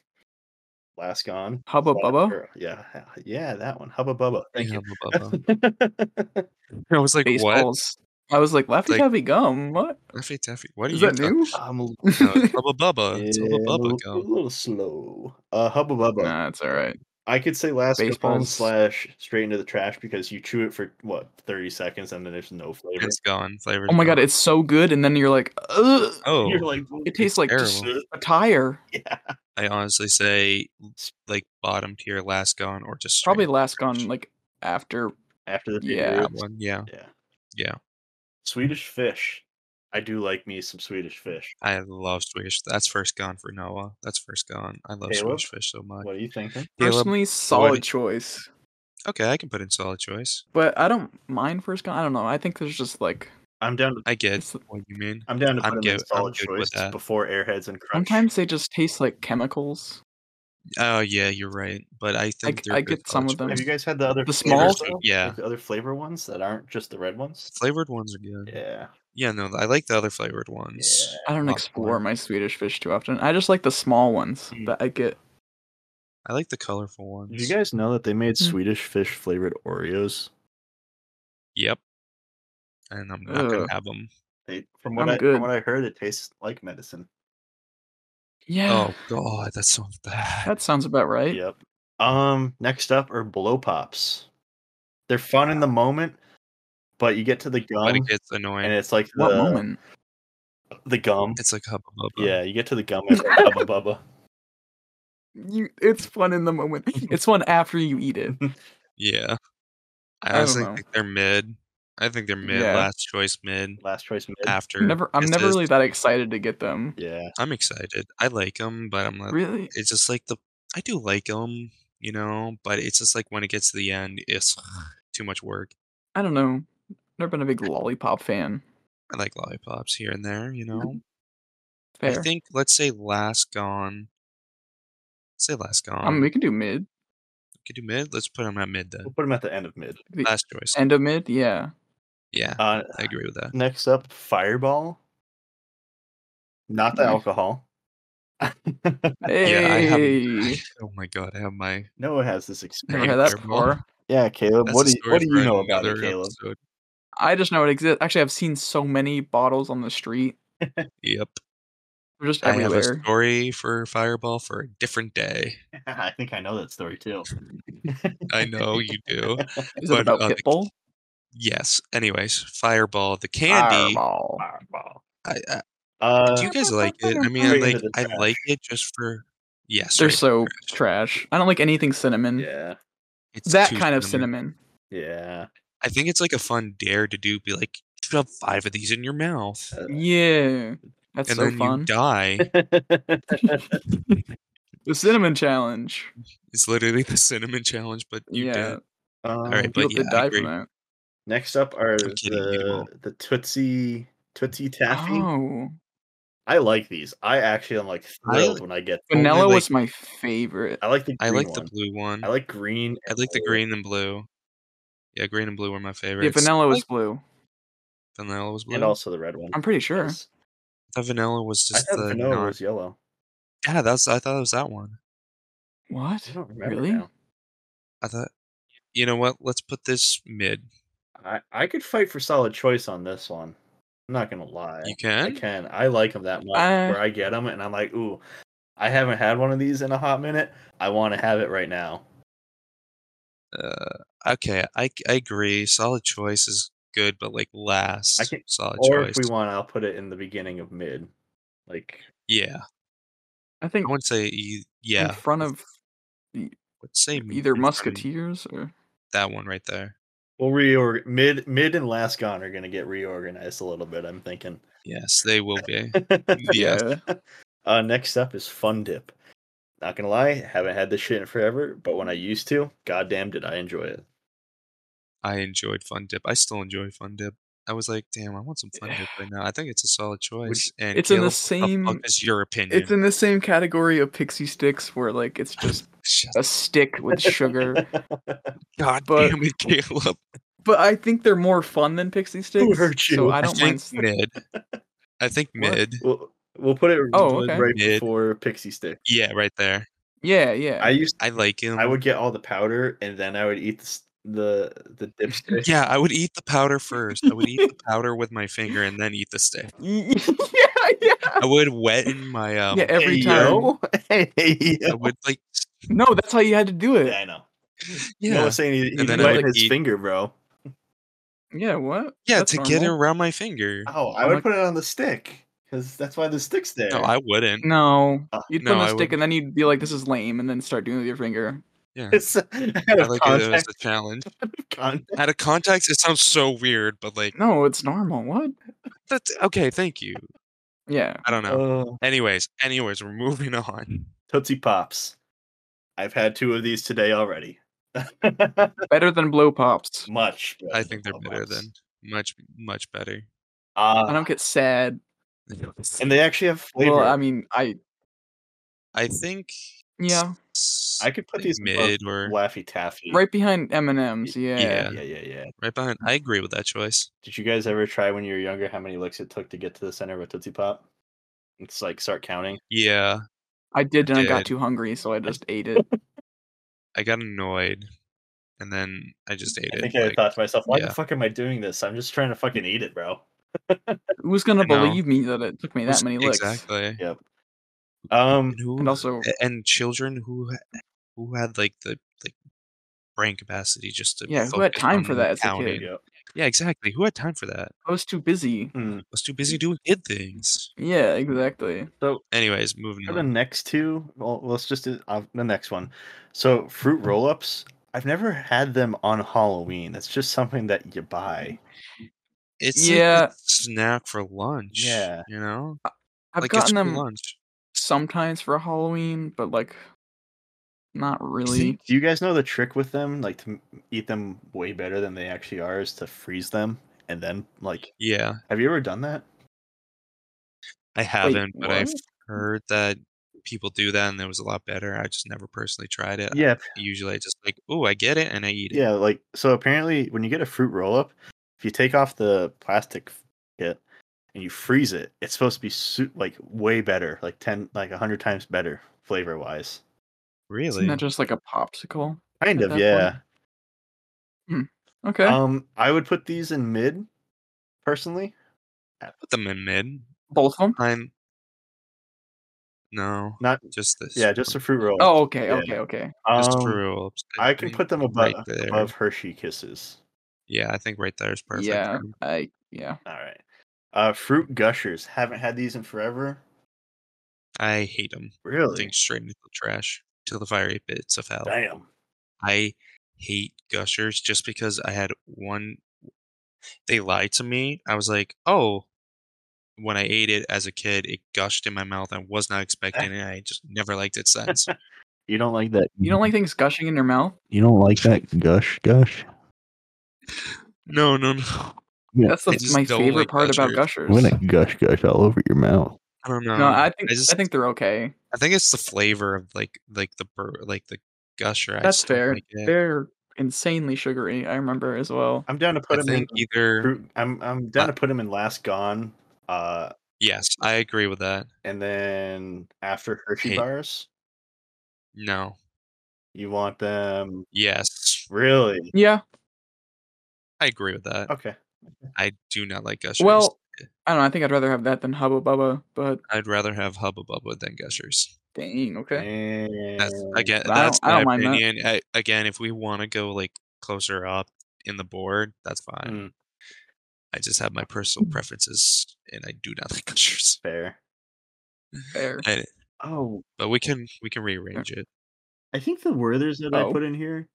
[SPEAKER 3] last gone.
[SPEAKER 1] Hubba Bubba.
[SPEAKER 3] Or- Yeah, yeah, that one. Hubba Bubba. Thank
[SPEAKER 2] Yeah,
[SPEAKER 3] you.
[SPEAKER 2] blah, blah, blah. I was like, what?
[SPEAKER 1] Baseballs. I was like, Laffy
[SPEAKER 2] Like-
[SPEAKER 1] Taffy gum. What
[SPEAKER 2] Laffy Taffy. What are
[SPEAKER 1] is
[SPEAKER 2] you
[SPEAKER 1] that
[SPEAKER 2] talking
[SPEAKER 1] new?
[SPEAKER 3] I'm a,
[SPEAKER 2] about? It's Hubba Bubba. It's Hubba
[SPEAKER 3] yeah, a
[SPEAKER 2] Bubba
[SPEAKER 3] little, a
[SPEAKER 2] gum.
[SPEAKER 3] little slow. Uh, Hubba Bubba.
[SPEAKER 1] Nah, it's all right.
[SPEAKER 3] I could say last Baseball
[SPEAKER 1] Baseballs.
[SPEAKER 3] slash straight into the trash because you chew it for what thirty seconds and then there's no flavor.
[SPEAKER 2] It's gone. Flavor.
[SPEAKER 1] Oh my god, it's so good, and then you're like, Ugh,
[SPEAKER 2] Oh,
[SPEAKER 3] You're like,
[SPEAKER 1] it tastes like just
[SPEAKER 2] terrible.
[SPEAKER 1] a tire.
[SPEAKER 3] yeah.
[SPEAKER 2] I honestly say like bottom tier, last gone, or just straight
[SPEAKER 1] Probably last
[SPEAKER 2] fresh.
[SPEAKER 1] gone like after.
[SPEAKER 3] After the
[SPEAKER 1] Yeah.
[SPEAKER 3] beer.
[SPEAKER 2] that one. Yeah,
[SPEAKER 3] yeah.
[SPEAKER 2] yeah.
[SPEAKER 3] Swedish fish. I do like me some Swedish fish.
[SPEAKER 2] I love Swedish. That's first gone for Noah. That's first gone. I love
[SPEAKER 3] Caleb?
[SPEAKER 2] Swedish fish so much.
[SPEAKER 3] What are you thinking?
[SPEAKER 2] Caleb,
[SPEAKER 1] Personally,
[SPEAKER 2] do you-
[SPEAKER 1] solid choice,
[SPEAKER 2] Okay, I can put in solid choice.
[SPEAKER 1] but I don't mind first gone. I don't know. I think there's just like
[SPEAKER 3] I'm down. To,
[SPEAKER 2] I get
[SPEAKER 1] It's-
[SPEAKER 2] what you mean.
[SPEAKER 3] I'm down to
[SPEAKER 2] I'm
[SPEAKER 3] put 'em
[SPEAKER 2] good-
[SPEAKER 3] in
[SPEAKER 2] I'm
[SPEAKER 3] solid
[SPEAKER 2] good with
[SPEAKER 3] choice
[SPEAKER 2] that.
[SPEAKER 3] before Airheads and Crunch.
[SPEAKER 1] sometimes they just taste like chemicals.
[SPEAKER 2] Oh yeah, you're right. But I think
[SPEAKER 1] g-
[SPEAKER 2] they're
[SPEAKER 1] I
[SPEAKER 2] good
[SPEAKER 1] get some
[SPEAKER 2] solid
[SPEAKER 1] of them.
[SPEAKER 3] Have
[SPEAKER 2] choice.
[SPEAKER 3] you guys had the other
[SPEAKER 1] The
[SPEAKER 3] flavors,
[SPEAKER 1] small-
[SPEAKER 3] though?
[SPEAKER 2] Yeah.
[SPEAKER 3] Like, the other flavor ones that aren't just the red ones?
[SPEAKER 2] Flavored ones are good.
[SPEAKER 3] Yeah,
[SPEAKER 2] Yeah, no, I like the other flavored ones.
[SPEAKER 1] I don't
[SPEAKER 2] Not
[SPEAKER 1] explore
[SPEAKER 2] one.
[SPEAKER 1] my Swedish fish too often. I just like the small ones
[SPEAKER 2] Mm.
[SPEAKER 1] that I get.
[SPEAKER 2] I like the colorful ones.
[SPEAKER 3] Did you guys know that they made
[SPEAKER 1] Mm.
[SPEAKER 3] Swedish fish flavored Oreos?
[SPEAKER 2] Yep. And I'm not gonna
[SPEAKER 1] Ugh.
[SPEAKER 2] have them.
[SPEAKER 3] They, from what
[SPEAKER 1] I'm
[SPEAKER 3] I,
[SPEAKER 1] good.
[SPEAKER 3] from what I heard, it tastes like medicine.
[SPEAKER 1] Yeah,
[SPEAKER 2] Oh god, that's so bad.
[SPEAKER 1] that sounds about right.
[SPEAKER 3] Yep. Um. Next up are blow pops. They're fun in the moment, but you get to the
[SPEAKER 2] but
[SPEAKER 3] gum
[SPEAKER 2] it gets annoying.
[SPEAKER 3] and it's like the
[SPEAKER 1] What moment?
[SPEAKER 3] the gum.
[SPEAKER 2] it's like hubba bubba.
[SPEAKER 3] Yeah, you get to the gum. It's like Hubba Bubba.
[SPEAKER 1] You, it's fun in the moment. It's fun after you eat it.
[SPEAKER 2] Yeah.
[SPEAKER 1] I
[SPEAKER 2] I
[SPEAKER 1] don't
[SPEAKER 2] honestly
[SPEAKER 1] know.
[SPEAKER 2] think they're mid. I think they're mid,
[SPEAKER 1] Yeah.
[SPEAKER 2] last choice mid.
[SPEAKER 3] Last choice mid.
[SPEAKER 2] After
[SPEAKER 1] Never, I'm
[SPEAKER 2] It's
[SPEAKER 1] never
[SPEAKER 2] just-
[SPEAKER 1] really that excited to get them.
[SPEAKER 3] Yeah.
[SPEAKER 2] I'm excited. I like them, but I'm like,
[SPEAKER 1] Really,
[SPEAKER 2] it's just like the I do like them, you know, but it's just like when it gets to the end, it's too much work.
[SPEAKER 1] I don't know. Never been a big lollipop fan.
[SPEAKER 2] I like lollipops here and there, you know.
[SPEAKER 1] Fair.
[SPEAKER 2] I think let's say last gone. Let's say last gone.
[SPEAKER 1] um, we can do mid.
[SPEAKER 2] we could do mid. Let's put them at mid
[SPEAKER 3] We'll
[SPEAKER 2] then.
[SPEAKER 3] put them at the end of mid.
[SPEAKER 1] the
[SPEAKER 2] Last choice.
[SPEAKER 1] End of mid, yeah.
[SPEAKER 2] Yeah,
[SPEAKER 3] Uh,
[SPEAKER 2] I agree with that.
[SPEAKER 3] Next up, Fireball. Not the
[SPEAKER 1] Okay.
[SPEAKER 3] alcohol.
[SPEAKER 1] Hey,
[SPEAKER 2] Yeah, I haven't. oh my god, I have my.
[SPEAKER 3] Noah has this
[SPEAKER 1] never
[SPEAKER 3] experience.
[SPEAKER 1] had that
[SPEAKER 2] Fireball.
[SPEAKER 1] before.
[SPEAKER 3] Yeah, Caleb.
[SPEAKER 2] that's
[SPEAKER 3] what
[SPEAKER 2] a
[SPEAKER 3] do you,
[SPEAKER 2] story
[SPEAKER 3] what do
[SPEAKER 2] for
[SPEAKER 3] you know about it,
[SPEAKER 2] another
[SPEAKER 3] Caleb?
[SPEAKER 2] episode.
[SPEAKER 1] I just know it exists. Actually, I've seen so many bottles on the street.
[SPEAKER 2] Yep.
[SPEAKER 1] They're just
[SPEAKER 2] I have a
[SPEAKER 1] everywhere.
[SPEAKER 2] story for Fireball for a different day.
[SPEAKER 3] I think I know that story too.
[SPEAKER 2] I know you do.
[SPEAKER 1] Is it
[SPEAKER 2] but,
[SPEAKER 1] about
[SPEAKER 2] uh, the
[SPEAKER 1] Pitbull?
[SPEAKER 2] Yes. Anyways, Fireball, the candy.
[SPEAKER 1] Fireball.
[SPEAKER 3] Fireball.
[SPEAKER 2] I, I,
[SPEAKER 3] Uh,
[SPEAKER 2] do you guys like it? I mean, I
[SPEAKER 3] Straight
[SPEAKER 2] like
[SPEAKER 3] into the
[SPEAKER 2] I
[SPEAKER 3] trash.
[SPEAKER 2] like it just for. Yes.
[SPEAKER 1] They're so trash. I don't like anything cinnamon.
[SPEAKER 3] yeah,
[SPEAKER 1] That kind of cinnamon.
[SPEAKER 3] yeah.
[SPEAKER 2] I think it's like a fun dare to do. Be like, shove five of these in your mouth,
[SPEAKER 3] Uh,
[SPEAKER 1] Yeah. That's
[SPEAKER 2] and
[SPEAKER 1] so
[SPEAKER 2] then you
[SPEAKER 1] fun.
[SPEAKER 2] die.
[SPEAKER 1] The cinnamon challenge.
[SPEAKER 2] It's literally the cinnamon challenge, but you
[SPEAKER 1] yeah.
[SPEAKER 2] dead.
[SPEAKER 3] All
[SPEAKER 2] right,
[SPEAKER 1] People
[SPEAKER 2] but yeah,
[SPEAKER 1] did
[SPEAKER 2] I
[SPEAKER 1] die
[SPEAKER 2] agree.
[SPEAKER 1] from that.
[SPEAKER 3] Um, Next up are
[SPEAKER 2] I'm kidding, you
[SPEAKER 3] the
[SPEAKER 2] won't.
[SPEAKER 3] the Tootsie Tootsie Taffy.
[SPEAKER 1] Oh,
[SPEAKER 3] I like these. I actually am like
[SPEAKER 2] I
[SPEAKER 3] thrilled when I get. them.
[SPEAKER 1] vanilla
[SPEAKER 2] like-
[SPEAKER 1] was my favorite.
[SPEAKER 3] I like the.
[SPEAKER 2] I
[SPEAKER 3] green
[SPEAKER 2] like the
[SPEAKER 3] one.
[SPEAKER 2] blue one.
[SPEAKER 3] I like green.
[SPEAKER 2] I like the green and blue. Yeah, green and blue were my
[SPEAKER 1] Yeah,
[SPEAKER 2] favorites.
[SPEAKER 1] vanilla was
[SPEAKER 2] Like
[SPEAKER 1] blue.
[SPEAKER 2] vanilla was blue.
[SPEAKER 3] and also the red one.
[SPEAKER 1] I'm pretty sure.
[SPEAKER 3] Yes.
[SPEAKER 2] I thought vanilla was
[SPEAKER 3] I
[SPEAKER 2] just
[SPEAKER 3] thought
[SPEAKER 2] the
[SPEAKER 3] vanilla
[SPEAKER 2] non-
[SPEAKER 3] was yellow.
[SPEAKER 2] Yeah, that's I thought it was that one.
[SPEAKER 1] What?
[SPEAKER 3] I don't remember.
[SPEAKER 1] Really?
[SPEAKER 3] now.
[SPEAKER 2] I thought you know what? Let's put this mid.
[SPEAKER 3] I I could fight for solid choice on this one. I'm not gonna lie.
[SPEAKER 2] You
[SPEAKER 3] I
[SPEAKER 2] can?
[SPEAKER 3] can. I like them that much.
[SPEAKER 1] I-
[SPEAKER 3] where I get them, and I'm like, ooh, I haven't had one of these in a hot minute. I want to have it right now.
[SPEAKER 2] Uh, okay, I, I agree. Solid choice is good, but like last
[SPEAKER 3] can-
[SPEAKER 2] solid
[SPEAKER 3] or
[SPEAKER 2] choice.
[SPEAKER 3] if we want, I'll put it in the beginning of mid. Like
[SPEAKER 2] yeah,
[SPEAKER 1] I think
[SPEAKER 2] I would say
[SPEAKER 1] in
[SPEAKER 2] e- yeah.
[SPEAKER 1] front of
[SPEAKER 2] Let's say m- in
[SPEAKER 1] e, either
[SPEAKER 2] front of
[SPEAKER 1] musketeers or
[SPEAKER 2] That one right there.
[SPEAKER 3] we'll reorg mid mid and last gone are gonna get reorganized a little bit. I'm thinking.
[SPEAKER 2] Yes, they will be. yes.
[SPEAKER 1] yeah.
[SPEAKER 3] Uh, next up is Fun Dip. Not gonna lie, haven't had this shit in forever, but when I used to, goddamn, did I enjoy it.
[SPEAKER 2] I enjoyed Fun Dip. I still enjoy Fun Dip. I was like, damn, I want some Fun Dip right now. I think it's a solid choice. and
[SPEAKER 1] it's in the
[SPEAKER 2] Caleb, what fuck
[SPEAKER 1] same-
[SPEAKER 2] is your opinion?
[SPEAKER 1] It's in the same category of pixie sticks where like it's just
[SPEAKER 2] Shut
[SPEAKER 1] a stick with sugar.
[SPEAKER 2] God
[SPEAKER 1] but-
[SPEAKER 2] damn it, Caleb.
[SPEAKER 1] But I think they're more fun than pixie sticks.
[SPEAKER 3] hurt you?
[SPEAKER 1] So I
[SPEAKER 2] I,
[SPEAKER 1] don't mind.
[SPEAKER 2] think mid. I think mid.
[SPEAKER 3] we'll, we'll put it
[SPEAKER 1] Oh,
[SPEAKER 3] right-
[SPEAKER 1] okay.
[SPEAKER 3] right
[SPEAKER 2] Mid.
[SPEAKER 3] before Pixie Stick.
[SPEAKER 2] Yeah, right there.
[SPEAKER 1] Yeah, yeah.
[SPEAKER 3] I used
[SPEAKER 2] I like him.
[SPEAKER 3] I would get all the powder and then I would eat the s- the, the dipstick.
[SPEAKER 2] Yeah, I would eat the powder first. I would eat the powder with my finger and then eat the stick.
[SPEAKER 1] yeah, yeah.
[SPEAKER 2] I would wet in my um.
[SPEAKER 1] yeah, every
[SPEAKER 3] hey,
[SPEAKER 1] time.
[SPEAKER 3] yo. Hey,
[SPEAKER 2] I
[SPEAKER 3] yo.
[SPEAKER 2] would like. s-
[SPEAKER 1] No, that's how you had to do
[SPEAKER 3] Yeah,
[SPEAKER 1] it.
[SPEAKER 3] I know.
[SPEAKER 2] Yeah,
[SPEAKER 3] No one's saying he, he
[SPEAKER 2] then
[SPEAKER 1] I
[SPEAKER 3] wet
[SPEAKER 1] would
[SPEAKER 3] his
[SPEAKER 2] eat-
[SPEAKER 3] finger, bro.
[SPEAKER 1] Yeah, what?
[SPEAKER 2] yeah,
[SPEAKER 1] That's
[SPEAKER 2] to get it
[SPEAKER 1] normal.
[SPEAKER 2] around my finger.
[SPEAKER 3] Oh, I
[SPEAKER 1] I'm
[SPEAKER 3] would
[SPEAKER 1] like-
[SPEAKER 3] put it on the stick because that's why the stick's there.
[SPEAKER 2] No, I wouldn't.
[SPEAKER 1] No,
[SPEAKER 3] Uh,
[SPEAKER 1] you'd
[SPEAKER 2] no,
[SPEAKER 1] put on
[SPEAKER 2] I
[SPEAKER 1] a stick and then you'd be like, "This is lame," and then start doing it with your finger.
[SPEAKER 2] Yeah,
[SPEAKER 3] It's out
[SPEAKER 2] I
[SPEAKER 3] of
[SPEAKER 2] like it as
[SPEAKER 3] context.
[SPEAKER 2] a challenge.
[SPEAKER 3] Con-
[SPEAKER 2] Out of context, it sounds so weird, but like
[SPEAKER 1] No, it's normal. What?
[SPEAKER 2] that's okay. Thank you.
[SPEAKER 1] Yeah.
[SPEAKER 2] I don't know.
[SPEAKER 3] Oh.
[SPEAKER 2] anyways, anyways, we're moving on.
[SPEAKER 3] Tootsie Pops. I've had two of these today already.
[SPEAKER 1] Better than blow pops.
[SPEAKER 3] Much.
[SPEAKER 2] I
[SPEAKER 3] than
[SPEAKER 2] think they're
[SPEAKER 3] Tootsie
[SPEAKER 2] better
[SPEAKER 3] Pops.
[SPEAKER 2] than much, much better.
[SPEAKER 3] Ah,
[SPEAKER 2] Uh,
[SPEAKER 1] I don't get sad.
[SPEAKER 3] and they actually have flavor.
[SPEAKER 1] Well, I mean, I
[SPEAKER 2] I think.
[SPEAKER 1] yeah,
[SPEAKER 2] s-
[SPEAKER 3] I could put
[SPEAKER 2] like
[SPEAKER 3] these above
[SPEAKER 2] mid or
[SPEAKER 3] Laffy Taffy.
[SPEAKER 1] right behind M and M's. Yeah.
[SPEAKER 2] Yeah.
[SPEAKER 3] Yeah, yeah, yeah.
[SPEAKER 2] right behind. I agree with that choice.
[SPEAKER 3] Did you guys ever try when you were younger how many licks it took to get to the center of a Tootsie Pop? It's like start counting.
[SPEAKER 2] Yeah,
[SPEAKER 1] I did, and I
[SPEAKER 2] Did.
[SPEAKER 1] got too hungry, so I just ate it.
[SPEAKER 2] I got annoyed, and then I just ate
[SPEAKER 3] I
[SPEAKER 2] it.
[SPEAKER 3] think I
[SPEAKER 2] like-
[SPEAKER 3] thought to myself, why
[SPEAKER 2] yeah.
[SPEAKER 3] the fuck am I doing this? I'm just trying to fucking eat it, bro.
[SPEAKER 1] Who's gonna
[SPEAKER 2] I know.
[SPEAKER 1] believe me that it took me that many licks?
[SPEAKER 2] Exactly.
[SPEAKER 3] Yep. Um,
[SPEAKER 2] And who
[SPEAKER 1] And also,
[SPEAKER 2] a- and children who ha- who had like the like brain capacity just to
[SPEAKER 1] Yeah, who had
[SPEAKER 2] focus
[SPEAKER 1] time
[SPEAKER 2] on
[SPEAKER 1] for that as a
[SPEAKER 2] counting.
[SPEAKER 1] kid?
[SPEAKER 3] yep.
[SPEAKER 2] Yeah, exactly. Who had time for that?
[SPEAKER 1] I was too busy.
[SPEAKER 3] Hmm.
[SPEAKER 2] I was too busy doing kid things.
[SPEAKER 1] Yeah, exactly.
[SPEAKER 3] So
[SPEAKER 2] Anyways, moving
[SPEAKER 3] For the
[SPEAKER 2] on.
[SPEAKER 3] next two, well, let's just do uh, the next one. So fruit roll-ups, I've never had them on Halloween. That's just something that you buy.
[SPEAKER 2] It's like a
[SPEAKER 1] Yeah.
[SPEAKER 2] snack for lunch.
[SPEAKER 3] Yeah.
[SPEAKER 2] you know,
[SPEAKER 1] I've
[SPEAKER 2] like it's
[SPEAKER 1] gotten
[SPEAKER 2] for
[SPEAKER 1] them
[SPEAKER 2] lunch.
[SPEAKER 1] sometimes for Halloween, but like, not really.
[SPEAKER 3] Do you guys know the trick with them? Like to m- eat them way better than they actually are is to freeze them and then like.
[SPEAKER 2] Yeah,
[SPEAKER 3] Have you ever done that?
[SPEAKER 2] I haven't, but I've
[SPEAKER 1] what?
[SPEAKER 2] heard that people do that and it was a lot better. I just never personally tried it.
[SPEAKER 3] Yeah,
[SPEAKER 2] Usually, I just like, oh, I get it, and I eat it.
[SPEAKER 3] yeah. Like so, apparently, when you get a fruit roll-up, if you take off the plastic f- kit and you freeze it, it's supposed to be su- like way better, like ten, like hundred times better flavor-wise.
[SPEAKER 2] Really?
[SPEAKER 1] Isn't that just like a popsicle?
[SPEAKER 3] Kind
[SPEAKER 1] At
[SPEAKER 3] of,
[SPEAKER 1] that point.
[SPEAKER 3] yeah.
[SPEAKER 1] Okay.
[SPEAKER 3] Um, I would put these in mid, personally.
[SPEAKER 2] Put them in mid.
[SPEAKER 1] Both of them.
[SPEAKER 2] I'm. No,
[SPEAKER 3] Not
[SPEAKER 2] just this.
[SPEAKER 3] yeah, just a
[SPEAKER 2] one.
[SPEAKER 3] fruit roll.
[SPEAKER 1] Oh, okay,
[SPEAKER 3] yeah.
[SPEAKER 1] okay, okay.
[SPEAKER 2] Just
[SPEAKER 3] Um,
[SPEAKER 2] for roll-ups.
[SPEAKER 3] I can
[SPEAKER 2] think
[SPEAKER 3] put them above
[SPEAKER 2] right there.
[SPEAKER 3] above Hershey kisses.
[SPEAKER 2] Yeah, I think right there is perfect.
[SPEAKER 1] Yeah, I yeah.
[SPEAKER 3] All right. Uh, fruit gushers. Haven't had these in forever.
[SPEAKER 2] I hate them.
[SPEAKER 3] Really?
[SPEAKER 2] Things straight into the trash to the fire eight bits of hell.
[SPEAKER 3] Damn.
[SPEAKER 2] I hate gushers just because I had one. They lied to me. I was like, oh, when I ate it as a kid, it gushed in my mouth. I was not expecting it. I just never liked it since.
[SPEAKER 3] You don't
[SPEAKER 2] Mm-hmm.
[SPEAKER 3] like that.
[SPEAKER 1] You don't like things gushing in your mouth?
[SPEAKER 3] You don't like that gush gush.
[SPEAKER 2] No, no, no.
[SPEAKER 1] That's
[SPEAKER 2] I
[SPEAKER 1] the,
[SPEAKER 2] just
[SPEAKER 1] my
[SPEAKER 2] don't
[SPEAKER 1] favorite
[SPEAKER 2] like
[SPEAKER 1] part about Gushers.
[SPEAKER 4] I'm gonna gush gush all over your mouth.
[SPEAKER 2] I don't know.
[SPEAKER 1] No, I think
[SPEAKER 2] Um, I
[SPEAKER 1] I,
[SPEAKER 2] just-
[SPEAKER 1] think they're okay.
[SPEAKER 2] I think it's the flavor of like like the bur- like the gusher. I
[SPEAKER 1] That's
[SPEAKER 2] just don't
[SPEAKER 1] fair.
[SPEAKER 2] like it.
[SPEAKER 1] They're insanely sugary. I remember as well.
[SPEAKER 3] I'm down to put
[SPEAKER 2] I
[SPEAKER 3] him in
[SPEAKER 2] think either.
[SPEAKER 3] fruit. I'm I'm down to put him in Last Gone, uh,
[SPEAKER 2] Yes, I agree with that.
[SPEAKER 3] and then after Hershey
[SPEAKER 2] Hey.
[SPEAKER 3] bars,
[SPEAKER 2] No.
[SPEAKER 3] you want them
[SPEAKER 2] Yes,
[SPEAKER 3] really?
[SPEAKER 1] Yeah.
[SPEAKER 2] I agree with that.
[SPEAKER 3] Okay.
[SPEAKER 2] I do not like gushers.
[SPEAKER 1] Uh Well, I don't know. I think I'd rather have that than Hubba Bubba, but
[SPEAKER 2] I'd rather have Hubba Bubba than gushers.
[SPEAKER 1] dang, okay.
[SPEAKER 2] That's
[SPEAKER 3] And-
[SPEAKER 2] again.
[SPEAKER 1] I
[SPEAKER 2] That's
[SPEAKER 1] don't- I
[SPEAKER 2] my
[SPEAKER 1] don't mind that.
[SPEAKER 2] opinion. I, again, if we want to go like closer up in the board, that's fine.
[SPEAKER 3] Mm,
[SPEAKER 2] I just have my
[SPEAKER 1] Mm.
[SPEAKER 2] personal preferences, and I do not like gushers.
[SPEAKER 3] fair.
[SPEAKER 1] Fair.
[SPEAKER 2] I-
[SPEAKER 3] Oh,
[SPEAKER 2] but we can we can rearrange it.
[SPEAKER 3] I think the Werthers that I
[SPEAKER 1] Oh.
[SPEAKER 3] put in here.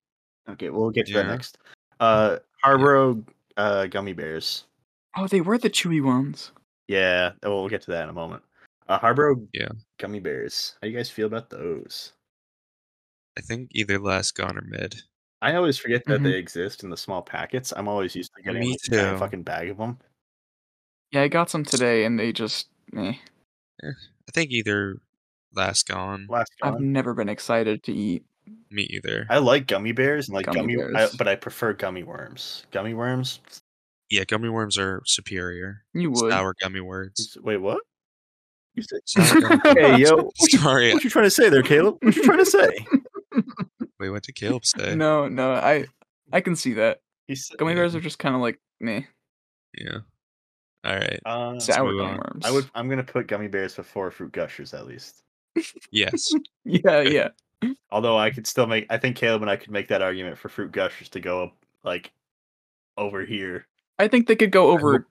[SPEAKER 3] Okay, we'll get to that
[SPEAKER 2] Yeah.
[SPEAKER 3] next. Uh, Harborough uh, gummy bears.
[SPEAKER 1] Oh, they were the chewy ones.
[SPEAKER 3] Yeah, oh, we'll get to that in a moment. Uh, Harborough
[SPEAKER 2] Yeah.
[SPEAKER 3] gummy bears. How you guys feel about those?
[SPEAKER 2] I think either last gone or mid.
[SPEAKER 3] I always forget that
[SPEAKER 1] Mhm.
[SPEAKER 3] they exist in the small packets. I'm always used to getting
[SPEAKER 2] Me
[SPEAKER 3] like, a giant
[SPEAKER 2] too.
[SPEAKER 3] fucking bag of them.
[SPEAKER 1] Yeah, I got some today and they just eh.
[SPEAKER 2] I think either last gone.
[SPEAKER 3] Last
[SPEAKER 1] I've
[SPEAKER 3] one.
[SPEAKER 1] never been excited to eat.
[SPEAKER 2] Me either.
[SPEAKER 3] I like gummy bears and like
[SPEAKER 1] Gummy
[SPEAKER 3] gummy,
[SPEAKER 1] bears.
[SPEAKER 3] I, but I prefer gummy worms. Gummy worms.
[SPEAKER 2] yeah, gummy worms are superior.
[SPEAKER 1] You would.
[SPEAKER 2] Sour gummy worms.
[SPEAKER 3] Wait, what? You said,
[SPEAKER 2] Sour gummy
[SPEAKER 3] hey, yo, what you,
[SPEAKER 2] Sorry,
[SPEAKER 3] what you trying to say there, Caleb? What you trying to say?
[SPEAKER 2] we went to Caleb say.
[SPEAKER 1] No, no, I I can see that.
[SPEAKER 3] He said,
[SPEAKER 1] Gummy
[SPEAKER 2] Yeah.
[SPEAKER 1] bears are just kind of like meh.
[SPEAKER 2] Yeah. All right.
[SPEAKER 3] uh,
[SPEAKER 1] Sour
[SPEAKER 2] move
[SPEAKER 1] gum
[SPEAKER 2] on.
[SPEAKER 1] worms.
[SPEAKER 3] I would. I'm gonna put gummy bears before fruit gushers at least.
[SPEAKER 2] Yes.
[SPEAKER 1] Yeah, yeah.
[SPEAKER 3] Although I could still make. I think Caleb and I could make that argument for fruit gushers to go up like over here.
[SPEAKER 1] I think they could go over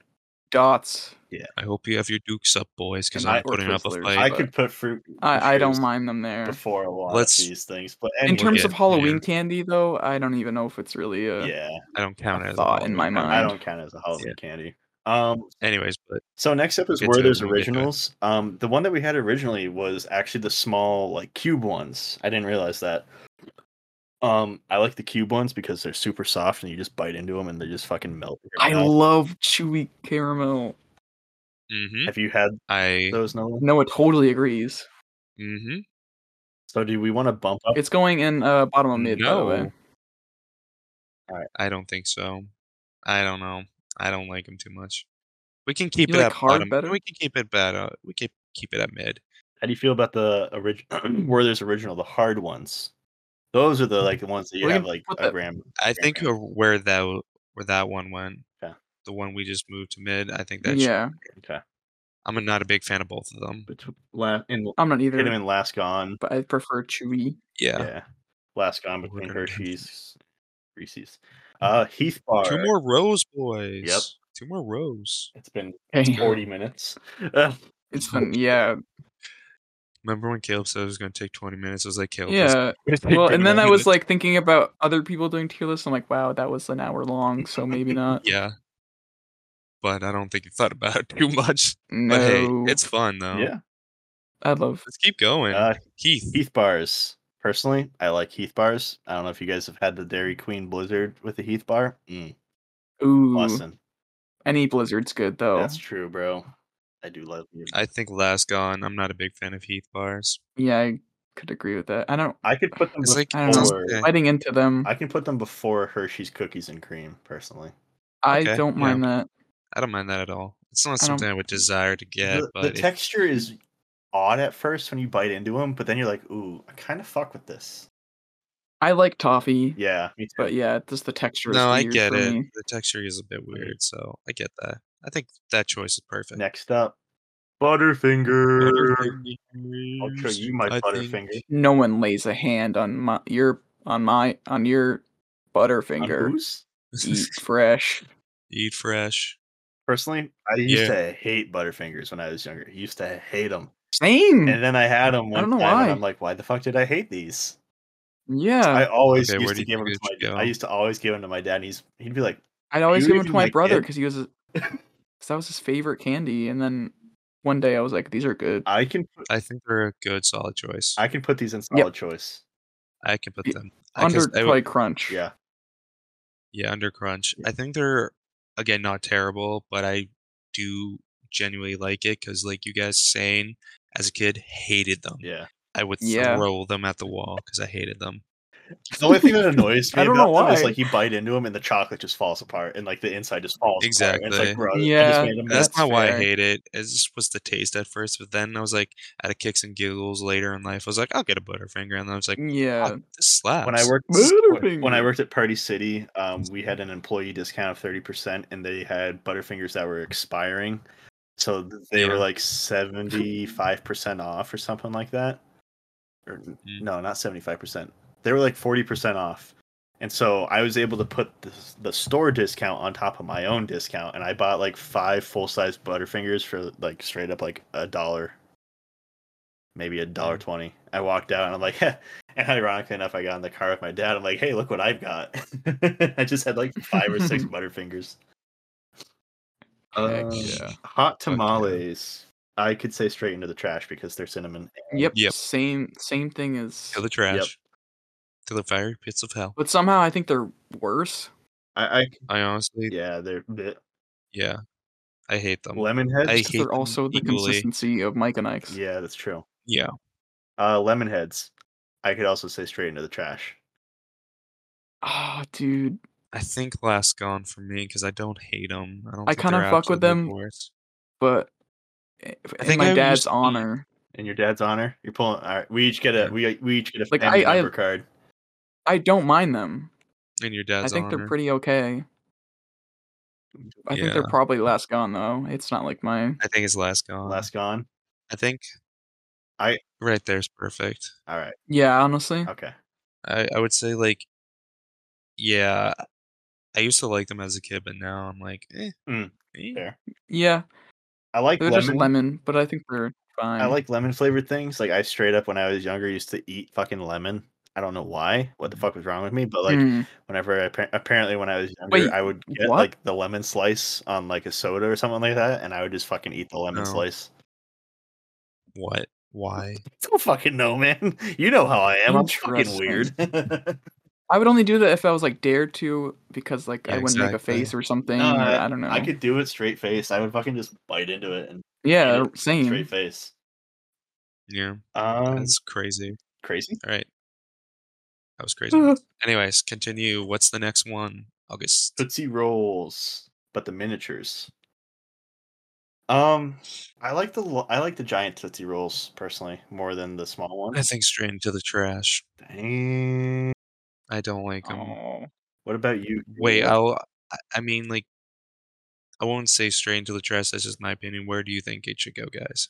[SPEAKER 1] dots.
[SPEAKER 2] I hope you have your dukes up, boys, because
[SPEAKER 1] And
[SPEAKER 2] I'm
[SPEAKER 1] I- or
[SPEAKER 2] putting up a
[SPEAKER 1] Twizzlers.
[SPEAKER 2] fight.
[SPEAKER 3] I
[SPEAKER 1] but
[SPEAKER 3] could put fruit.
[SPEAKER 1] I, I don't
[SPEAKER 3] gushers
[SPEAKER 1] mind them there.
[SPEAKER 3] Before a lot
[SPEAKER 2] Let's-
[SPEAKER 3] of these things, but
[SPEAKER 1] In
[SPEAKER 3] anyway,
[SPEAKER 1] terms
[SPEAKER 2] get
[SPEAKER 1] of Halloween
[SPEAKER 2] there.
[SPEAKER 1] candy, though, I don't even know if it's really a.
[SPEAKER 3] yeah,
[SPEAKER 2] I don't count it as a
[SPEAKER 1] thought in
[SPEAKER 2] holiday.
[SPEAKER 1] my
[SPEAKER 3] I
[SPEAKER 1] mind.
[SPEAKER 3] don't count it as a Halloween candy. Um,
[SPEAKER 2] Anyways, but
[SPEAKER 3] so next up is
[SPEAKER 2] Get to it
[SPEAKER 3] Werther's
[SPEAKER 2] when we get to it.
[SPEAKER 3] Originals. Um, the one that we had originally was actually the small like cube ones. I didn't realize that. Um, I like the cube ones because they're super soft and you just bite into them and they just fucking melt. in your
[SPEAKER 1] I
[SPEAKER 3] mouth.
[SPEAKER 1] love chewy caramel.
[SPEAKER 2] hmm
[SPEAKER 3] Have you had
[SPEAKER 2] I
[SPEAKER 3] those, Nolan?
[SPEAKER 1] Noah totally agrees.
[SPEAKER 2] hmm
[SPEAKER 3] So do we want to bump up?
[SPEAKER 1] It's going in uh, bottom of mid, by the way.
[SPEAKER 2] No. I don't think so. I don't know. I don't like them too much. We can keep
[SPEAKER 1] You
[SPEAKER 2] it
[SPEAKER 1] like
[SPEAKER 2] at
[SPEAKER 1] hard
[SPEAKER 2] bottom.
[SPEAKER 1] better?
[SPEAKER 2] We can keep it better. We can keep it at mid.
[SPEAKER 3] How do you feel about the original Werther's Original, the hard ones? Those are the like the ones that you
[SPEAKER 1] We
[SPEAKER 3] have
[SPEAKER 1] can
[SPEAKER 3] like
[SPEAKER 1] put
[SPEAKER 3] a
[SPEAKER 1] that-
[SPEAKER 3] gram.
[SPEAKER 2] I think uh, where that w- where that one went,
[SPEAKER 3] Yeah.
[SPEAKER 2] the one we just moved to mid. I think that's.
[SPEAKER 1] Yeah,
[SPEAKER 3] Okay.
[SPEAKER 2] I'm not a big fan of both of them.
[SPEAKER 3] Between la- in
[SPEAKER 1] I'm not
[SPEAKER 3] hit 'em in
[SPEAKER 1] either,
[SPEAKER 3] last gone.
[SPEAKER 1] but I prefer chewy.
[SPEAKER 2] Yeah.
[SPEAKER 3] Yeah. Last gone
[SPEAKER 2] We're
[SPEAKER 3] between
[SPEAKER 2] gonna get
[SPEAKER 3] Hershey's, Reese's. Uh, Heath Bar.
[SPEAKER 2] Two more rows, boys. Two more rows.
[SPEAKER 3] It's been
[SPEAKER 1] Hey,
[SPEAKER 3] forty minutes. Uh,
[SPEAKER 1] it's fun. Yeah,
[SPEAKER 2] Remember when Caleb said it was going to take 20 minutes? I was like, Caleb, this-
[SPEAKER 1] yeah.
[SPEAKER 2] it's gonna
[SPEAKER 1] Well,
[SPEAKER 2] take
[SPEAKER 1] and then
[SPEAKER 2] 20
[SPEAKER 1] I was
[SPEAKER 2] minutes.
[SPEAKER 1] like thinking about other people doing tier lists. I'm like, wow, that was an hour long, so maybe not.
[SPEAKER 2] yeah. But I don't think you thought about it too much. But
[SPEAKER 1] No,
[SPEAKER 2] hey, it's fun, though.
[SPEAKER 3] yeah.
[SPEAKER 1] I love.
[SPEAKER 2] Let's keep going.
[SPEAKER 3] Uh,
[SPEAKER 2] Heath.
[SPEAKER 3] Heath Bars. Personally, I like Heath Bars. I don't know if you guys have had the Dairy
[SPEAKER 2] Mm.
[SPEAKER 3] Queen Blizzard with the Heath Bar. Mm,
[SPEAKER 1] Ooh,
[SPEAKER 3] awesome.
[SPEAKER 1] any Blizzard's good
[SPEAKER 2] Oh.
[SPEAKER 1] though.
[SPEAKER 3] That's true, bro. I do love you.
[SPEAKER 2] I think last gone. I'm not a big fan of Heath bars.
[SPEAKER 1] Yeah, I could agree with that. I don't
[SPEAKER 3] I could put them
[SPEAKER 2] It's like
[SPEAKER 1] I don't
[SPEAKER 3] know.
[SPEAKER 2] okay.
[SPEAKER 1] biting into them.
[SPEAKER 3] I can put them before Hershey's cookies and cream, personally.
[SPEAKER 1] I
[SPEAKER 2] Okay,
[SPEAKER 1] don't
[SPEAKER 2] yeah.
[SPEAKER 1] mind that.
[SPEAKER 2] I don't mind that at all. It's not
[SPEAKER 1] I don't-
[SPEAKER 2] something I, would desire to get,
[SPEAKER 3] the,
[SPEAKER 2] but
[SPEAKER 3] the
[SPEAKER 2] it-
[SPEAKER 3] texture is odd at first when you bite into them, but then you're like, ooh, I kind of fuck with this.
[SPEAKER 1] I like toffee,
[SPEAKER 3] Yeah, me too.
[SPEAKER 1] but yeah, just the texture.
[SPEAKER 2] no, I
[SPEAKER 1] is weird
[SPEAKER 2] get
[SPEAKER 1] for
[SPEAKER 2] it.
[SPEAKER 1] me.
[SPEAKER 2] The texture is a bit weird, so I get that. I think that choice is perfect.
[SPEAKER 3] Next up, Butterfinger.
[SPEAKER 2] Butterfingers.
[SPEAKER 3] I'll show you my
[SPEAKER 2] I think-
[SPEAKER 3] Butterfinger.
[SPEAKER 1] No one lays a hand on my your on my on your
[SPEAKER 3] On
[SPEAKER 1] butterfinger.
[SPEAKER 3] whose?
[SPEAKER 1] Eat fresh.
[SPEAKER 2] Eat fresh.
[SPEAKER 3] Personally, I used
[SPEAKER 2] Yeah.
[SPEAKER 3] to hate Butterfingers when I was younger. I used to hate them,
[SPEAKER 1] Same.
[SPEAKER 3] and then I had them one
[SPEAKER 1] Hmm. I don't know
[SPEAKER 3] time,
[SPEAKER 1] why. Uh,
[SPEAKER 3] and I'm like, why the fuck did I hate these?
[SPEAKER 1] yeah,
[SPEAKER 3] I always
[SPEAKER 2] Okay, where do
[SPEAKER 3] used to
[SPEAKER 2] you
[SPEAKER 3] give them to
[SPEAKER 2] think
[SPEAKER 3] my.
[SPEAKER 2] it should
[SPEAKER 3] I
[SPEAKER 2] go?
[SPEAKER 3] used to always give them to my dad. And he's he'd be like,
[SPEAKER 1] I, would always
[SPEAKER 3] you
[SPEAKER 1] give them
[SPEAKER 3] even
[SPEAKER 1] to my
[SPEAKER 3] like
[SPEAKER 1] brother
[SPEAKER 3] it?
[SPEAKER 1] because he was, because that was his favorite candy. And then one day I was like, these are good.
[SPEAKER 3] I can put,
[SPEAKER 2] I think they're a good solid choice. I,
[SPEAKER 3] I can put these in solid choice.
[SPEAKER 2] can put
[SPEAKER 1] Y-
[SPEAKER 2] them I guess
[SPEAKER 1] Under
[SPEAKER 2] I would-
[SPEAKER 1] probably crunch.
[SPEAKER 3] Yeah,
[SPEAKER 2] Yeah, under crunch. I think they're again not terrible, but I do genuinely like it because, like you guys saying, as a kid, hated them.
[SPEAKER 3] Yeah.
[SPEAKER 2] I would
[SPEAKER 1] Yeah.
[SPEAKER 2] throw them at the wall because I hated them.
[SPEAKER 3] The only thing that annoys me
[SPEAKER 1] I don't
[SPEAKER 3] about
[SPEAKER 1] know
[SPEAKER 3] them is
[SPEAKER 1] why.
[SPEAKER 3] like you bite into them and the chocolate just falls apart and like the inside just falls. Apart. And it's
[SPEAKER 2] Exactly.
[SPEAKER 3] like, bro, I just
[SPEAKER 1] Yeah.
[SPEAKER 3] made a
[SPEAKER 2] That's,
[SPEAKER 3] mess.
[SPEAKER 2] not why I
[SPEAKER 1] fair.
[SPEAKER 2] hate it. It just was the taste at first, but then I was like, out of kicks and giggles later in life, I was like, I'll get a Butterfinger, and then I was like, oh,
[SPEAKER 1] Yeah.
[SPEAKER 2] "Fuck, this slaps.
[SPEAKER 3] when I worked
[SPEAKER 1] Butterfinger.
[SPEAKER 3] when I worked at Party City, um, we had an employee discount of thirty percent, and they had Butterfingers that were expiring, so th- they were
[SPEAKER 2] Yeah.
[SPEAKER 3] like seventy five percent off or something like that. Or n-
[SPEAKER 2] Mm.
[SPEAKER 3] no, not seventy five percent. They were like forty percent off, and so I was able to put the, s- the store discount on top of my own discount, and I bought like five full size Butterfingers for like straight up like a dollar. Maybe a dollar twenty. I walked out and I'm like, And ironically enough, I got in the car with my dad. I'm like, hey, look what I've got. I just had like five or six Butterfingers.
[SPEAKER 1] Heck
[SPEAKER 3] Um,
[SPEAKER 1] yeah.
[SPEAKER 3] Hot
[SPEAKER 2] yeah.
[SPEAKER 3] tamales. I could say straight into the trash because they're cinnamon.
[SPEAKER 1] Yep.
[SPEAKER 2] Yep.
[SPEAKER 1] Same same thing as
[SPEAKER 2] to the trash, to the fiery pits of hell.
[SPEAKER 1] but somehow I think they're worse.
[SPEAKER 3] I, I
[SPEAKER 2] I honestly, yeah,
[SPEAKER 3] yeah, they're bleh.
[SPEAKER 2] I hate them.
[SPEAKER 3] lemon heads.
[SPEAKER 1] But
[SPEAKER 2] I hate
[SPEAKER 1] They're
[SPEAKER 2] them
[SPEAKER 1] also the
[SPEAKER 2] equally.
[SPEAKER 1] consistency of Mike and Ike's.
[SPEAKER 3] yeah, that's true.
[SPEAKER 2] yeah,
[SPEAKER 3] Uh, lemon heads. I could also say straight into the trash.
[SPEAKER 1] Oh, dude.
[SPEAKER 2] I think last gone for me because I don't hate them. I don't.
[SPEAKER 1] I
[SPEAKER 2] think
[SPEAKER 1] kinda
[SPEAKER 2] they're
[SPEAKER 1] fuck with
[SPEAKER 2] absolutely
[SPEAKER 1] them.
[SPEAKER 2] worse.
[SPEAKER 1] But in
[SPEAKER 2] think I
[SPEAKER 1] my
[SPEAKER 2] would
[SPEAKER 1] dad's
[SPEAKER 2] just eat-
[SPEAKER 1] honor,
[SPEAKER 3] In your dad's honor, you're pulling. All right, we each get
[SPEAKER 2] Yeah.
[SPEAKER 3] a we we each get a
[SPEAKER 1] Like,
[SPEAKER 3] family
[SPEAKER 1] I- I-
[SPEAKER 3] member card.
[SPEAKER 1] I don't mind them.
[SPEAKER 2] And your dad's
[SPEAKER 1] I think
[SPEAKER 2] honor.
[SPEAKER 1] they're pretty okay. I think they're
[SPEAKER 2] Yeah.
[SPEAKER 1] probably last gone though. It's not like my
[SPEAKER 2] I think it's last gone.
[SPEAKER 3] Last gone.
[SPEAKER 2] I think.
[SPEAKER 3] I-
[SPEAKER 2] right there's perfect.
[SPEAKER 3] All right.
[SPEAKER 1] yeah. Honestly,
[SPEAKER 3] Okay.
[SPEAKER 2] I I would say like, yeah, I used to like them as a kid, but now I'm like, eh.
[SPEAKER 3] Mm,
[SPEAKER 2] eh.
[SPEAKER 3] fair.
[SPEAKER 1] yeah.
[SPEAKER 3] I like
[SPEAKER 1] They're just
[SPEAKER 3] lemon.
[SPEAKER 1] lemon, but I think they're fine.
[SPEAKER 3] I like lemon flavored things. Like I straight up when I was younger used to eat fucking lemon. I don't know why. What the fuck was wrong with me? But like
[SPEAKER 1] Mm.
[SPEAKER 3] whenever I, appa- apparently when I was younger,
[SPEAKER 1] Wait,
[SPEAKER 3] I would get
[SPEAKER 1] what?
[SPEAKER 3] like the lemon slice on like a soda or something like that, and I would just fucking eat the lemon
[SPEAKER 2] No.
[SPEAKER 3] slice.
[SPEAKER 2] What? Why?
[SPEAKER 3] Don't fucking know, man. You know how I am. I'm fucking
[SPEAKER 1] Interesting.
[SPEAKER 3] weird.
[SPEAKER 1] I would only do that if I was like dared to, because like I
[SPEAKER 2] Yeah,
[SPEAKER 1] wouldn't make a
[SPEAKER 2] exactly.
[SPEAKER 1] face or something.
[SPEAKER 3] No,
[SPEAKER 1] or
[SPEAKER 3] I-
[SPEAKER 1] I, don't know.
[SPEAKER 3] I could do it straight face. I would fucking just bite into it and
[SPEAKER 1] yeah,
[SPEAKER 3] eat it
[SPEAKER 1] same.
[SPEAKER 3] straight face.
[SPEAKER 2] Yeah,
[SPEAKER 3] Um,
[SPEAKER 2] that's crazy.
[SPEAKER 3] crazy.
[SPEAKER 2] All right, that was crazy.
[SPEAKER 1] Uh,
[SPEAKER 2] Anyways, continue. What's the next one? August.
[SPEAKER 3] Tootsie Rolls, but the miniatures. Um, I like the lo- I like the giant Tootsie Rolls personally more than the small
[SPEAKER 2] I
[SPEAKER 3] ones.
[SPEAKER 2] think straight into the trash.
[SPEAKER 3] Dang.
[SPEAKER 2] I don't like them.
[SPEAKER 1] oh.
[SPEAKER 3] What about you?
[SPEAKER 2] Wait, I'll.
[SPEAKER 3] Gabriel?
[SPEAKER 2] I- I mean, like, I won't say straight into the trash. That's just my opinion. Where do you think it should go, guys?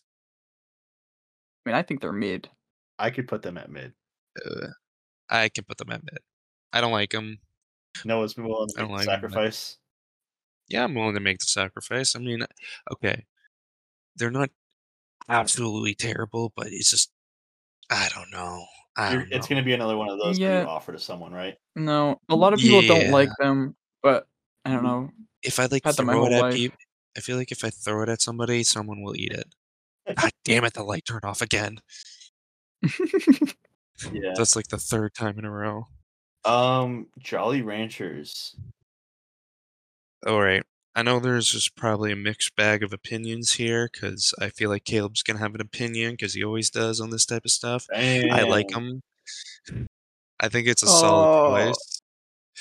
[SPEAKER 1] I mean, I think they're mid.
[SPEAKER 3] I could put them at mid.
[SPEAKER 2] Uh, I can put them at mid. I don't like them.
[SPEAKER 3] Noah's willing to
[SPEAKER 2] I don't
[SPEAKER 3] make the
[SPEAKER 2] like 'em, but-
[SPEAKER 3] sacrifice.
[SPEAKER 2] Yeah, I'm willing to make the sacrifice. I mean, okay, they're not absolutely terrible, but it's just I don't know. I
[SPEAKER 3] You're-
[SPEAKER 2] don't
[SPEAKER 3] It's
[SPEAKER 2] know.
[SPEAKER 3] gonna be another one of those that
[SPEAKER 1] Yeah.
[SPEAKER 3] you offer to someone, right?
[SPEAKER 1] No, a lot of people
[SPEAKER 2] Yeah.
[SPEAKER 1] don't like them, but I don't know.
[SPEAKER 2] if I like
[SPEAKER 1] had them my
[SPEAKER 2] throw it
[SPEAKER 1] whole
[SPEAKER 2] at
[SPEAKER 1] life.
[SPEAKER 2] people, I feel like if I throw it at somebody, someone will eat it. God damn it! The light turned off again.
[SPEAKER 3] Yeah.
[SPEAKER 2] That's like the third time in a row.
[SPEAKER 3] Um, Jolly Ranchers.
[SPEAKER 2] All right. I know there's just probably a mixed bag of opinions here because I feel like Caleb's going to have an opinion because he always does on this type of stuff. I like
[SPEAKER 3] Dang.
[SPEAKER 2] him. I think it's a solid
[SPEAKER 1] Oh.
[SPEAKER 2] choice.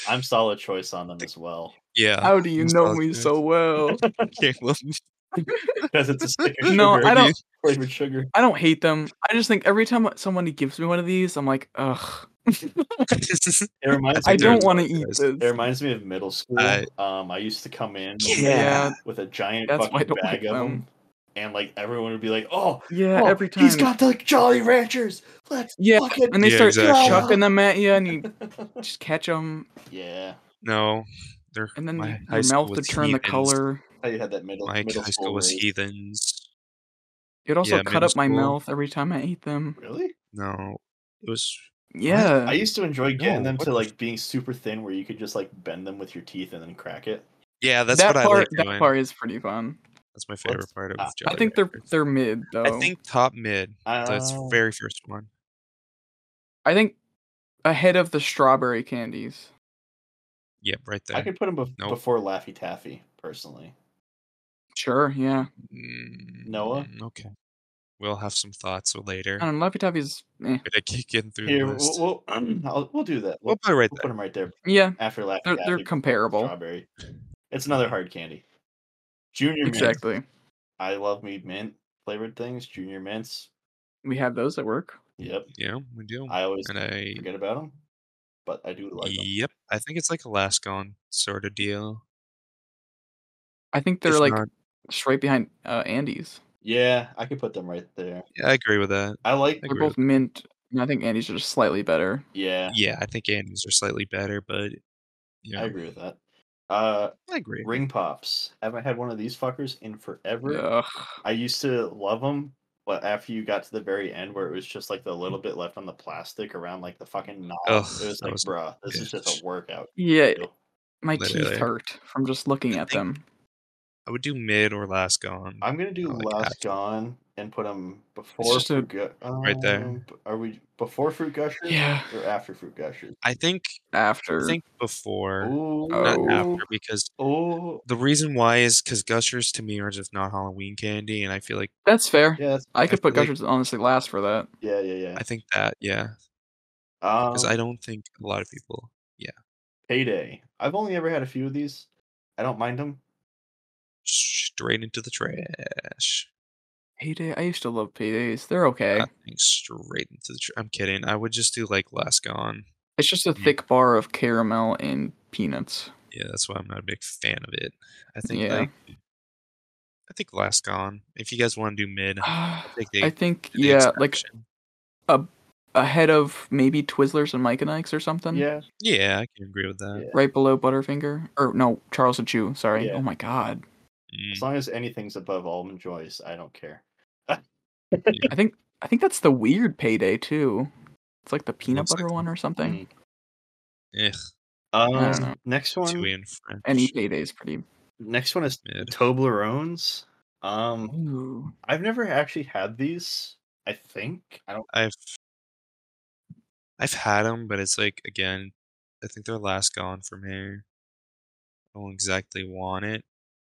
[SPEAKER 3] I'm solid choice on them as well
[SPEAKER 2] Yeah.
[SPEAKER 1] How do you
[SPEAKER 2] Ah, I'm
[SPEAKER 1] know
[SPEAKER 2] solid
[SPEAKER 1] me
[SPEAKER 2] choice.
[SPEAKER 1] so well?
[SPEAKER 2] Caleb.
[SPEAKER 3] because it's a stick of
[SPEAKER 1] No,
[SPEAKER 3] sugar,
[SPEAKER 1] I don't.
[SPEAKER 3] flavored sugar.
[SPEAKER 1] I don't hate them. I just think every time somebody gives me one of these, I'm like, ugh.
[SPEAKER 3] It reminds
[SPEAKER 1] I
[SPEAKER 3] me
[SPEAKER 2] they're
[SPEAKER 1] don't want to eat
[SPEAKER 2] delicious.
[SPEAKER 3] It
[SPEAKER 1] this.
[SPEAKER 3] reminds me of middle school.
[SPEAKER 2] I-
[SPEAKER 3] um, I used to come in with a-
[SPEAKER 1] Yeah.
[SPEAKER 3] with a giant
[SPEAKER 1] That's why I
[SPEAKER 3] fucking
[SPEAKER 1] don't
[SPEAKER 3] bag
[SPEAKER 1] like
[SPEAKER 3] of them.
[SPEAKER 1] them.
[SPEAKER 3] and like everyone would be like, "Oh,
[SPEAKER 1] Yeah,
[SPEAKER 3] oh,
[SPEAKER 1] every time.
[SPEAKER 3] he's got the Jolly Ranchers." Let's
[SPEAKER 1] yeah,
[SPEAKER 3] fucking
[SPEAKER 1] and they
[SPEAKER 2] Yeah,
[SPEAKER 1] start
[SPEAKER 2] exactly.
[SPEAKER 1] chucking them at you, and you just catch them,
[SPEAKER 3] yeah."
[SPEAKER 2] no. They're,
[SPEAKER 1] and then
[SPEAKER 2] my
[SPEAKER 1] you-
[SPEAKER 2] high
[SPEAKER 1] your
[SPEAKER 2] school
[SPEAKER 1] mouth would
[SPEAKER 2] was
[SPEAKER 1] turn the
[SPEAKER 2] heathens.
[SPEAKER 1] color.
[SPEAKER 3] How you had that middle
[SPEAKER 2] My
[SPEAKER 3] middle
[SPEAKER 2] high
[SPEAKER 3] school
[SPEAKER 2] school was
[SPEAKER 3] rage.
[SPEAKER 2] heathens.
[SPEAKER 1] It also
[SPEAKER 2] Yeah,
[SPEAKER 1] cut
[SPEAKER 2] middle
[SPEAKER 1] up my
[SPEAKER 2] school.
[SPEAKER 1] mouth every time I ate them.
[SPEAKER 3] Really?
[SPEAKER 2] No. It was
[SPEAKER 1] Yeah,
[SPEAKER 3] I used to enjoy getting
[SPEAKER 2] No,
[SPEAKER 3] them
[SPEAKER 2] what
[SPEAKER 3] to
[SPEAKER 2] the
[SPEAKER 3] like being super thin, where you could just like bend them with your teeth and then crack it.
[SPEAKER 2] Yeah, that's
[SPEAKER 1] that
[SPEAKER 2] what
[SPEAKER 1] part.
[SPEAKER 2] I like doing.
[SPEAKER 1] that part is pretty fun.
[SPEAKER 2] That's my favorite part of
[SPEAKER 3] uh,
[SPEAKER 2] Jolly
[SPEAKER 1] I think they're
[SPEAKER 2] Ranchers.
[SPEAKER 1] they're mid though.
[SPEAKER 2] I think top mid. That's
[SPEAKER 3] Oh.
[SPEAKER 2] very first one.
[SPEAKER 1] I think ahead of the strawberry candies.
[SPEAKER 2] Yep, right there.
[SPEAKER 3] I could put him bef-
[SPEAKER 2] Nope.
[SPEAKER 3] before Laffy Taffy, personally.
[SPEAKER 1] Sure, yeah.
[SPEAKER 2] Mm,
[SPEAKER 3] Noah?
[SPEAKER 2] Okay. We'll have some thoughts later.
[SPEAKER 1] I don't know. Laffy Taffy's. Eh.
[SPEAKER 2] But I keep getting through
[SPEAKER 3] Here,
[SPEAKER 2] the list. We'll,
[SPEAKER 3] we'll we'll, I'll, we'll do that. We'll,
[SPEAKER 2] put it right
[SPEAKER 3] we'll
[SPEAKER 2] there.
[SPEAKER 3] put him right there
[SPEAKER 1] Yeah,
[SPEAKER 3] after Laffy
[SPEAKER 1] they're,
[SPEAKER 3] Taffy.
[SPEAKER 1] they're comparable.
[SPEAKER 3] Strawberry. It's another hard candy. Junior mint.
[SPEAKER 1] Exactly.
[SPEAKER 3] I love me mint flavored things. Junior mints.
[SPEAKER 1] We have those at work.
[SPEAKER 3] Yep.
[SPEAKER 2] Yeah, we do.
[SPEAKER 3] I always
[SPEAKER 2] and I.
[SPEAKER 3] forget about them, but I do like them.
[SPEAKER 2] Yep. I think it's like a Alaskan sort of deal.
[SPEAKER 1] I think they're
[SPEAKER 2] If
[SPEAKER 1] like
[SPEAKER 2] not-
[SPEAKER 1] just right behind uh, Andy's.
[SPEAKER 3] Yeah, I could put them right there.
[SPEAKER 2] yeah, I agree with that.
[SPEAKER 3] I like.
[SPEAKER 1] They're
[SPEAKER 2] agree
[SPEAKER 1] both mint, and I think Andy's are just slightly better.
[SPEAKER 3] Yeah,
[SPEAKER 2] Yeah, I think Andes are slightly better, but. Yeah,
[SPEAKER 3] I agree with that. Uh,
[SPEAKER 2] I agree.
[SPEAKER 3] ring pops. Haven't had one of these fuckers in forever.
[SPEAKER 1] Ugh.
[SPEAKER 3] I used to love them, but after you got to the very end where it was just like the little bit left on the plastic around like the fucking knob,
[SPEAKER 2] Ugh,
[SPEAKER 3] it was
[SPEAKER 2] that
[SPEAKER 3] like,
[SPEAKER 2] was a
[SPEAKER 3] bruh, this is just
[SPEAKER 2] bitch.
[SPEAKER 3] a workout.
[SPEAKER 1] Yeah,
[SPEAKER 3] deal."
[SPEAKER 1] my
[SPEAKER 2] Literally.
[SPEAKER 1] teeth hurt from just looking
[SPEAKER 2] I
[SPEAKER 1] at
[SPEAKER 2] think-
[SPEAKER 1] them.
[SPEAKER 2] I would do mid or Alaskan.
[SPEAKER 3] I'm gonna do
[SPEAKER 2] I like
[SPEAKER 3] Last
[SPEAKER 2] that.
[SPEAKER 3] Gone and put them before
[SPEAKER 1] just a-
[SPEAKER 3] Fruit Gu-
[SPEAKER 2] right there.
[SPEAKER 3] um, b- Are we before Fruit Gushers
[SPEAKER 1] Yeah.
[SPEAKER 3] or after Fruit Gushers?
[SPEAKER 2] I think I
[SPEAKER 1] After
[SPEAKER 2] think before,
[SPEAKER 3] Ooh,
[SPEAKER 2] not
[SPEAKER 1] Oh.
[SPEAKER 2] after, because
[SPEAKER 3] oh,
[SPEAKER 2] the reason why is because Gushers to me are just not Halloween candy, and I feel like
[SPEAKER 1] that's fair.
[SPEAKER 3] yeah, that's-
[SPEAKER 1] I could put
[SPEAKER 2] feel like-
[SPEAKER 1] Gushers honestly last for that.
[SPEAKER 3] yeah, yeah,
[SPEAKER 2] I think that yeah,
[SPEAKER 3] yeah. Um,
[SPEAKER 2] because I don't think a lot of people.
[SPEAKER 3] payday. I've only ever had a few of these. I don't mind them.
[SPEAKER 2] straight into the trash.
[SPEAKER 1] Payday. I used to love paydays. They're okay.
[SPEAKER 2] I think straight into the trash. I'm kidding. I would just do like last gone.
[SPEAKER 1] It's just a
[SPEAKER 2] Mm.
[SPEAKER 1] thick bar of caramel and peanuts.
[SPEAKER 2] Yeah, that's why I'm not a big fan of it. I think
[SPEAKER 1] Yeah.
[SPEAKER 2] like I think last gone. If you guys want to do mid, I
[SPEAKER 1] I
[SPEAKER 2] think they,
[SPEAKER 1] think
[SPEAKER 2] the
[SPEAKER 1] yeah, like
[SPEAKER 2] extraction.
[SPEAKER 1] ahead of maybe Twizzlers and Mike and Ike's or something.
[SPEAKER 3] Yeah,
[SPEAKER 2] yeah, I can agree with that.
[SPEAKER 3] yeah.
[SPEAKER 1] Right below Butterfinger, or no, Charles and Chew. Sorry.
[SPEAKER 3] Yeah.
[SPEAKER 1] Oh my God.
[SPEAKER 2] Mm,
[SPEAKER 3] As long as anything's above almond joys, I don't care.
[SPEAKER 1] I think I think that's the weird payday too. It's like the peanut
[SPEAKER 2] Looks like
[SPEAKER 1] butter one or something.
[SPEAKER 3] Mm.
[SPEAKER 2] eh,
[SPEAKER 1] don't
[SPEAKER 3] Um,
[SPEAKER 1] know.
[SPEAKER 3] next
[SPEAKER 2] Chewy
[SPEAKER 3] one.
[SPEAKER 2] and French.
[SPEAKER 1] Any payday's pretty.
[SPEAKER 3] Next one is
[SPEAKER 2] mid.
[SPEAKER 3] Toblerones. Um,
[SPEAKER 1] Ooh.
[SPEAKER 3] I've never actually had these. I think I don't.
[SPEAKER 2] I've I've had them, but it's like again, I think they're last gone from here. I don't exactly want it,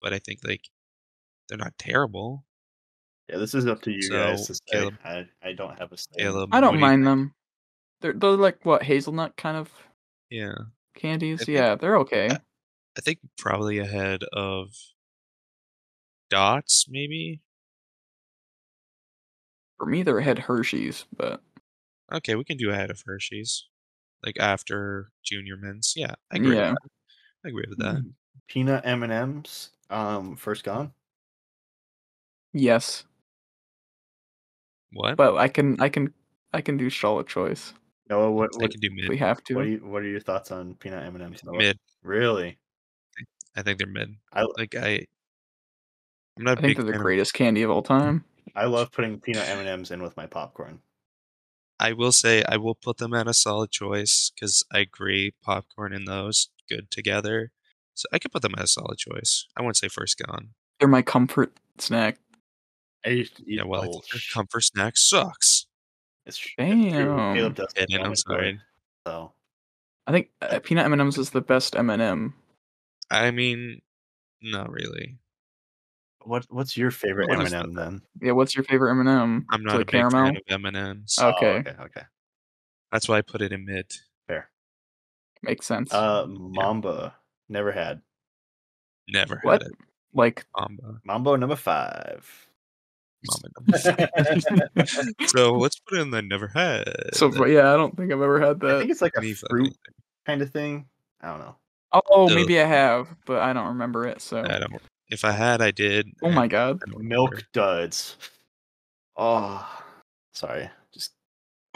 [SPEAKER 2] but I think like they're not terrible.
[SPEAKER 3] Yeah, this is up to you guys
[SPEAKER 2] So,
[SPEAKER 3] to say.
[SPEAKER 2] Caleb-
[SPEAKER 3] I, I don't have a say.
[SPEAKER 2] Caleb,
[SPEAKER 1] I
[SPEAKER 2] what
[SPEAKER 1] don't
[SPEAKER 2] do you
[SPEAKER 1] mind them. They're they're like what hazelnut kind of
[SPEAKER 2] think? Yeah,
[SPEAKER 1] candies.
[SPEAKER 2] think-
[SPEAKER 1] yeah, they're okay.
[SPEAKER 2] I think probably ahead of dots, maybe.
[SPEAKER 1] For me, they're ahead Hershey's, but
[SPEAKER 2] Okay, we can do ahead of Hershey's, like after Junior Mints. Yeah, I agree.
[SPEAKER 1] Yeah. Mm-hmm.
[SPEAKER 2] With that. I agree with that.
[SPEAKER 3] Peanut M and M's. Um, first gone.
[SPEAKER 1] yes.
[SPEAKER 2] What?
[SPEAKER 1] But I can I can I can do Charlotte choice.
[SPEAKER 3] Noah, what
[SPEAKER 2] I
[SPEAKER 3] what,
[SPEAKER 2] can do
[SPEAKER 1] If we
[SPEAKER 2] mid.
[SPEAKER 1] have
[SPEAKER 3] what, are
[SPEAKER 1] to.
[SPEAKER 3] you, what are your thoughts on peanut M and M's?
[SPEAKER 2] Mid.
[SPEAKER 3] Really?
[SPEAKER 2] I think they're mid.
[SPEAKER 3] I
[SPEAKER 2] Like I, I'm not.
[SPEAKER 1] I
[SPEAKER 2] a
[SPEAKER 1] think
[SPEAKER 2] big
[SPEAKER 1] they're the
[SPEAKER 2] fan of
[SPEAKER 1] greatest candy of all time.
[SPEAKER 3] I love putting peanut M and M's in with my popcorn.
[SPEAKER 2] I will say I will put them at a solid choice because I agree popcorn and those good together. So I could put them at a solid choice. I wouldn't say first gone.
[SPEAKER 1] They're my comfort snack.
[SPEAKER 3] I used to eat.
[SPEAKER 2] Yeah, well, I
[SPEAKER 3] oh,
[SPEAKER 2] think their
[SPEAKER 3] sh-
[SPEAKER 2] comfort snack sucks.
[SPEAKER 3] it's, sh- it's true.
[SPEAKER 1] Damn.
[SPEAKER 3] Caleb does
[SPEAKER 2] And
[SPEAKER 3] not
[SPEAKER 2] I'm
[SPEAKER 3] enjoy
[SPEAKER 2] sorry.
[SPEAKER 3] it, So
[SPEAKER 1] I think uh, peanut M&M's is the best M&M.
[SPEAKER 2] I mean, not really.
[SPEAKER 3] what what's your favorite
[SPEAKER 2] Well,
[SPEAKER 3] M
[SPEAKER 2] that's
[SPEAKER 3] and M then?
[SPEAKER 1] Yeah, what's your favorite M&M?
[SPEAKER 2] I'm not
[SPEAKER 1] So
[SPEAKER 2] a big
[SPEAKER 1] caramel.
[SPEAKER 2] fan of M&Ms.
[SPEAKER 1] Oh.
[SPEAKER 3] Oh,
[SPEAKER 1] Okay.
[SPEAKER 3] okay. Okay.
[SPEAKER 2] That's why I put it in mid.
[SPEAKER 3] Fair.
[SPEAKER 1] Makes sense.
[SPEAKER 3] Uh, Mamba. Never had.
[SPEAKER 2] Never
[SPEAKER 1] What?
[SPEAKER 2] had it.
[SPEAKER 1] like
[SPEAKER 2] Mamba.
[SPEAKER 3] Mambo number five.
[SPEAKER 2] Mamba number five. so let's put in the never had.
[SPEAKER 1] so but yeah, I don't think I've ever had
[SPEAKER 3] I think
[SPEAKER 1] that.
[SPEAKER 3] it's like a
[SPEAKER 2] Any fucking
[SPEAKER 3] fruit
[SPEAKER 2] thing.
[SPEAKER 3] kind of thing. I don't know.
[SPEAKER 1] Oh,
[SPEAKER 2] Ugh.
[SPEAKER 1] maybe I have, but I don't remember it. So
[SPEAKER 2] I don't- If I had, I did.
[SPEAKER 1] Oh my god.
[SPEAKER 3] Milk duds. Oh, sorry. Just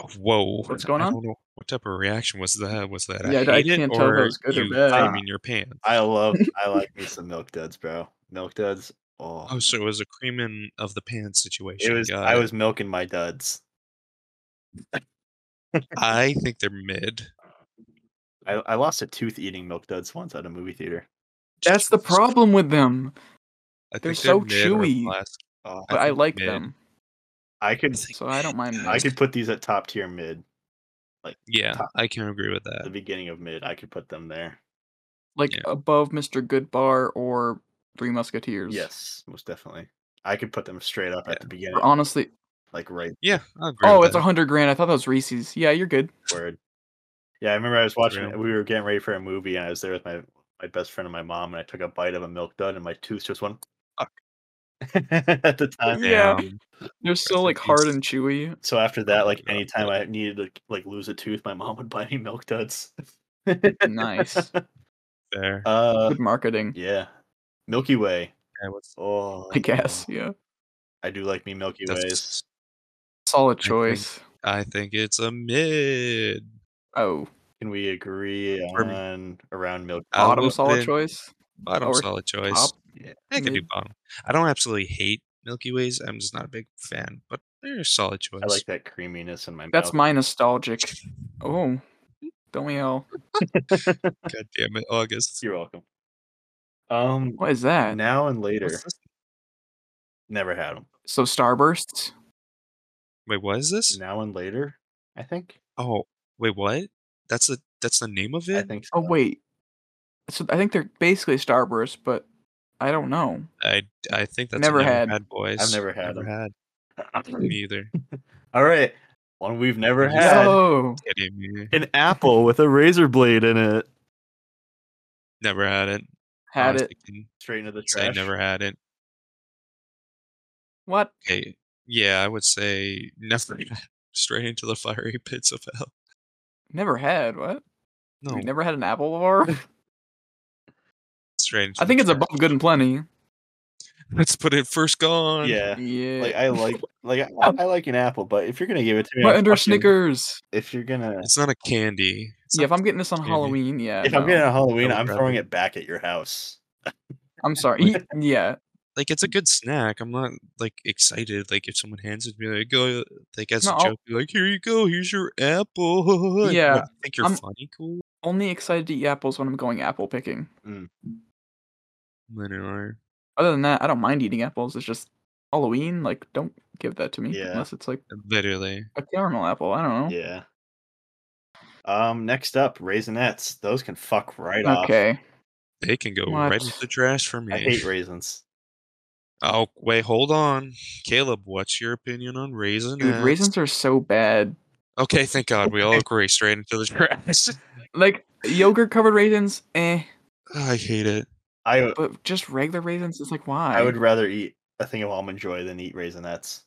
[SPEAKER 2] Oh, Whoa!
[SPEAKER 1] What's going
[SPEAKER 2] I
[SPEAKER 1] on?
[SPEAKER 2] don't know what type of reaction was that? Was that
[SPEAKER 1] Yeah, I-
[SPEAKER 2] I,
[SPEAKER 1] I
[SPEAKER 2] hate
[SPEAKER 1] can't
[SPEAKER 2] it,
[SPEAKER 1] tell if
[SPEAKER 2] or
[SPEAKER 1] that was good or
[SPEAKER 2] you
[SPEAKER 1] bad.
[SPEAKER 2] came in your pants?
[SPEAKER 3] I love. I like me some milk duds, bro. Milk duds. Oh,
[SPEAKER 2] oh, so it was a creaming of the pants situation.
[SPEAKER 3] it was.
[SPEAKER 2] got
[SPEAKER 3] I
[SPEAKER 2] it.
[SPEAKER 3] was milking my duds.
[SPEAKER 2] I think they're mid.
[SPEAKER 3] I, I lost a tooth eating milk duds once at a movie theater.
[SPEAKER 1] That's the
[SPEAKER 2] Jesus.
[SPEAKER 1] problem with them.
[SPEAKER 2] I think
[SPEAKER 1] They're so
[SPEAKER 2] mid or
[SPEAKER 1] chewy,
[SPEAKER 2] last-
[SPEAKER 3] Oh,
[SPEAKER 1] But I,
[SPEAKER 2] think
[SPEAKER 1] like
[SPEAKER 2] mid.
[SPEAKER 1] them,
[SPEAKER 3] I could.
[SPEAKER 2] think-
[SPEAKER 1] so I don't mind.
[SPEAKER 2] I
[SPEAKER 1] Them.
[SPEAKER 3] I could put these at top tier mid.
[SPEAKER 2] Yeah,
[SPEAKER 3] Top.
[SPEAKER 2] I can agree with
[SPEAKER 3] The
[SPEAKER 2] that.
[SPEAKER 3] beginning of mid. I could put them there.
[SPEAKER 1] like
[SPEAKER 2] Yeah.
[SPEAKER 1] above Mr. Goodbar or Three Musketeers.
[SPEAKER 3] Yes, most definitely. I could put them straight up at the beginning,
[SPEAKER 1] Or honestly,
[SPEAKER 3] like right
[SPEAKER 2] Yeah, I agree
[SPEAKER 1] oh,
[SPEAKER 2] with
[SPEAKER 1] it's a
[SPEAKER 2] that.
[SPEAKER 1] hundred grand. I thought that was Reese's. Yeah, you're good.
[SPEAKER 3] word. Yeah, I remember I was watching.
[SPEAKER 2] Real.
[SPEAKER 3] We were getting ready for a movie, and I was there with my my best friend and my mom, and I took a bite of a milk dud, and my tooth just went
[SPEAKER 2] Fuck.
[SPEAKER 3] at the time.
[SPEAKER 1] Yeah.
[SPEAKER 2] Damn.
[SPEAKER 1] They're so
[SPEAKER 2] in
[SPEAKER 1] like hard
[SPEAKER 2] peace.
[SPEAKER 1] and chewy.
[SPEAKER 3] So after that, like
[SPEAKER 2] Yeah.
[SPEAKER 3] anytime I needed to like lose a tooth, my mom would buy me milk duds.
[SPEAKER 1] Nice.
[SPEAKER 2] Uh, Fair.
[SPEAKER 3] Uh,
[SPEAKER 1] Good marketing,
[SPEAKER 3] yeah, Milky Way.
[SPEAKER 2] That was-
[SPEAKER 3] Oh,
[SPEAKER 1] I guess. Yeah,
[SPEAKER 3] I do like me Milky
[SPEAKER 2] that's-
[SPEAKER 3] Ways.
[SPEAKER 1] solid
[SPEAKER 2] think-
[SPEAKER 1] choice.
[SPEAKER 2] I think it's a mid.
[SPEAKER 1] Oh,
[SPEAKER 3] Can we agree
[SPEAKER 2] For me.
[SPEAKER 3] on around Milky?
[SPEAKER 2] I
[SPEAKER 1] bottom
[SPEAKER 2] would've
[SPEAKER 1] solid
[SPEAKER 2] been
[SPEAKER 1] choice.
[SPEAKER 2] Bottom
[SPEAKER 1] or
[SPEAKER 2] solid choice.
[SPEAKER 1] Top.
[SPEAKER 2] I could do
[SPEAKER 1] mid.
[SPEAKER 2] bottom. I don't absolutely hate Milky Ways. I'm just not a big fan, but they're a solid choice.
[SPEAKER 3] I like that creaminess in my mouth.
[SPEAKER 1] That's my nostalgic. Oh, don't we all?
[SPEAKER 2] God damn it, August.
[SPEAKER 3] You're welcome. Um,
[SPEAKER 1] What is that?
[SPEAKER 3] now and later,
[SPEAKER 2] What's this?
[SPEAKER 3] never had them.
[SPEAKER 1] So starbursts.
[SPEAKER 2] Wait, what is this?
[SPEAKER 3] Now and later, I think.
[SPEAKER 2] Oh, wait, what? That's the that's the name of
[SPEAKER 3] I
[SPEAKER 2] it.
[SPEAKER 3] think. So.
[SPEAKER 1] Oh wait. So I think they're basically starbursts, but I don't know.
[SPEAKER 2] I I think that's a
[SPEAKER 1] Never
[SPEAKER 2] never
[SPEAKER 1] had.
[SPEAKER 2] had boys.
[SPEAKER 3] I've never had
[SPEAKER 2] never
[SPEAKER 3] 'em.
[SPEAKER 2] had me either.
[SPEAKER 3] All right, one we've never
[SPEAKER 2] Yeah.
[SPEAKER 3] had:
[SPEAKER 1] Oh,
[SPEAKER 2] Kidding me.
[SPEAKER 3] an apple with a razor blade in it.
[SPEAKER 2] Never had it.
[SPEAKER 1] had
[SPEAKER 2] Honestly,
[SPEAKER 1] it.
[SPEAKER 2] can
[SPEAKER 3] Straight into the
[SPEAKER 2] Say
[SPEAKER 3] trash.
[SPEAKER 2] never had it.
[SPEAKER 1] What?
[SPEAKER 2] Okay, yeah, I would say never. Straight into the fiery pits of hell.
[SPEAKER 1] Never had what?
[SPEAKER 2] No,
[SPEAKER 1] We never had an apple bar.
[SPEAKER 2] straight. Into
[SPEAKER 1] I
[SPEAKER 2] the
[SPEAKER 1] think it's
[SPEAKER 2] trash.
[SPEAKER 1] above good and plenty.
[SPEAKER 2] Let's put it first gone.
[SPEAKER 3] Yeah.
[SPEAKER 1] Yeah.
[SPEAKER 3] Like I like, like I, I like an apple, but if you're gonna give it to me,
[SPEAKER 1] but
[SPEAKER 3] I'm
[SPEAKER 1] under
[SPEAKER 3] fucking-
[SPEAKER 1] Snickers.
[SPEAKER 3] if you're gonna,
[SPEAKER 2] It's not a candy. It's
[SPEAKER 1] Yeah,
[SPEAKER 2] not
[SPEAKER 1] if I'm getting this on
[SPEAKER 2] candy.
[SPEAKER 1] Halloween, yeah.
[SPEAKER 3] if I'm getting a Halloween,
[SPEAKER 2] would
[SPEAKER 3] I'm
[SPEAKER 2] rather-
[SPEAKER 3] throwing it back at your house.
[SPEAKER 1] I'm sorry. Eat- yeah.
[SPEAKER 2] like it's a good snack. I'm not like excited. Like if someone hands it to me, like go, like as
[SPEAKER 1] No,
[SPEAKER 2] a
[SPEAKER 1] I'll-
[SPEAKER 2] joke, be like here you go, here's your apple. Like,
[SPEAKER 1] Yeah,
[SPEAKER 2] what, think you're
[SPEAKER 1] I'm-
[SPEAKER 2] funny, cool.
[SPEAKER 1] Only excited to eat apples when I'm going apple picking.
[SPEAKER 2] Then you are.
[SPEAKER 1] Other than that, I don't mind eating apples. It's just Halloween. Like, don't give that to me
[SPEAKER 3] Yeah.
[SPEAKER 1] unless it's like
[SPEAKER 2] Literally,
[SPEAKER 1] a caramel apple. I don't know.
[SPEAKER 3] Yeah. Um. Next up, raisinets. Those can fuck right off.
[SPEAKER 1] okay.
[SPEAKER 2] they can go right into
[SPEAKER 1] What?
[SPEAKER 2] the trash for me.
[SPEAKER 3] I hate raisins.
[SPEAKER 2] oh wait, hold on, Caleb. What's your opinion on raisin?
[SPEAKER 1] Dude, raisins are so bad.
[SPEAKER 2] Okay, thank God we all agree. Straight into the trash.
[SPEAKER 1] Like yogurt covered raisins, eh?
[SPEAKER 2] I hate it.
[SPEAKER 3] I
[SPEAKER 1] But just regular raisins, it's like why?
[SPEAKER 3] I would rather eat a thing of almond joy than eat raisinets.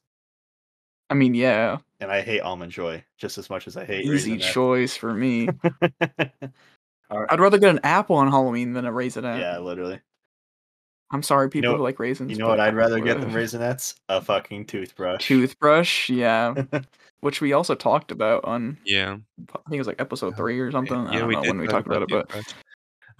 [SPEAKER 1] I mean, yeah,
[SPEAKER 3] And I hate almond joy just as much as I hate
[SPEAKER 1] easy
[SPEAKER 3] Raisinets.
[SPEAKER 1] choice for me.
[SPEAKER 3] All right.
[SPEAKER 1] I'd rather get an apple on Halloween than a raisinette.
[SPEAKER 3] Yeah, literally.
[SPEAKER 1] I'm sorry, people
[SPEAKER 3] know-
[SPEAKER 1] who like raisins.
[SPEAKER 3] You know
[SPEAKER 1] but
[SPEAKER 3] what I'd rather get than
[SPEAKER 1] ugh.
[SPEAKER 3] raisinets? A fucking toothbrush.
[SPEAKER 1] Toothbrush, yeah, which we also talked about on
[SPEAKER 2] Yeah.
[SPEAKER 1] I think it was like episode three or something. I
[SPEAKER 2] yeah,
[SPEAKER 1] don't know
[SPEAKER 2] did
[SPEAKER 1] when we
[SPEAKER 2] talk
[SPEAKER 1] talked about it, but
[SPEAKER 2] toothbrush.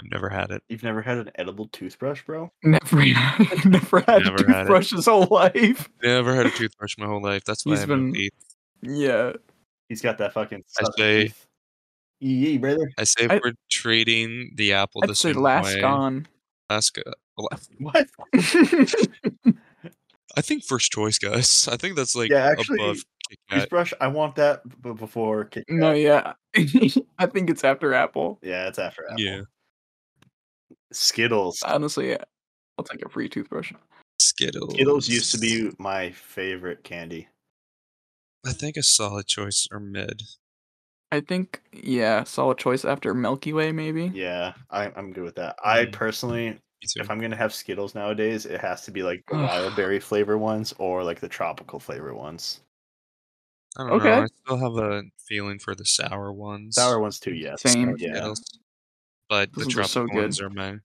[SPEAKER 2] I've never had it.
[SPEAKER 3] You've never had an edible toothbrush, bro?
[SPEAKER 1] never, never had
[SPEAKER 2] Never
[SPEAKER 1] a
[SPEAKER 2] had it.
[SPEAKER 1] toothbrush his whole life.
[SPEAKER 2] Never had a toothbrush my whole life. That's why
[SPEAKER 1] He's
[SPEAKER 2] I haven't
[SPEAKER 1] been-
[SPEAKER 2] eaten.
[SPEAKER 1] Yeah,
[SPEAKER 3] He's got that fucking.
[SPEAKER 2] I
[SPEAKER 3] suck
[SPEAKER 2] say-
[SPEAKER 3] teeth. Yee, brother.
[SPEAKER 2] I say
[SPEAKER 1] I-
[SPEAKER 2] we're trading the apple
[SPEAKER 1] I'd
[SPEAKER 2] the
[SPEAKER 1] say
[SPEAKER 2] same
[SPEAKER 1] last
[SPEAKER 2] way.
[SPEAKER 1] gone.
[SPEAKER 2] Alaska. Ala-
[SPEAKER 3] What?
[SPEAKER 2] I think first choice, guys. I think that's like
[SPEAKER 3] Yeah, actually,
[SPEAKER 2] above Kit Kat.
[SPEAKER 3] Toothbrush. I want that b- before. Kit Kat.
[SPEAKER 1] no, yeah, I think it's after apple.
[SPEAKER 3] Yeah, it's after apple.
[SPEAKER 2] Yeah,
[SPEAKER 3] Skittles.
[SPEAKER 1] Honestly, yeah. I'll take a free toothbrush.
[SPEAKER 2] Skittles.
[SPEAKER 3] Skittles used to be my favorite candy.
[SPEAKER 2] I think a solid choice or mid.
[SPEAKER 1] I think, yeah, solid choice after Milky Way, maybe.
[SPEAKER 3] Yeah, I, I'm good with that. I
[SPEAKER 1] Mm.
[SPEAKER 2] Mhm.
[SPEAKER 3] personally,
[SPEAKER 2] Me too.
[SPEAKER 3] if I'm gonna have Skittles nowadays, it has to be like the wild berry flavor ones or like the tropical flavor ones.
[SPEAKER 2] I don't
[SPEAKER 1] Okay.
[SPEAKER 2] know. I still have a feeling for the sour ones.
[SPEAKER 3] Sour ones too, yes.
[SPEAKER 1] Same.
[SPEAKER 3] Yeah.
[SPEAKER 2] Skittles. But the
[SPEAKER 1] Those are so
[SPEAKER 2] tropical
[SPEAKER 1] good.
[SPEAKER 2] ones are my.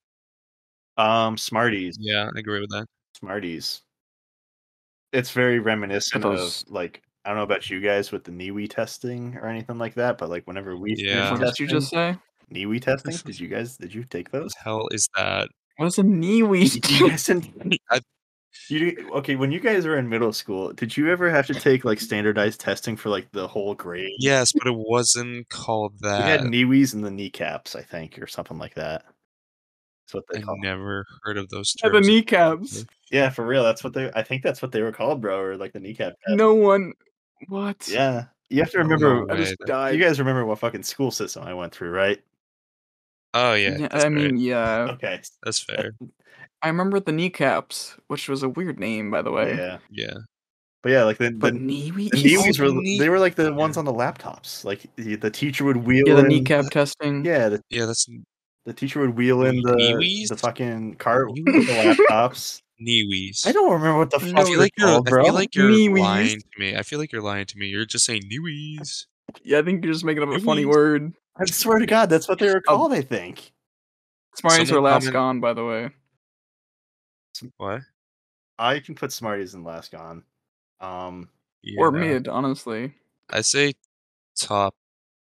[SPEAKER 3] Um, Smarties,
[SPEAKER 2] Yeah, I agree with that.
[SPEAKER 3] Smarties. It's very reminiscent
[SPEAKER 1] those-
[SPEAKER 3] of like I don't know about you guys with the Niwi testing or anything like that, but like whenever we finished
[SPEAKER 2] Yeah.
[SPEAKER 1] What did you just say?
[SPEAKER 3] Niwi testing, did you guys did you take
[SPEAKER 2] What
[SPEAKER 3] those?
[SPEAKER 2] the hell is that?
[SPEAKER 1] What is a knee
[SPEAKER 3] Did you
[SPEAKER 1] weed?
[SPEAKER 3] guys in-
[SPEAKER 2] I-
[SPEAKER 3] You do- okay? When you guys were in middle school, did you ever have to take like standardized testing for like the whole grade?
[SPEAKER 2] Yes, but it wasn't called
[SPEAKER 3] we
[SPEAKER 2] that.
[SPEAKER 3] had kneewees and the kneecaps, I think, or something like that. That's what they
[SPEAKER 2] I
[SPEAKER 3] call. 'em.
[SPEAKER 2] never heard of those
[SPEAKER 1] Yeah, the
[SPEAKER 2] terms.
[SPEAKER 1] kneecaps.
[SPEAKER 3] Yeah, for real. That's what they. I think that's what they were called, bro, or like the kneecap. cap.
[SPEAKER 1] No one. What?
[SPEAKER 3] Yeah, you have to
[SPEAKER 2] No
[SPEAKER 3] remember.
[SPEAKER 1] I
[SPEAKER 2] way.
[SPEAKER 1] just died.
[SPEAKER 3] You guys remember what fucking school system I went through, right?
[SPEAKER 2] Oh yeah.
[SPEAKER 1] Yeah,
[SPEAKER 2] that's
[SPEAKER 1] I mean,
[SPEAKER 2] right.
[SPEAKER 1] yeah.
[SPEAKER 3] Okay.
[SPEAKER 2] that's fair.
[SPEAKER 1] I remember the kneecaps, which was a weird name, by the way.
[SPEAKER 3] Yeah.
[SPEAKER 2] Yeah.
[SPEAKER 3] But yeah, like the, the,
[SPEAKER 1] But knee
[SPEAKER 3] the Niwis were
[SPEAKER 2] knee-
[SPEAKER 3] they were like the ones on the laptops. Like the, the teacher would wheel
[SPEAKER 1] Yeah, the
[SPEAKER 3] in
[SPEAKER 1] kneecap testing.
[SPEAKER 3] Yeah, the,
[SPEAKER 2] Yeah, that's
[SPEAKER 3] the teacher would wheel in the,
[SPEAKER 2] Niwis?
[SPEAKER 3] the fucking cart with
[SPEAKER 2] Niwis?
[SPEAKER 3] the laptops.
[SPEAKER 2] Niwis.
[SPEAKER 3] I don't remember what the
[SPEAKER 1] No,
[SPEAKER 3] fuck
[SPEAKER 2] Oh, I
[SPEAKER 3] they're
[SPEAKER 2] feel like you're.
[SPEAKER 3] called,
[SPEAKER 2] I feel
[SPEAKER 3] bro.
[SPEAKER 2] like you're
[SPEAKER 1] Niwis.
[SPEAKER 2] lying to me. I feel like you're lying to me. You're just saying Niwis.
[SPEAKER 1] Yeah, I think you're just making up a funny
[SPEAKER 2] Niwis.
[SPEAKER 1] word.
[SPEAKER 3] I swear to God, that's what they were
[SPEAKER 1] Oh.
[SPEAKER 3] called. I think.
[SPEAKER 1] Smarties were
[SPEAKER 2] Someone
[SPEAKER 1] last
[SPEAKER 2] comment-
[SPEAKER 1] gone, by the way.
[SPEAKER 2] What?
[SPEAKER 3] I can put Smarties and Last Gone. Um,
[SPEAKER 1] Or
[SPEAKER 2] Yeah.
[SPEAKER 1] mid, honestly.
[SPEAKER 2] I say top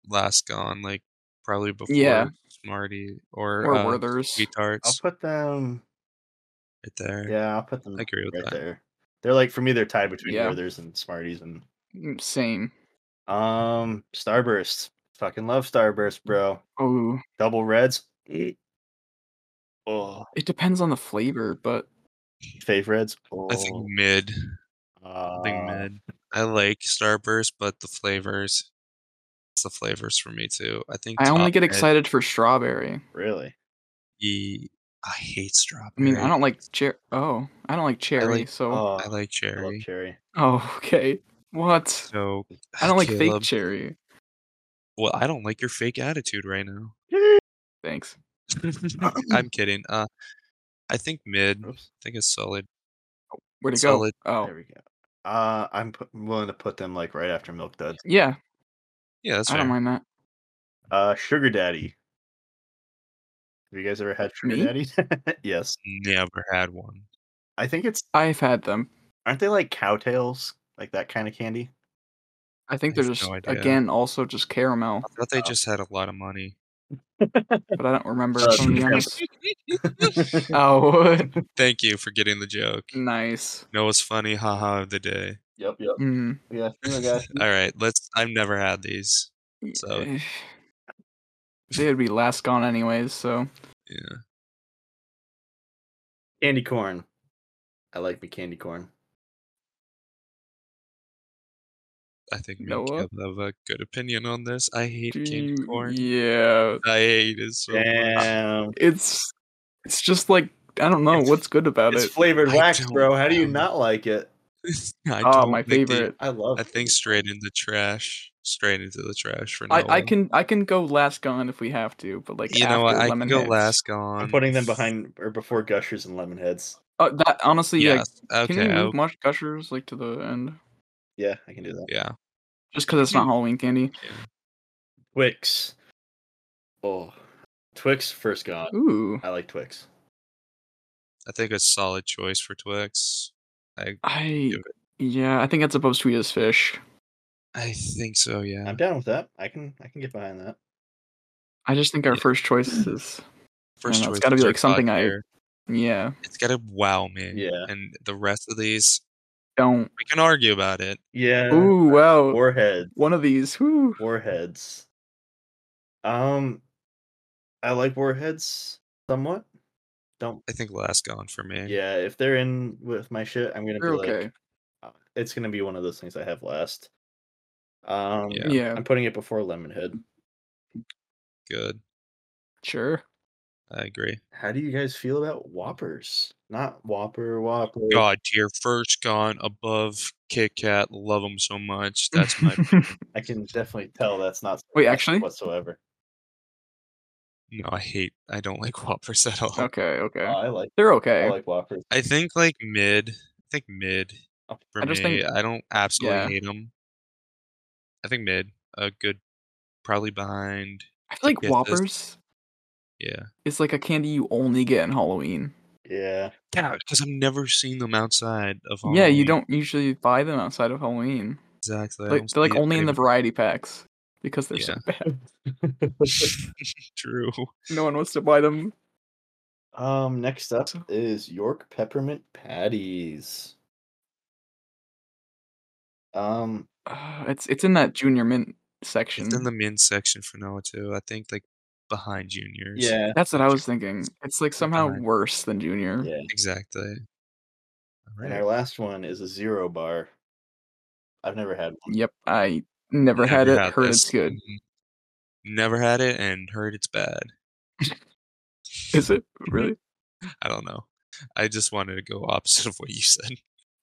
[SPEAKER 2] last gone, like probably before
[SPEAKER 1] Yeah.
[SPEAKER 2] Smarty or,
[SPEAKER 1] Or
[SPEAKER 2] uh,
[SPEAKER 1] Werther's.
[SPEAKER 2] Sweet
[SPEAKER 3] I'll
[SPEAKER 2] Tarts
[SPEAKER 3] put them.
[SPEAKER 2] right there.
[SPEAKER 3] Oh, Yeah, I'll put them
[SPEAKER 2] I agree with
[SPEAKER 3] right
[SPEAKER 2] that.
[SPEAKER 3] there. They're like for me, they're tied between
[SPEAKER 1] Yeah.
[SPEAKER 3] Werther's and Smarties and
[SPEAKER 1] Mm, Same.
[SPEAKER 3] um Starburst. Fucking love Starburst,
[SPEAKER 2] Mm.
[SPEAKER 3] bro.
[SPEAKER 1] Oh,
[SPEAKER 3] Double reds. Eh. Oh,
[SPEAKER 1] it depends on the flavor, but
[SPEAKER 3] fave reds. Oh,
[SPEAKER 2] I think mid. I think
[SPEAKER 3] uh,
[SPEAKER 2] mid. I like Starburst, but the flavors. It's the flavors for me too. I think
[SPEAKER 1] I only
[SPEAKER 2] top
[SPEAKER 1] get
[SPEAKER 2] mid-
[SPEAKER 1] excited for strawberry.
[SPEAKER 3] uh, Really?
[SPEAKER 2] ye- I hate strawberry.
[SPEAKER 1] I mean, I don't like cherry. Oh, I don't like cherry.
[SPEAKER 2] like-
[SPEAKER 1] so,
[SPEAKER 3] Oh,
[SPEAKER 2] I like
[SPEAKER 3] I love
[SPEAKER 2] cherry.
[SPEAKER 3] cherry.
[SPEAKER 1] oh, okay. What?
[SPEAKER 2] So
[SPEAKER 1] I don't like fake
[SPEAKER 2] Caleb,
[SPEAKER 1] cherry.
[SPEAKER 2] Well, I don't like your fake attitude right now.
[SPEAKER 1] Thanks.
[SPEAKER 2] I'm kidding. Uh, I think mid. I
[SPEAKER 3] Oops.
[SPEAKER 2] think it's solid.
[SPEAKER 1] Where'd it
[SPEAKER 2] Solid.
[SPEAKER 1] go? Oh,
[SPEAKER 3] There we go. Uh, I'm pu- willing to put them like right after Milk Duds.
[SPEAKER 1] yeah.
[SPEAKER 2] Yeah, that's
[SPEAKER 1] I don't
[SPEAKER 2] fair.
[SPEAKER 1] mind that.
[SPEAKER 3] Uh, Sugar Daddy. Have you guys ever had Sugar
[SPEAKER 1] Me?
[SPEAKER 3] Daddy? yes.
[SPEAKER 2] Never had one.
[SPEAKER 3] I think it's
[SPEAKER 1] I've had them.
[SPEAKER 3] aren't they like cowtails, like that kind of candy?
[SPEAKER 1] I think
[SPEAKER 2] I
[SPEAKER 1] they're
[SPEAKER 2] have
[SPEAKER 1] just
[SPEAKER 2] no idea.
[SPEAKER 1] again also just caramel,
[SPEAKER 2] I thought they
[SPEAKER 3] Oh.
[SPEAKER 2] just had a lot of money.
[SPEAKER 1] but I don't remember.
[SPEAKER 3] Uh,
[SPEAKER 1] if I'm being
[SPEAKER 3] caramel.
[SPEAKER 1] honest. oh,
[SPEAKER 2] Thank you for getting the joke.
[SPEAKER 1] Mm. nice.
[SPEAKER 2] Noah's funny haha of the day.
[SPEAKER 3] Yep, yep.
[SPEAKER 1] Mm.
[SPEAKER 3] Yeah.
[SPEAKER 2] All right, let's. I've never had these. So-
[SPEAKER 1] eh. they would be last gone anyways. So
[SPEAKER 2] Yeah.
[SPEAKER 3] Candy corn. I like me candy corn.
[SPEAKER 2] I think me and
[SPEAKER 1] Noah?
[SPEAKER 2] Caleb have a good opinion on this. I hate
[SPEAKER 1] do
[SPEAKER 2] candy
[SPEAKER 1] you-
[SPEAKER 2] corn.
[SPEAKER 1] yeah,
[SPEAKER 2] I hate it so much.
[SPEAKER 3] Damn.
[SPEAKER 1] it's it's just like I don't know
[SPEAKER 3] It's-
[SPEAKER 1] what's good about
[SPEAKER 3] It's
[SPEAKER 1] it.
[SPEAKER 3] flavored
[SPEAKER 2] I
[SPEAKER 3] wax,
[SPEAKER 2] don't
[SPEAKER 3] bro. How do you
[SPEAKER 2] know.
[SPEAKER 3] not like it?
[SPEAKER 2] I
[SPEAKER 1] Oh,
[SPEAKER 2] don't
[SPEAKER 1] my
[SPEAKER 2] think they-
[SPEAKER 1] favorite.
[SPEAKER 3] I love
[SPEAKER 2] I think straight into trash. Straight into the trash for now.
[SPEAKER 1] I, I can I can go last gone if we have to, but like
[SPEAKER 2] You know what?
[SPEAKER 1] after
[SPEAKER 2] I can
[SPEAKER 1] lemon
[SPEAKER 2] go
[SPEAKER 1] heads.
[SPEAKER 2] last gone.
[SPEAKER 3] I'm putting them behind or before gushers and lemon heads.
[SPEAKER 1] Uh, that honestly, yeah.
[SPEAKER 2] Yes.
[SPEAKER 1] Can
[SPEAKER 2] okay.
[SPEAKER 1] we move
[SPEAKER 2] okay,
[SPEAKER 1] mush gushers like to the end?
[SPEAKER 3] Yeah, I can do that.
[SPEAKER 2] Yeah.
[SPEAKER 1] Just because it's not Halloween candy.
[SPEAKER 3] Twix. Oh. Twix first gone.
[SPEAKER 1] Ooh,
[SPEAKER 3] I like Twix.
[SPEAKER 2] I think a solid choice for Twix. I
[SPEAKER 1] I
[SPEAKER 2] Give
[SPEAKER 1] yeah, I think that's above sweet as fish.
[SPEAKER 2] I think so. Yeah.
[SPEAKER 3] I'm down with that. I can I can get behind that.
[SPEAKER 1] I just think our
[SPEAKER 2] Yeah.
[SPEAKER 1] first choice is
[SPEAKER 2] First
[SPEAKER 1] know, it's
[SPEAKER 2] choice
[SPEAKER 1] gotta be,
[SPEAKER 2] is our
[SPEAKER 1] like, something
[SPEAKER 2] top
[SPEAKER 1] I-
[SPEAKER 2] tier.
[SPEAKER 1] yeah,
[SPEAKER 2] It's gotta wow me.
[SPEAKER 3] Yeah.
[SPEAKER 2] And the rest of these,
[SPEAKER 1] don't.
[SPEAKER 2] we can argue about it.
[SPEAKER 3] Yeah.
[SPEAKER 2] Uh,
[SPEAKER 1] Ooh, wow,
[SPEAKER 3] Warhead.
[SPEAKER 1] one of these. Whoo.
[SPEAKER 3] Warheads. Um, I like warheads somewhat. Don't.
[SPEAKER 2] I think last gone for me.
[SPEAKER 3] Yeah, if they're in with my shit, I'm gonna be
[SPEAKER 1] You're okay.
[SPEAKER 3] like, uh, it's gonna be one of those things I have last. Um,
[SPEAKER 2] Yeah.
[SPEAKER 1] Yeah,
[SPEAKER 3] I'm putting it before Lemonhead.
[SPEAKER 2] Good.
[SPEAKER 1] sure.
[SPEAKER 2] I agree.
[SPEAKER 3] How do you guys feel about Whoppers? Not Whopper, Whopper.
[SPEAKER 2] God tier first gone above Kit Kat. Love them so much. That's my
[SPEAKER 3] I can definitely tell that's not.
[SPEAKER 1] Wait,
[SPEAKER 3] sarcastic
[SPEAKER 1] actually?
[SPEAKER 3] whatsoever.
[SPEAKER 2] no. I hate. I don't like Whoppers at all.
[SPEAKER 1] okay, okay.
[SPEAKER 3] Oh,
[SPEAKER 2] Uh,
[SPEAKER 3] I like.
[SPEAKER 1] They're okay.
[SPEAKER 3] I like Whoppers.
[SPEAKER 2] I think like mid. I think mid.
[SPEAKER 3] Oh,
[SPEAKER 2] For
[SPEAKER 1] I just
[SPEAKER 2] me,
[SPEAKER 1] think-
[SPEAKER 2] I don't absolutely
[SPEAKER 1] yeah.
[SPEAKER 2] hate them. I think mid. A good, probably behind.
[SPEAKER 1] I feel like
[SPEAKER 2] Yeah, this-
[SPEAKER 1] Whoppers
[SPEAKER 2] Yeah.
[SPEAKER 1] is like a candy you only get in Halloween.
[SPEAKER 3] Yeah.
[SPEAKER 2] Yeah, because I've never seen them outside of.
[SPEAKER 1] Yeah, you
[SPEAKER 2] Halloween.
[SPEAKER 1] don't usually buy them outside of Halloween.
[SPEAKER 2] Exactly. Um, I
[SPEAKER 1] Like,
[SPEAKER 2] don't
[SPEAKER 1] they're like
[SPEAKER 2] see it
[SPEAKER 1] only in the
[SPEAKER 2] anywhere.
[SPEAKER 1] variety packs because they're so bad.
[SPEAKER 2] True.
[SPEAKER 1] No one wants to buy them.
[SPEAKER 3] Um, next up
[SPEAKER 1] So-
[SPEAKER 3] is York peppermint patties. Um,
[SPEAKER 1] Uh, it's it's in that junior mint section.
[SPEAKER 2] It's in the min section for Noah too. I think like behind juniors.
[SPEAKER 3] yeah,
[SPEAKER 1] That's what I was thinking. It's like somehow
[SPEAKER 2] behind.
[SPEAKER 1] worse than junior.
[SPEAKER 3] yeah.
[SPEAKER 2] Exactly.
[SPEAKER 3] And our
[SPEAKER 2] Alright.
[SPEAKER 3] last one is a zero bar. I've never had one.
[SPEAKER 1] Yep, I never, had
[SPEAKER 2] Never
[SPEAKER 1] it. Heard
[SPEAKER 2] this. Mm-hmm.
[SPEAKER 1] it's good.
[SPEAKER 2] Mhm. Never had it and heard it's bad.
[SPEAKER 1] Is it really?
[SPEAKER 2] I don't know. I just wanted to go opposite of what you said.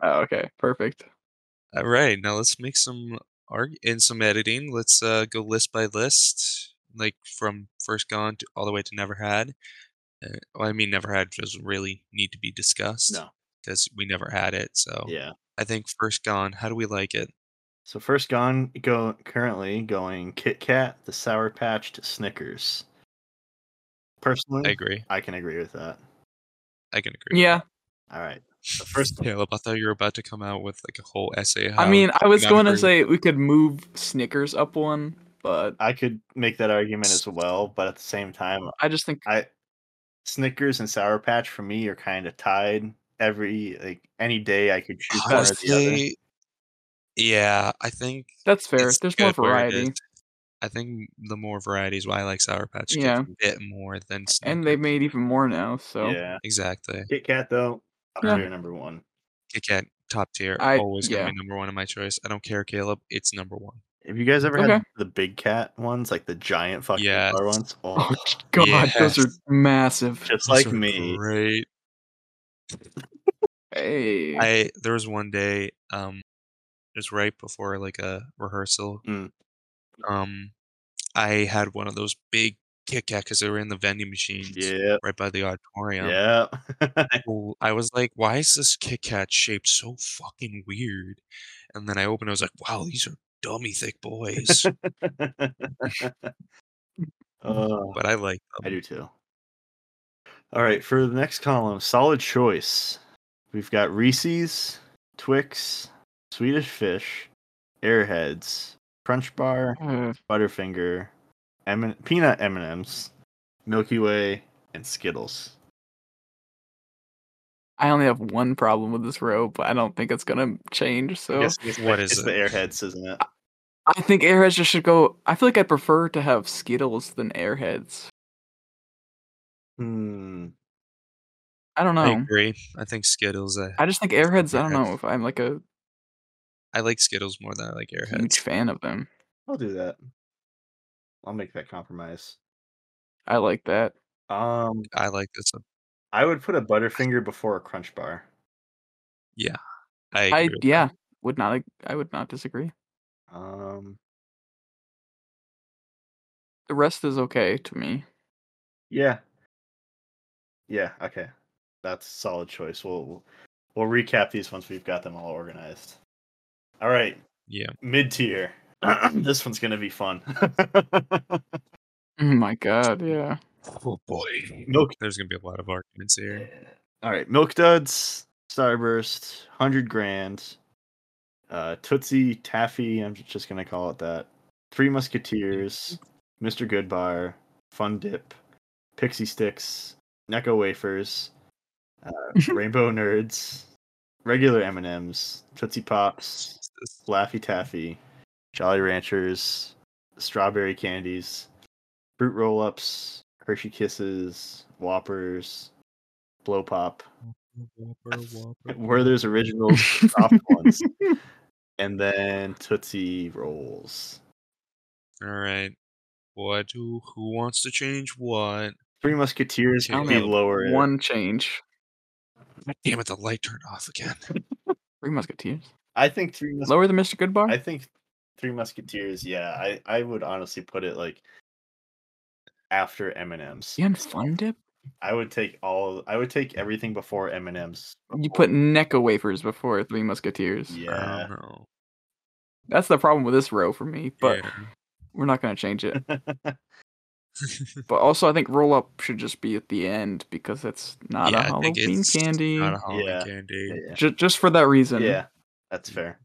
[SPEAKER 1] Oh, okay, perfect.
[SPEAKER 2] All right, now let's make some arg in some editing. Let's uh, go list by list, like from first gone to all the way to never had. Uh, well, I mean, never had doesn't really need to be discussed
[SPEAKER 3] No.
[SPEAKER 2] because we never had it. So
[SPEAKER 3] Yeah.
[SPEAKER 2] I think first gone. How do we like it?
[SPEAKER 3] So first gone go currently going Kit Kat, the sour patch to Snickers. Personally,
[SPEAKER 2] I
[SPEAKER 3] I,
[SPEAKER 2] agree.
[SPEAKER 3] can agree with that.
[SPEAKER 2] I can agree.
[SPEAKER 1] Mm. Yeah,
[SPEAKER 3] All right. The first
[SPEAKER 2] Caleb, I thought you were about to come out with like a whole essay.
[SPEAKER 1] I mean, I was
[SPEAKER 2] not
[SPEAKER 1] going to
[SPEAKER 2] agree.
[SPEAKER 1] say we could move Snickers up one, but
[SPEAKER 3] I could make that argument as well, but at the same time,
[SPEAKER 1] I just think
[SPEAKER 3] I Snickers and Sour Patch for me are kind of tied. Every like any day I could choose one or the
[SPEAKER 2] honestly, yeah, I think
[SPEAKER 1] that's fair.
[SPEAKER 2] it's
[SPEAKER 1] There's more
[SPEAKER 2] good where it
[SPEAKER 1] variety,
[SPEAKER 2] is. I think the more variety is why I like Sour Patch Kids
[SPEAKER 1] Yeah.
[SPEAKER 2] a bit more than Snickers.
[SPEAKER 1] and they made even more now. So
[SPEAKER 3] other. Yeah,
[SPEAKER 2] exactly
[SPEAKER 3] Kit Kat though, top
[SPEAKER 1] Yeah.
[SPEAKER 3] tier number one.
[SPEAKER 2] Kit Kat top tier.
[SPEAKER 1] I-
[SPEAKER 2] always
[SPEAKER 1] yeah.
[SPEAKER 2] gonna be number one in my choice. I don't care, Caleb. It's number one.
[SPEAKER 3] Have you guys ever had
[SPEAKER 1] Okay.
[SPEAKER 3] the big cat ones, like the giant fucking
[SPEAKER 2] Yes.
[SPEAKER 3] car ones? Oh,
[SPEAKER 1] oh god, those
[SPEAKER 2] Yes.
[SPEAKER 1] are massive.
[SPEAKER 3] just
[SPEAKER 2] Those
[SPEAKER 3] like
[SPEAKER 2] are
[SPEAKER 3] me.
[SPEAKER 2] Great.
[SPEAKER 1] Hey,
[SPEAKER 2] I there was one day, um, it was right before like a rehearsal.
[SPEAKER 3] Mm.
[SPEAKER 2] Um, I had one of those big Kit Kat because they were in the vending machines
[SPEAKER 3] Yeah,
[SPEAKER 2] right by the auditorium.
[SPEAKER 3] yeah.
[SPEAKER 2] Well, Oh, I was like, why is this Kit Kat shape so fucking weird? And then I opened, I was like, wow, these are dummy thick boys.
[SPEAKER 3] Oh,
[SPEAKER 2] but I like
[SPEAKER 3] I
[SPEAKER 2] them.
[SPEAKER 3] do too. All right, for the next column, solid choice. We've got Reese's, Twix, Swedish Fish, Airheads, Crunch Bar,
[SPEAKER 1] Uh,
[SPEAKER 3] Butterfinger, M- peanut M and M's, Milky Way, and Skittles.
[SPEAKER 1] I only have one problem with this row, but I don't think it's gonna change. So
[SPEAKER 3] Yes, it's
[SPEAKER 2] What
[SPEAKER 3] the,
[SPEAKER 2] is
[SPEAKER 3] it's
[SPEAKER 2] it?
[SPEAKER 3] the Airheads, isn't it?
[SPEAKER 1] I think Airheads just should go. I feel like I'd prefer to have Skittles than Airheads.
[SPEAKER 3] Hmm.
[SPEAKER 1] I don't know.
[SPEAKER 2] I
[SPEAKER 1] I,
[SPEAKER 2] agree. I think Skittles. uh, I,
[SPEAKER 1] just think Airheads. I don't
[SPEAKER 2] Airheads.
[SPEAKER 1] know if I'm like a
[SPEAKER 2] I like Skittles more than I like Airheads.
[SPEAKER 1] huge fan of them.
[SPEAKER 3] I'll do that. I'll make that compromise.
[SPEAKER 1] I like that.
[SPEAKER 3] Um,
[SPEAKER 2] I like this one.
[SPEAKER 3] I would put a Butterfinger before a Crunch Bar.
[SPEAKER 2] I,
[SPEAKER 1] I
[SPEAKER 2] agree with
[SPEAKER 1] yeah, would not. ag- I would not disagree.
[SPEAKER 3] Um,
[SPEAKER 1] The rest is okay to me.
[SPEAKER 3] yeah, yeah. Okay, that's a solid choice. We'll we'll- we'll recap these once we've got them all organized. All right,
[SPEAKER 2] Yeah.
[SPEAKER 3] mid tier. this one's gonna be fun.
[SPEAKER 1] Oh my god, yeah.
[SPEAKER 2] Oh boy.
[SPEAKER 3] Milk
[SPEAKER 2] There's gonna be a lot of arguments here.
[SPEAKER 3] All right, Milk Duds, Starburst, hundred grand, uh, Tootsie Taffy. I'm ju- just gonna call it that. Three Musketeers, Mr. Goodbar, Fun Dip, Pixie Sticks, Necco Wafers, uh, Rainbow Nerds, regular M and M's, Tootsie Pops, Laffy Taffy, Jolly Ranchers, Strawberry Candies, Fruit Roll Ups, Hershey Kisses, Whoppers, Blow Pop, Werther's Originals, soft ones, and then Tootsie Rolls.
[SPEAKER 2] All right. What? Who, who wants to change what?
[SPEAKER 3] Three Musketeers
[SPEAKER 2] I
[SPEAKER 3] would
[SPEAKER 2] don't
[SPEAKER 3] be
[SPEAKER 2] know.
[SPEAKER 3] lower. in-
[SPEAKER 1] One change.
[SPEAKER 2] Damn it! The light turned off again.
[SPEAKER 1] Three Musketeers.
[SPEAKER 3] I think Three Musketeers.
[SPEAKER 1] Lower than Mr. Goodbar.
[SPEAKER 3] I think Three Musketeers. Yeah, I, I would honestly put it like after M and M's.
[SPEAKER 1] you on Fun Dip?
[SPEAKER 3] I would take all. I would take everything before M and M's.
[SPEAKER 2] Oh.
[SPEAKER 1] You put Necco wafers before Three Musketeers.
[SPEAKER 3] Yeah.
[SPEAKER 2] Oh,
[SPEAKER 1] That's the problem with this row for me, but
[SPEAKER 2] yeah.
[SPEAKER 1] we're not going to change it. But also, I think roll up should just be at the end because it's not
[SPEAKER 2] Yeah,
[SPEAKER 1] a
[SPEAKER 2] I think
[SPEAKER 1] Halloween
[SPEAKER 2] it's
[SPEAKER 1] candy.
[SPEAKER 2] Not a Halloween
[SPEAKER 3] Yeah.
[SPEAKER 2] candy.
[SPEAKER 3] yeah,
[SPEAKER 1] Ju- just for that reason.
[SPEAKER 3] yeah, that's fair.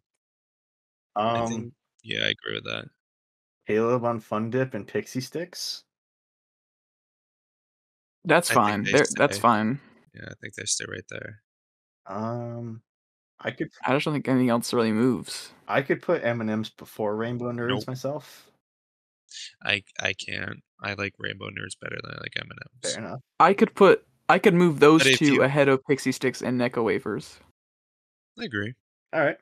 [SPEAKER 2] I
[SPEAKER 3] Um,
[SPEAKER 2] think- yeah, I agree with that.
[SPEAKER 3] Caleb on Fun Dip and Pixie Sticks.
[SPEAKER 1] That's
[SPEAKER 2] I think
[SPEAKER 1] fine.
[SPEAKER 2] they
[SPEAKER 1] There- That's
[SPEAKER 2] say.
[SPEAKER 1] fine.
[SPEAKER 2] Yeah, I think they stay right there.
[SPEAKER 3] Um, I could
[SPEAKER 1] I just don't think anything else really moves.
[SPEAKER 3] I could put M and M's before Rainbow Nerds
[SPEAKER 2] Nope.
[SPEAKER 3] myself.
[SPEAKER 2] I I can't. I like Rainbow Nerds better than I like M and
[SPEAKER 3] Fair enough.
[SPEAKER 1] I could put, I could move those
[SPEAKER 2] But if
[SPEAKER 1] two
[SPEAKER 2] you-
[SPEAKER 1] ahead of Pixie Sticks and Necco wafers
[SPEAKER 2] I agree.
[SPEAKER 3] All right,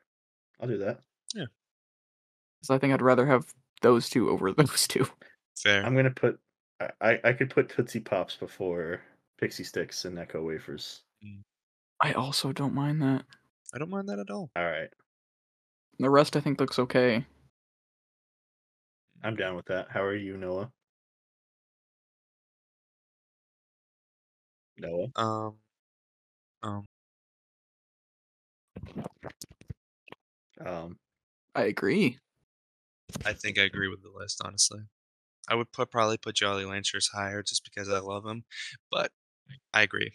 [SPEAKER 3] I'll do that.
[SPEAKER 1] because I think I'd rather have those two over those two.
[SPEAKER 2] Fair.
[SPEAKER 3] I'm gonna put I, I, I could put Tootsie Pops before Pixie Sticks and Echo Wafers.
[SPEAKER 1] I also don't mind that.
[SPEAKER 2] I don't mind that at all.
[SPEAKER 3] All right,
[SPEAKER 1] The rest I think looks okay.
[SPEAKER 3] I'm down with that. How are you, Noah? Noah,
[SPEAKER 2] Um, um,
[SPEAKER 3] um,
[SPEAKER 1] I agree.
[SPEAKER 2] I think I agree with the list, honestly. I would put probably put Jolly Ranchers higher just because I love them, but I agree.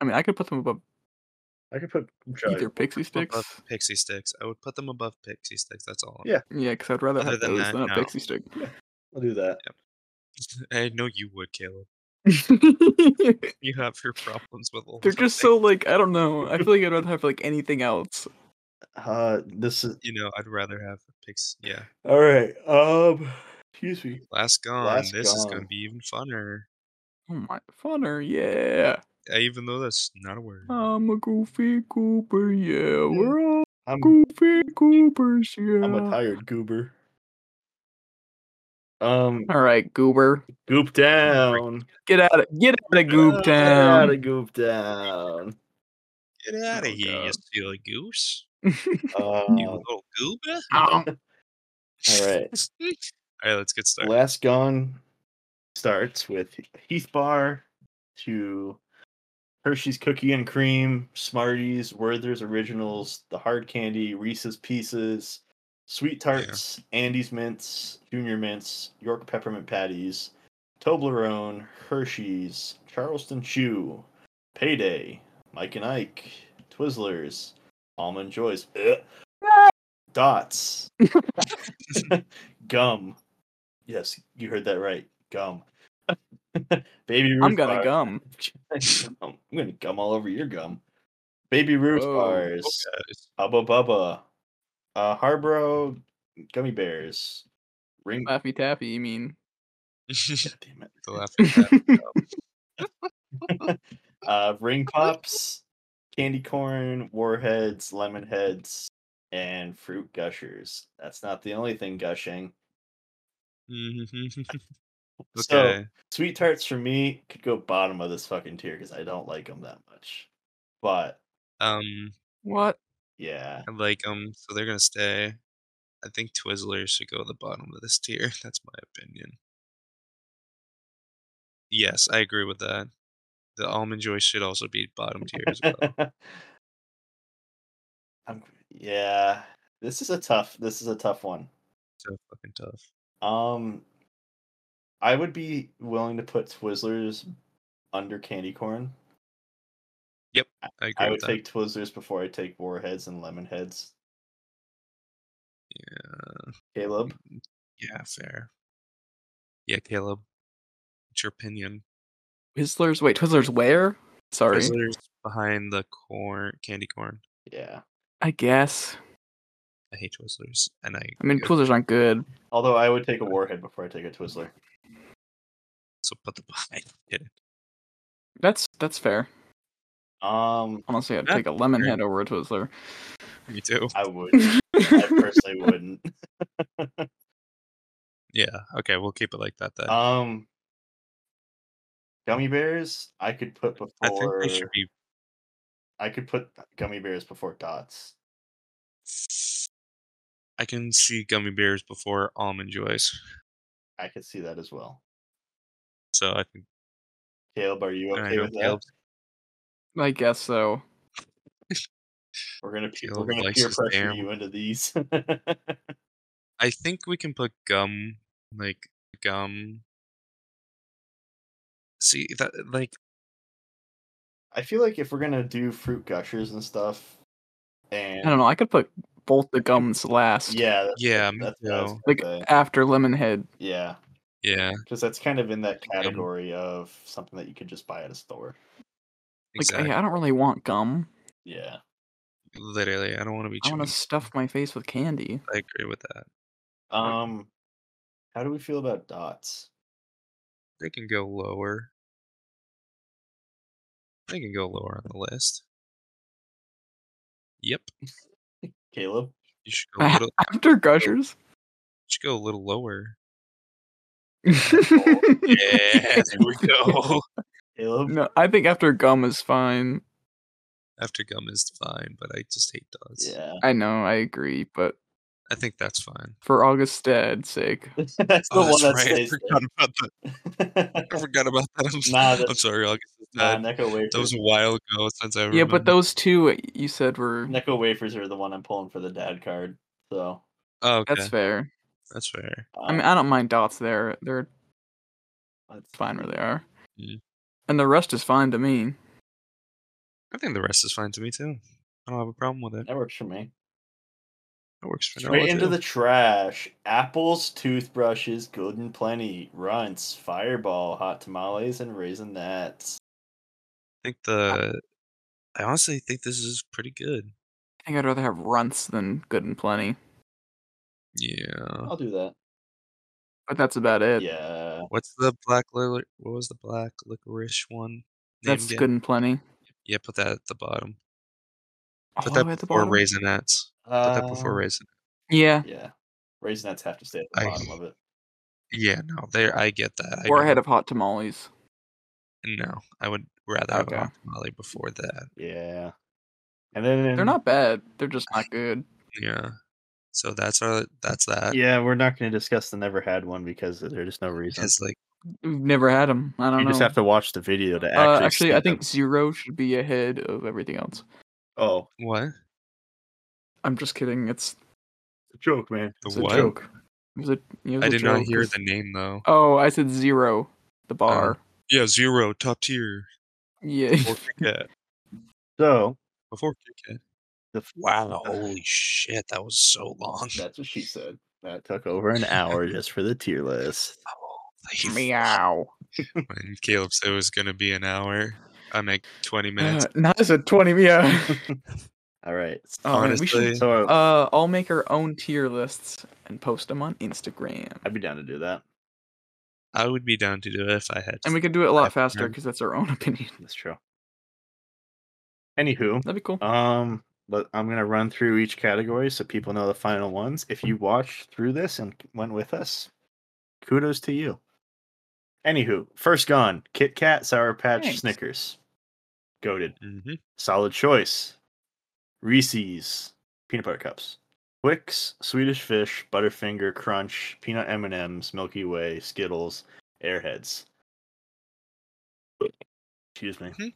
[SPEAKER 1] I mean, I could put them above
[SPEAKER 3] I could put Jolly-
[SPEAKER 1] either Pixie Sticks.
[SPEAKER 2] Above Pixie Sticks, I would put them above Pixie Sticks. That's all.
[SPEAKER 3] Yeah.
[SPEAKER 1] Yeah, because I'd rather
[SPEAKER 2] Other
[SPEAKER 1] have
[SPEAKER 2] than
[SPEAKER 1] those
[SPEAKER 2] that,
[SPEAKER 1] than a
[SPEAKER 2] no.
[SPEAKER 1] Pixie Stick.
[SPEAKER 3] I'll do that.
[SPEAKER 2] I know you would, Caleb. You have your problems with. all
[SPEAKER 1] They're
[SPEAKER 2] those
[SPEAKER 1] just
[SPEAKER 2] things.
[SPEAKER 1] so like I don't know. I feel like I'd rather have like anything else.
[SPEAKER 3] Uh, this is
[SPEAKER 2] You know, I'd rather have Pixie. Yeah,
[SPEAKER 3] all right. Um, excuse me.
[SPEAKER 2] last gone.
[SPEAKER 3] Last
[SPEAKER 2] this is gonna
[SPEAKER 3] Gone.
[SPEAKER 2] be even funner.
[SPEAKER 1] Oh my funner, yeah.
[SPEAKER 2] Uh, Even though that's not a word.
[SPEAKER 3] Oh,
[SPEAKER 1] I'm a goofy goober, yeah.
[SPEAKER 3] Yeah.
[SPEAKER 1] We're all
[SPEAKER 3] I'm
[SPEAKER 1] goofy goobers, yeah.
[SPEAKER 3] I'm a tired goober. Um,
[SPEAKER 1] all right, goober,
[SPEAKER 3] goop down.
[SPEAKER 1] get out of get out of goob
[SPEAKER 3] Out
[SPEAKER 1] town.
[SPEAKER 3] of goop down.
[SPEAKER 2] Get out of
[SPEAKER 1] Oh,
[SPEAKER 2] here, you
[SPEAKER 1] God.
[SPEAKER 2] silly goose.
[SPEAKER 3] Uh,
[SPEAKER 2] You
[SPEAKER 3] all
[SPEAKER 2] little goober.
[SPEAKER 1] Ow.
[SPEAKER 3] right.
[SPEAKER 2] All right, let's get started. Oh,
[SPEAKER 3] Last Gone starts with Heath Bar to Hershey's Cookie and Cream, Smarties, Werther's Originals, the Hard Candy, Reese's Pieces, Sweet Tarts, Andy's Mints, Junior Mints, York Peppermint Patties, Toblerone, Hershey's, Charleston Chew, Payday, Mike and Ike, Twizzlers, Almond Joys, Ugh. Dots, Gum. Yes, you heard that right. Gum. Baby Ruth
[SPEAKER 1] I'm gonna
[SPEAKER 3] bar.
[SPEAKER 1] gum.
[SPEAKER 3] Gum. I'm gonna gum all over your gum. Baby Ruth
[SPEAKER 1] Whoa,
[SPEAKER 3] bars.
[SPEAKER 2] Guys,
[SPEAKER 3] Hubba Bubba. Uh, Harbro gummy bears. Ring.
[SPEAKER 1] Laffy Taffy, you mean?
[SPEAKER 3] God damn it.
[SPEAKER 2] the laughing cat.
[SPEAKER 3] Uh, ring pops, candy corn, warheads, lemon heads, and fruit gushers. That's not the only thing gushing.
[SPEAKER 2] Mhm.
[SPEAKER 3] So-
[SPEAKER 2] okay.
[SPEAKER 3] Sweet tarts for me could go bottom of this fucking tier because I don't like them that much. But
[SPEAKER 2] Um,
[SPEAKER 1] What?
[SPEAKER 3] yeah,
[SPEAKER 2] I like them, so they're gonna stay. I think Twizzlers should go at the bottom of this tier. That's my opinion. Yes, I agree with that. The almond joy should also be bottom tier as well.
[SPEAKER 3] I'm, yeah, this is a tough. This is a tough one.
[SPEAKER 2] so fucking tough.
[SPEAKER 3] Um, I would be willing to put Twizzlers under candy corn.
[SPEAKER 2] I agree
[SPEAKER 3] I
[SPEAKER 2] with
[SPEAKER 3] would
[SPEAKER 2] that.
[SPEAKER 3] take Twizzlers before I take Warheads and Lemon Heads.
[SPEAKER 2] Yeah.
[SPEAKER 3] Caleb,
[SPEAKER 2] Mm, Yeah, fair. Yeah, Caleb. What's your opinion?
[SPEAKER 1] Twizzlers? Wait, Twizzlers where? Sorry,
[SPEAKER 2] Twizzlers behind the corn candy corn.
[SPEAKER 3] yeah.
[SPEAKER 1] I guess.
[SPEAKER 2] I hate Twizzlers, and I.
[SPEAKER 1] I mean,
[SPEAKER 2] agree with-
[SPEAKER 1] Twizzlers aren't good.
[SPEAKER 3] Although I would take a Warhead before I take a Twizzler.
[SPEAKER 2] so put the behind. Get it.
[SPEAKER 1] That's that's fair.
[SPEAKER 3] Um,
[SPEAKER 1] Honestly, I'd
[SPEAKER 2] That's
[SPEAKER 1] take a lemon
[SPEAKER 2] fair.
[SPEAKER 1] head over a Twizzler.
[SPEAKER 2] Me too.
[SPEAKER 3] I would. I personally wouldn't.
[SPEAKER 2] Yeah. Okay, we'll keep it like that then.
[SPEAKER 3] Um, gummy bears, I could put before.
[SPEAKER 2] I think they should be.
[SPEAKER 3] I could put gummy bears before dots.
[SPEAKER 2] I can see gummy bears before almond joys,
[SPEAKER 3] I could see that as well.
[SPEAKER 2] so I think.
[SPEAKER 3] Caleb, are you
[SPEAKER 2] and I
[SPEAKER 3] okay
[SPEAKER 2] know
[SPEAKER 3] with that?
[SPEAKER 2] Caleb's-
[SPEAKER 1] I guess so.
[SPEAKER 3] We're gonna pe- we're
[SPEAKER 2] Caleb
[SPEAKER 3] gonna
[SPEAKER 2] likes
[SPEAKER 3] peer
[SPEAKER 2] his
[SPEAKER 3] pressure
[SPEAKER 2] damn-
[SPEAKER 3] you into these.
[SPEAKER 2] I think we can put gum, like gum. See that, like
[SPEAKER 3] I feel like if we're gonna do fruit gushers and stuff, and
[SPEAKER 1] I don't know. I could put both the gums last.
[SPEAKER 3] yeah, that's,
[SPEAKER 2] yeah, me
[SPEAKER 3] that's what I was
[SPEAKER 2] too.
[SPEAKER 1] Like
[SPEAKER 3] gonna say.
[SPEAKER 1] after lemon head.
[SPEAKER 3] yeah,
[SPEAKER 2] yeah,
[SPEAKER 3] because that's kind of in that
[SPEAKER 2] gum.
[SPEAKER 3] category of something that you could just buy at a store.
[SPEAKER 1] Like
[SPEAKER 2] exactly.
[SPEAKER 1] I, I don't really want gum.
[SPEAKER 3] Yeah,
[SPEAKER 2] Literally, I don't want to be.
[SPEAKER 1] I want to
[SPEAKER 2] chewing-
[SPEAKER 1] stuff my face with candy.
[SPEAKER 2] I agree with that.
[SPEAKER 3] um, how do we feel about dots?
[SPEAKER 2] They can go lower. They can go lower on the list. Yep,
[SPEAKER 3] Caleb,
[SPEAKER 2] you should go a little.
[SPEAKER 1] after gushers.
[SPEAKER 2] You should go a little lower. Oh, Yeah, there we go.
[SPEAKER 3] Caleb.
[SPEAKER 1] no, I think after gum is fine.
[SPEAKER 2] After gum is fine, but I just hate does.
[SPEAKER 3] Yeah.
[SPEAKER 1] I know, I agree, but
[SPEAKER 2] I think that's fine.
[SPEAKER 1] for Augustad's sake,
[SPEAKER 3] that's the
[SPEAKER 2] Oh, that's
[SPEAKER 3] one that
[SPEAKER 2] right. I
[SPEAKER 3] stays
[SPEAKER 2] forgot about that.
[SPEAKER 3] there.
[SPEAKER 2] I forgot about that. I'm,
[SPEAKER 3] nah,
[SPEAKER 2] I'm
[SPEAKER 3] that,
[SPEAKER 2] sorry, August. is
[SPEAKER 3] nah,
[SPEAKER 2] dead.
[SPEAKER 3] Necco
[SPEAKER 2] that was
[SPEAKER 3] wafers.
[SPEAKER 2] a while ago since I. Remember.
[SPEAKER 1] yeah. But those two you said were
[SPEAKER 3] Necco wafers are the one I'm pulling for the dad card. So
[SPEAKER 2] Oh, okay.
[SPEAKER 1] that's
[SPEAKER 2] That's,
[SPEAKER 1] fair.
[SPEAKER 2] fair.
[SPEAKER 1] I mean,
[SPEAKER 3] um,
[SPEAKER 1] I don't mind dots there; they're
[SPEAKER 3] let's-
[SPEAKER 1] fine where they are,
[SPEAKER 2] Yeah.
[SPEAKER 1] and the rest is fine to me.
[SPEAKER 2] I think the rest is fine to me too. I don't have a problem with it.
[SPEAKER 3] That works for me.
[SPEAKER 2] That works for
[SPEAKER 3] Straight
[SPEAKER 2] now.
[SPEAKER 3] into the trash. Apples, toothbrushes, good and plenty, runts, fireball, hot tamales, and raisinets.
[SPEAKER 2] I think the. I honestly think this is pretty good.
[SPEAKER 1] I think I'd rather have runts than good and plenty, Oh.
[SPEAKER 2] Yeah.
[SPEAKER 3] I'll do that.
[SPEAKER 1] but that's about it.
[SPEAKER 3] Yeah.
[SPEAKER 2] What's the black licorice? What was the black licorice one? Name
[SPEAKER 1] that's
[SPEAKER 2] again?
[SPEAKER 1] good and plenty.
[SPEAKER 2] Yeah, put that at the bottom.
[SPEAKER 1] All
[SPEAKER 2] Put
[SPEAKER 1] the
[SPEAKER 2] that
[SPEAKER 1] way at the
[SPEAKER 2] before
[SPEAKER 1] bottom? Uh,
[SPEAKER 2] raisinets. Put that before
[SPEAKER 3] Um,
[SPEAKER 2] raisin.
[SPEAKER 1] Yeah,
[SPEAKER 3] Yeah. Raisinets have to stay at the
[SPEAKER 2] I-
[SPEAKER 3] bottom of it.
[SPEAKER 2] Yeah, no, there. I get that. I
[SPEAKER 1] or
[SPEAKER 2] get
[SPEAKER 1] ahead
[SPEAKER 2] it.
[SPEAKER 1] of hot tamales.
[SPEAKER 2] No, I would rather have
[SPEAKER 1] Okay.
[SPEAKER 2] a hot tamale before that.
[SPEAKER 3] Yeah. And then
[SPEAKER 1] They're not bad; they're just not good.
[SPEAKER 2] Yeah. So that's our. That's that.
[SPEAKER 3] Yeah, we're not going to discuss the never had one because there's just no reason.
[SPEAKER 2] Because like
[SPEAKER 1] We've never had them. I don't
[SPEAKER 3] You
[SPEAKER 1] know.
[SPEAKER 3] just have to watch the video to
[SPEAKER 1] Uh,
[SPEAKER 3] actually.
[SPEAKER 1] actually,
[SPEAKER 3] see
[SPEAKER 1] I
[SPEAKER 3] them.
[SPEAKER 1] think zero should be ahead of everything else.
[SPEAKER 3] Oh,
[SPEAKER 2] what?
[SPEAKER 1] I'm just kidding. It's,
[SPEAKER 3] it's a joke, man.
[SPEAKER 2] The
[SPEAKER 1] it's a
[SPEAKER 2] what?
[SPEAKER 1] joke. It was a, it was
[SPEAKER 2] I
[SPEAKER 1] a
[SPEAKER 2] did not
[SPEAKER 1] joke,
[SPEAKER 2] hear
[SPEAKER 1] 'cause-
[SPEAKER 2] the name though.
[SPEAKER 1] Oh, I said zero. The bar.
[SPEAKER 2] Yeah, zero top tier Oh.
[SPEAKER 1] yeah.
[SPEAKER 2] before Kit
[SPEAKER 3] So
[SPEAKER 2] Before Kit
[SPEAKER 3] the f-
[SPEAKER 2] Wow, holy shit, that was so
[SPEAKER 1] Oh,
[SPEAKER 2] long.
[SPEAKER 3] that's what she said. That took over an hour just for the tier list.
[SPEAKER 2] Holy
[SPEAKER 1] Meow.
[SPEAKER 2] f- When Caleb said it was gonna be an hour, I make twenty minutes.
[SPEAKER 1] Uh, not as a twenty. Yeah.
[SPEAKER 3] All right.
[SPEAKER 1] Oh, man, we
[SPEAKER 2] Honestly,
[SPEAKER 1] should.
[SPEAKER 3] So
[SPEAKER 1] Uh, I'll make our own tier lists and post them on Instagram,
[SPEAKER 3] I'd be down to do that.
[SPEAKER 2] I would be down to do it if I had. To.
[SPEAKER 1] and we can do it a lot
[SPEAKER 2] I've
[SPEAKER 1] faster
[SPEAKER 2] heard.
[SPEAKER 1] because that's our own opinion.
[SPEAKER 3] That's true. Anywho,
[SPEAKER 1] That'd be cool.
[SPEAKER 2] Uh,
[SPEAKER 3] um, but I'm gonna run through each category so people know the final ones. If you watched through this and went with us, kudos to you. Anywho, first gone: Kit Kat, Sour Patch,
[SPEAKER 1] Thanks.
[SPEAKER 3] Snickers. Goaded.
[SPEAKER 2] Mhm.
[SPEAKER 3] Solid choice. Reese's peanut butter cups. Twix, Swedish Fish, Butterfinger, Crunch, Peanut M and M's, Milky Way, Skittles, Airheads. Excuse me.
[SPEAKER 2] Mhm.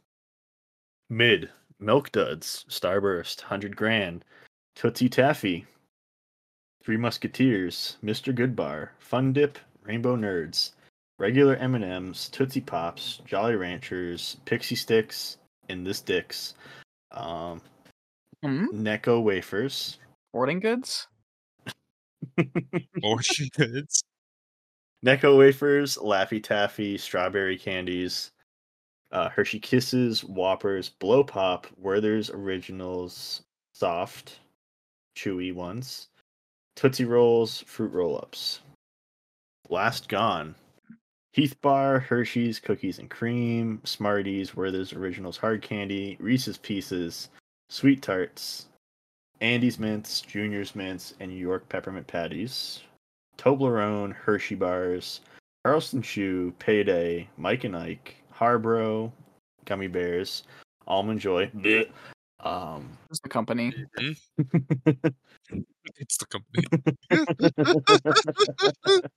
[SPEAKER 3] Mid Milk Duds, Starburst, Hundred Grand, Tootsie Taffy, Three Musketeers, Mr. Goodbar, Fun Dip, Rainbow Nerds, regular M and M's, Tootsie Pops, Jolly Ranchers, Pixie Sticks, and this Dicks, um,
[SPEAKER 1] Hmm?
[SPEAKER 3] Necco wafers,
[SPEAKER 1] Sporting goods.
[SPEAKER 2] Orchard goods.
[SPEAKER 3] Necco wafers, Laffy Taffy, strawberry candies, uh, Hershey Kisses, Whoppers, Blow Pop, Werther's Originals, soft, chewy ones, Tootsie Rolls, fruit roll ups. Last gone. Heath Bar, Hershey's Cookies and Cream, Smarties, Werther's Originals Hard Candy, Reese's Pieces, Sweet Tarts, Andy's Mints, Junior's Mints, and New York Peppermint Patties, Toblerone, Hershey Bars, Charleston Chew, Payday, Mike and Ike, Harbro, Gummy Bears, Almond Joy, bleh, um,
[SPEAKER 1] Just the company.
[SPEAKER 2] Mhm. It's the company.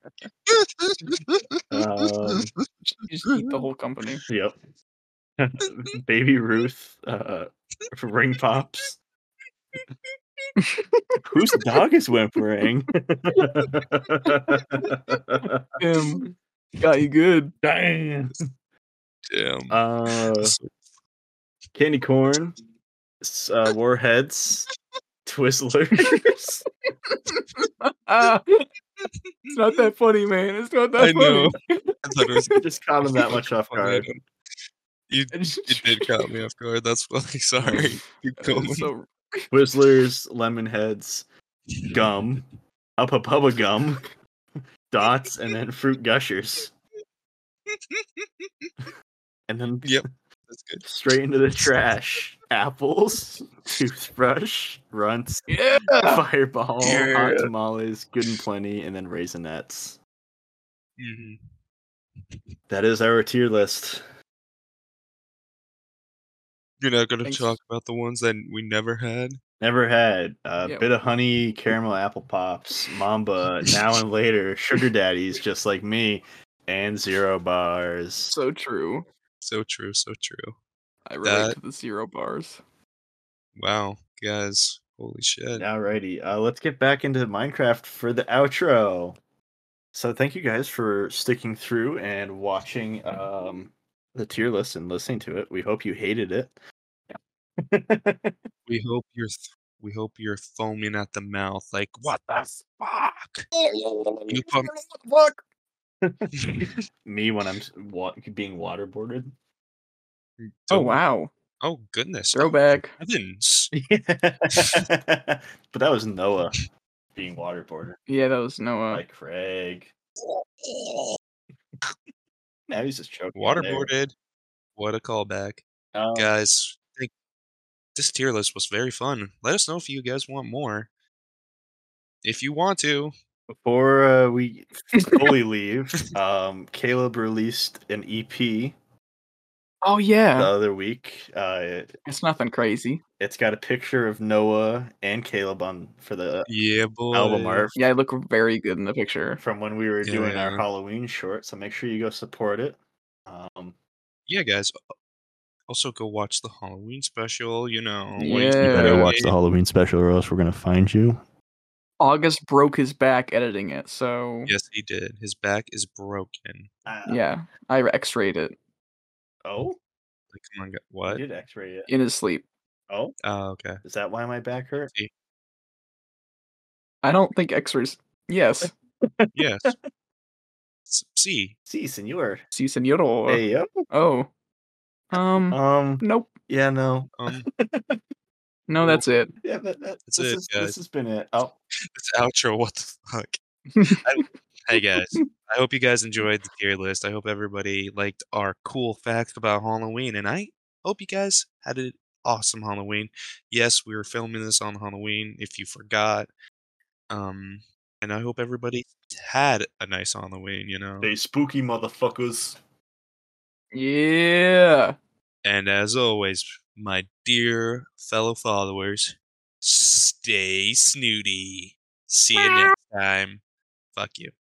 [SPEAKER 3] Um,
[SPEAKER 1] You just eat the whole company.
[SPEAKER 3] Yep. Baby Ruth, uh, ring pops. Whose dog is whimpering?
[SPEAKER 2] Um,
[SPEAKER 1] Damn. Got you good.
[SPEAKER 3] Dang.
[SPEAKER 2] Damn.
[SPEAKER 3] Uh,
[SPEAKER 2] So-
[SPEAKER 3] candy corn, s- uh, warheads, Twizzlers.
[SPEAKER 1] Ah, it's not that funny, man. It's not that
[SPEAKER 2] I
[SPEAKER 1] funny.
[SPEAKER 2] know. I thought it was
[SPEAKER 3] Just caught him that much off guard.
[SPEAKER 2] You, you did caught me off guard. That's why. Sorry. Keep going.
[SPEAKER 1] It's so-
[SPEAKER 3] Twizzlers, lemon heads, gum, up a pubba gum, dots, and then fruit gushers. And then
[SPEAKER 2] Yep. That's good.
[SPEAKER 3] straight into the trash. Apples, toothbrush, runts,
[SPEAKER 1] yeah.
[SPEAKER 3] fireball,
[SPEAKER 2] Yeah.
[SPEAKER 3] hot tamales, good and plenty, and then raisinets.
[SPEAKER 2] hmm
[SPEAKER 1] Mm-hmm.
[SPEAKER 3] That is our tier list.
[SPEAKER 2] You're not gonna
[SPEAKER 1] Thanks.
[SPEAKER 2] talk about the ones that we never had.
[SPEAKER 3] Never had a
[SPEAKER 1] Yeah.
[SPEAKER 3] bit of honey, caramel apple pops, Mamba, now and later, sugar daddies, just like me, and zero bars.
[SPEAKER 1] So true.
[SPEAKER 2] So true, so true.
[SPEAKER 1] I relate
[SPEAKER 2] That-
[SPEAKER 1] to the zero bars.
[SPEAKER 2] Wow, guys, holy shit.
[SPEAKER 3] Alrighty, uh, let's get back into Minecraft for the outro. So thank you guys for sticking through and watching um, the tier list and listening to it. We hope you hated it.
[SPEAKER 2] We hope you're th- we hope you're foaming at the mouth like what the fuck? You pump-
[SPEAKER 3] me when I'm s- wa- being waterboarded.
[SPEAKER 1] Oh wow!
[SPEAKER 2] Oh goodness. Oh,
[SPEAKER 1] Throwback.
[SPEAKER 2] Heavens.
[SPEAKER 3] but that was Noah being waterboarded
[SPEAKER 1] Yeah, that was Noah.
[SPEAKER 3] by Craig. now he's just choking. on air.
[SPEAKER 2] Waterboarded. What a callback.
[SPEAKER 4] Oh.
[SPEAKER 3] Um,
[SPEAKER 2] guys, I think this tier list was very fun. Let us know if you guys want more. If you want to,
[SPEAKER 3] before uh, we
[SPEAKER 2] oh,
[SPEAKER 3] fully leave, um, Caleb released an EP
[SPEAKER 4] Uh-huh.
[SPEAKER 1] Oh
[SPEAKER 3] the
[SPEAKER 1] yeah,
[SPEAKER 3] other week. Uh,
[SPEAKER 1] it's nothing crazy.
[SPEAKER 3] it's got a picture of Noah and Caleb on for the
[SPEAKER 2] yeah, boy.
[SPEAKER 3] album art
[SPEAKER 1] Yeah, I look very good in the picture.
[SPEAKER 3] from when we were doing our
[SPEAKER 2] Yeah.
[SPEAKER 3] Halloween short. So make sure you go support it. Um,
[SPEAKER 2] Yeah, guys. Also, go watch the Halloween special. You know, what do
[SPEAKER 1] Yeah.
[SPEAKER 4] You
[SPEAKER 2] think
[SPEAKER 4] better
[SPEAKER 2] about
[SPEAKER 4] watch
[SPEAKER 2] it?
[SPEAKER 4] the Halloween special or else we're gonna find you.
[SPEAKER 1] August broke his back editing it, so
[SPEAKER 2] Yes, he did. His back is broken.
[SPEAKER 3] uh,
[SPEAKER 1] yeah, I x-rayed it
[SPEAKER 3] Oh,
[SPEAKER 2] Like, come on, gu-
[SPEAKER 3] I
[SPEAKER 2] what?
[SPEAKER 3] did X-ray it.
[SPEAKER 1] in his sleep.
[SPEAKER 3] Oh,
[SPEAKER 2] Oh, okay.
[SPEAKER 3] is that why my back hurt?
[SPEAKER 1] I don't think x-rays. Yes,
[SPEAKER 2] Yes. S- See,
[SPEAKER 3] See, senor.
[SPEAKER 1] si senor.
[SPEAKER 3] Hey, yo.
[SPEAKER 1] Oh, um,
[SPEAKER 3] Um,
[SPEAKER 1] nope.
[SPEAKER 3] yeah, no.
[SPEAKER 2] um,
[SPEAKER 1] No, that's it.
[SPEAKER 3] Yeah, that, that,
[SPEAKER 2] That's
[SPEAKER 3] this,
[SPEAKER 2] it,
[SPEAKER 3] is-
[SPEAKER 2] guys.
[SPEAKER 3] this has been it. Oh,
[SPEAKER 2] this outro. What the fuck? I- hey guys, I hope you guys enjoyed the tier list. I hope everybody liked our cool facts about Halloween, and I hope you guys had an awesome Halloween. Yes, we were filming this on Halloween. If you forgot, um, and I hope everybody had a nice Halloween. You know,
[SPEAKER 3] they spooky motherfuckers.
[SPEAKER 1] Yeah.
[SPEAKER 2] and as always, my dear fellow followers, stay snooty. See you next time. Fuck you.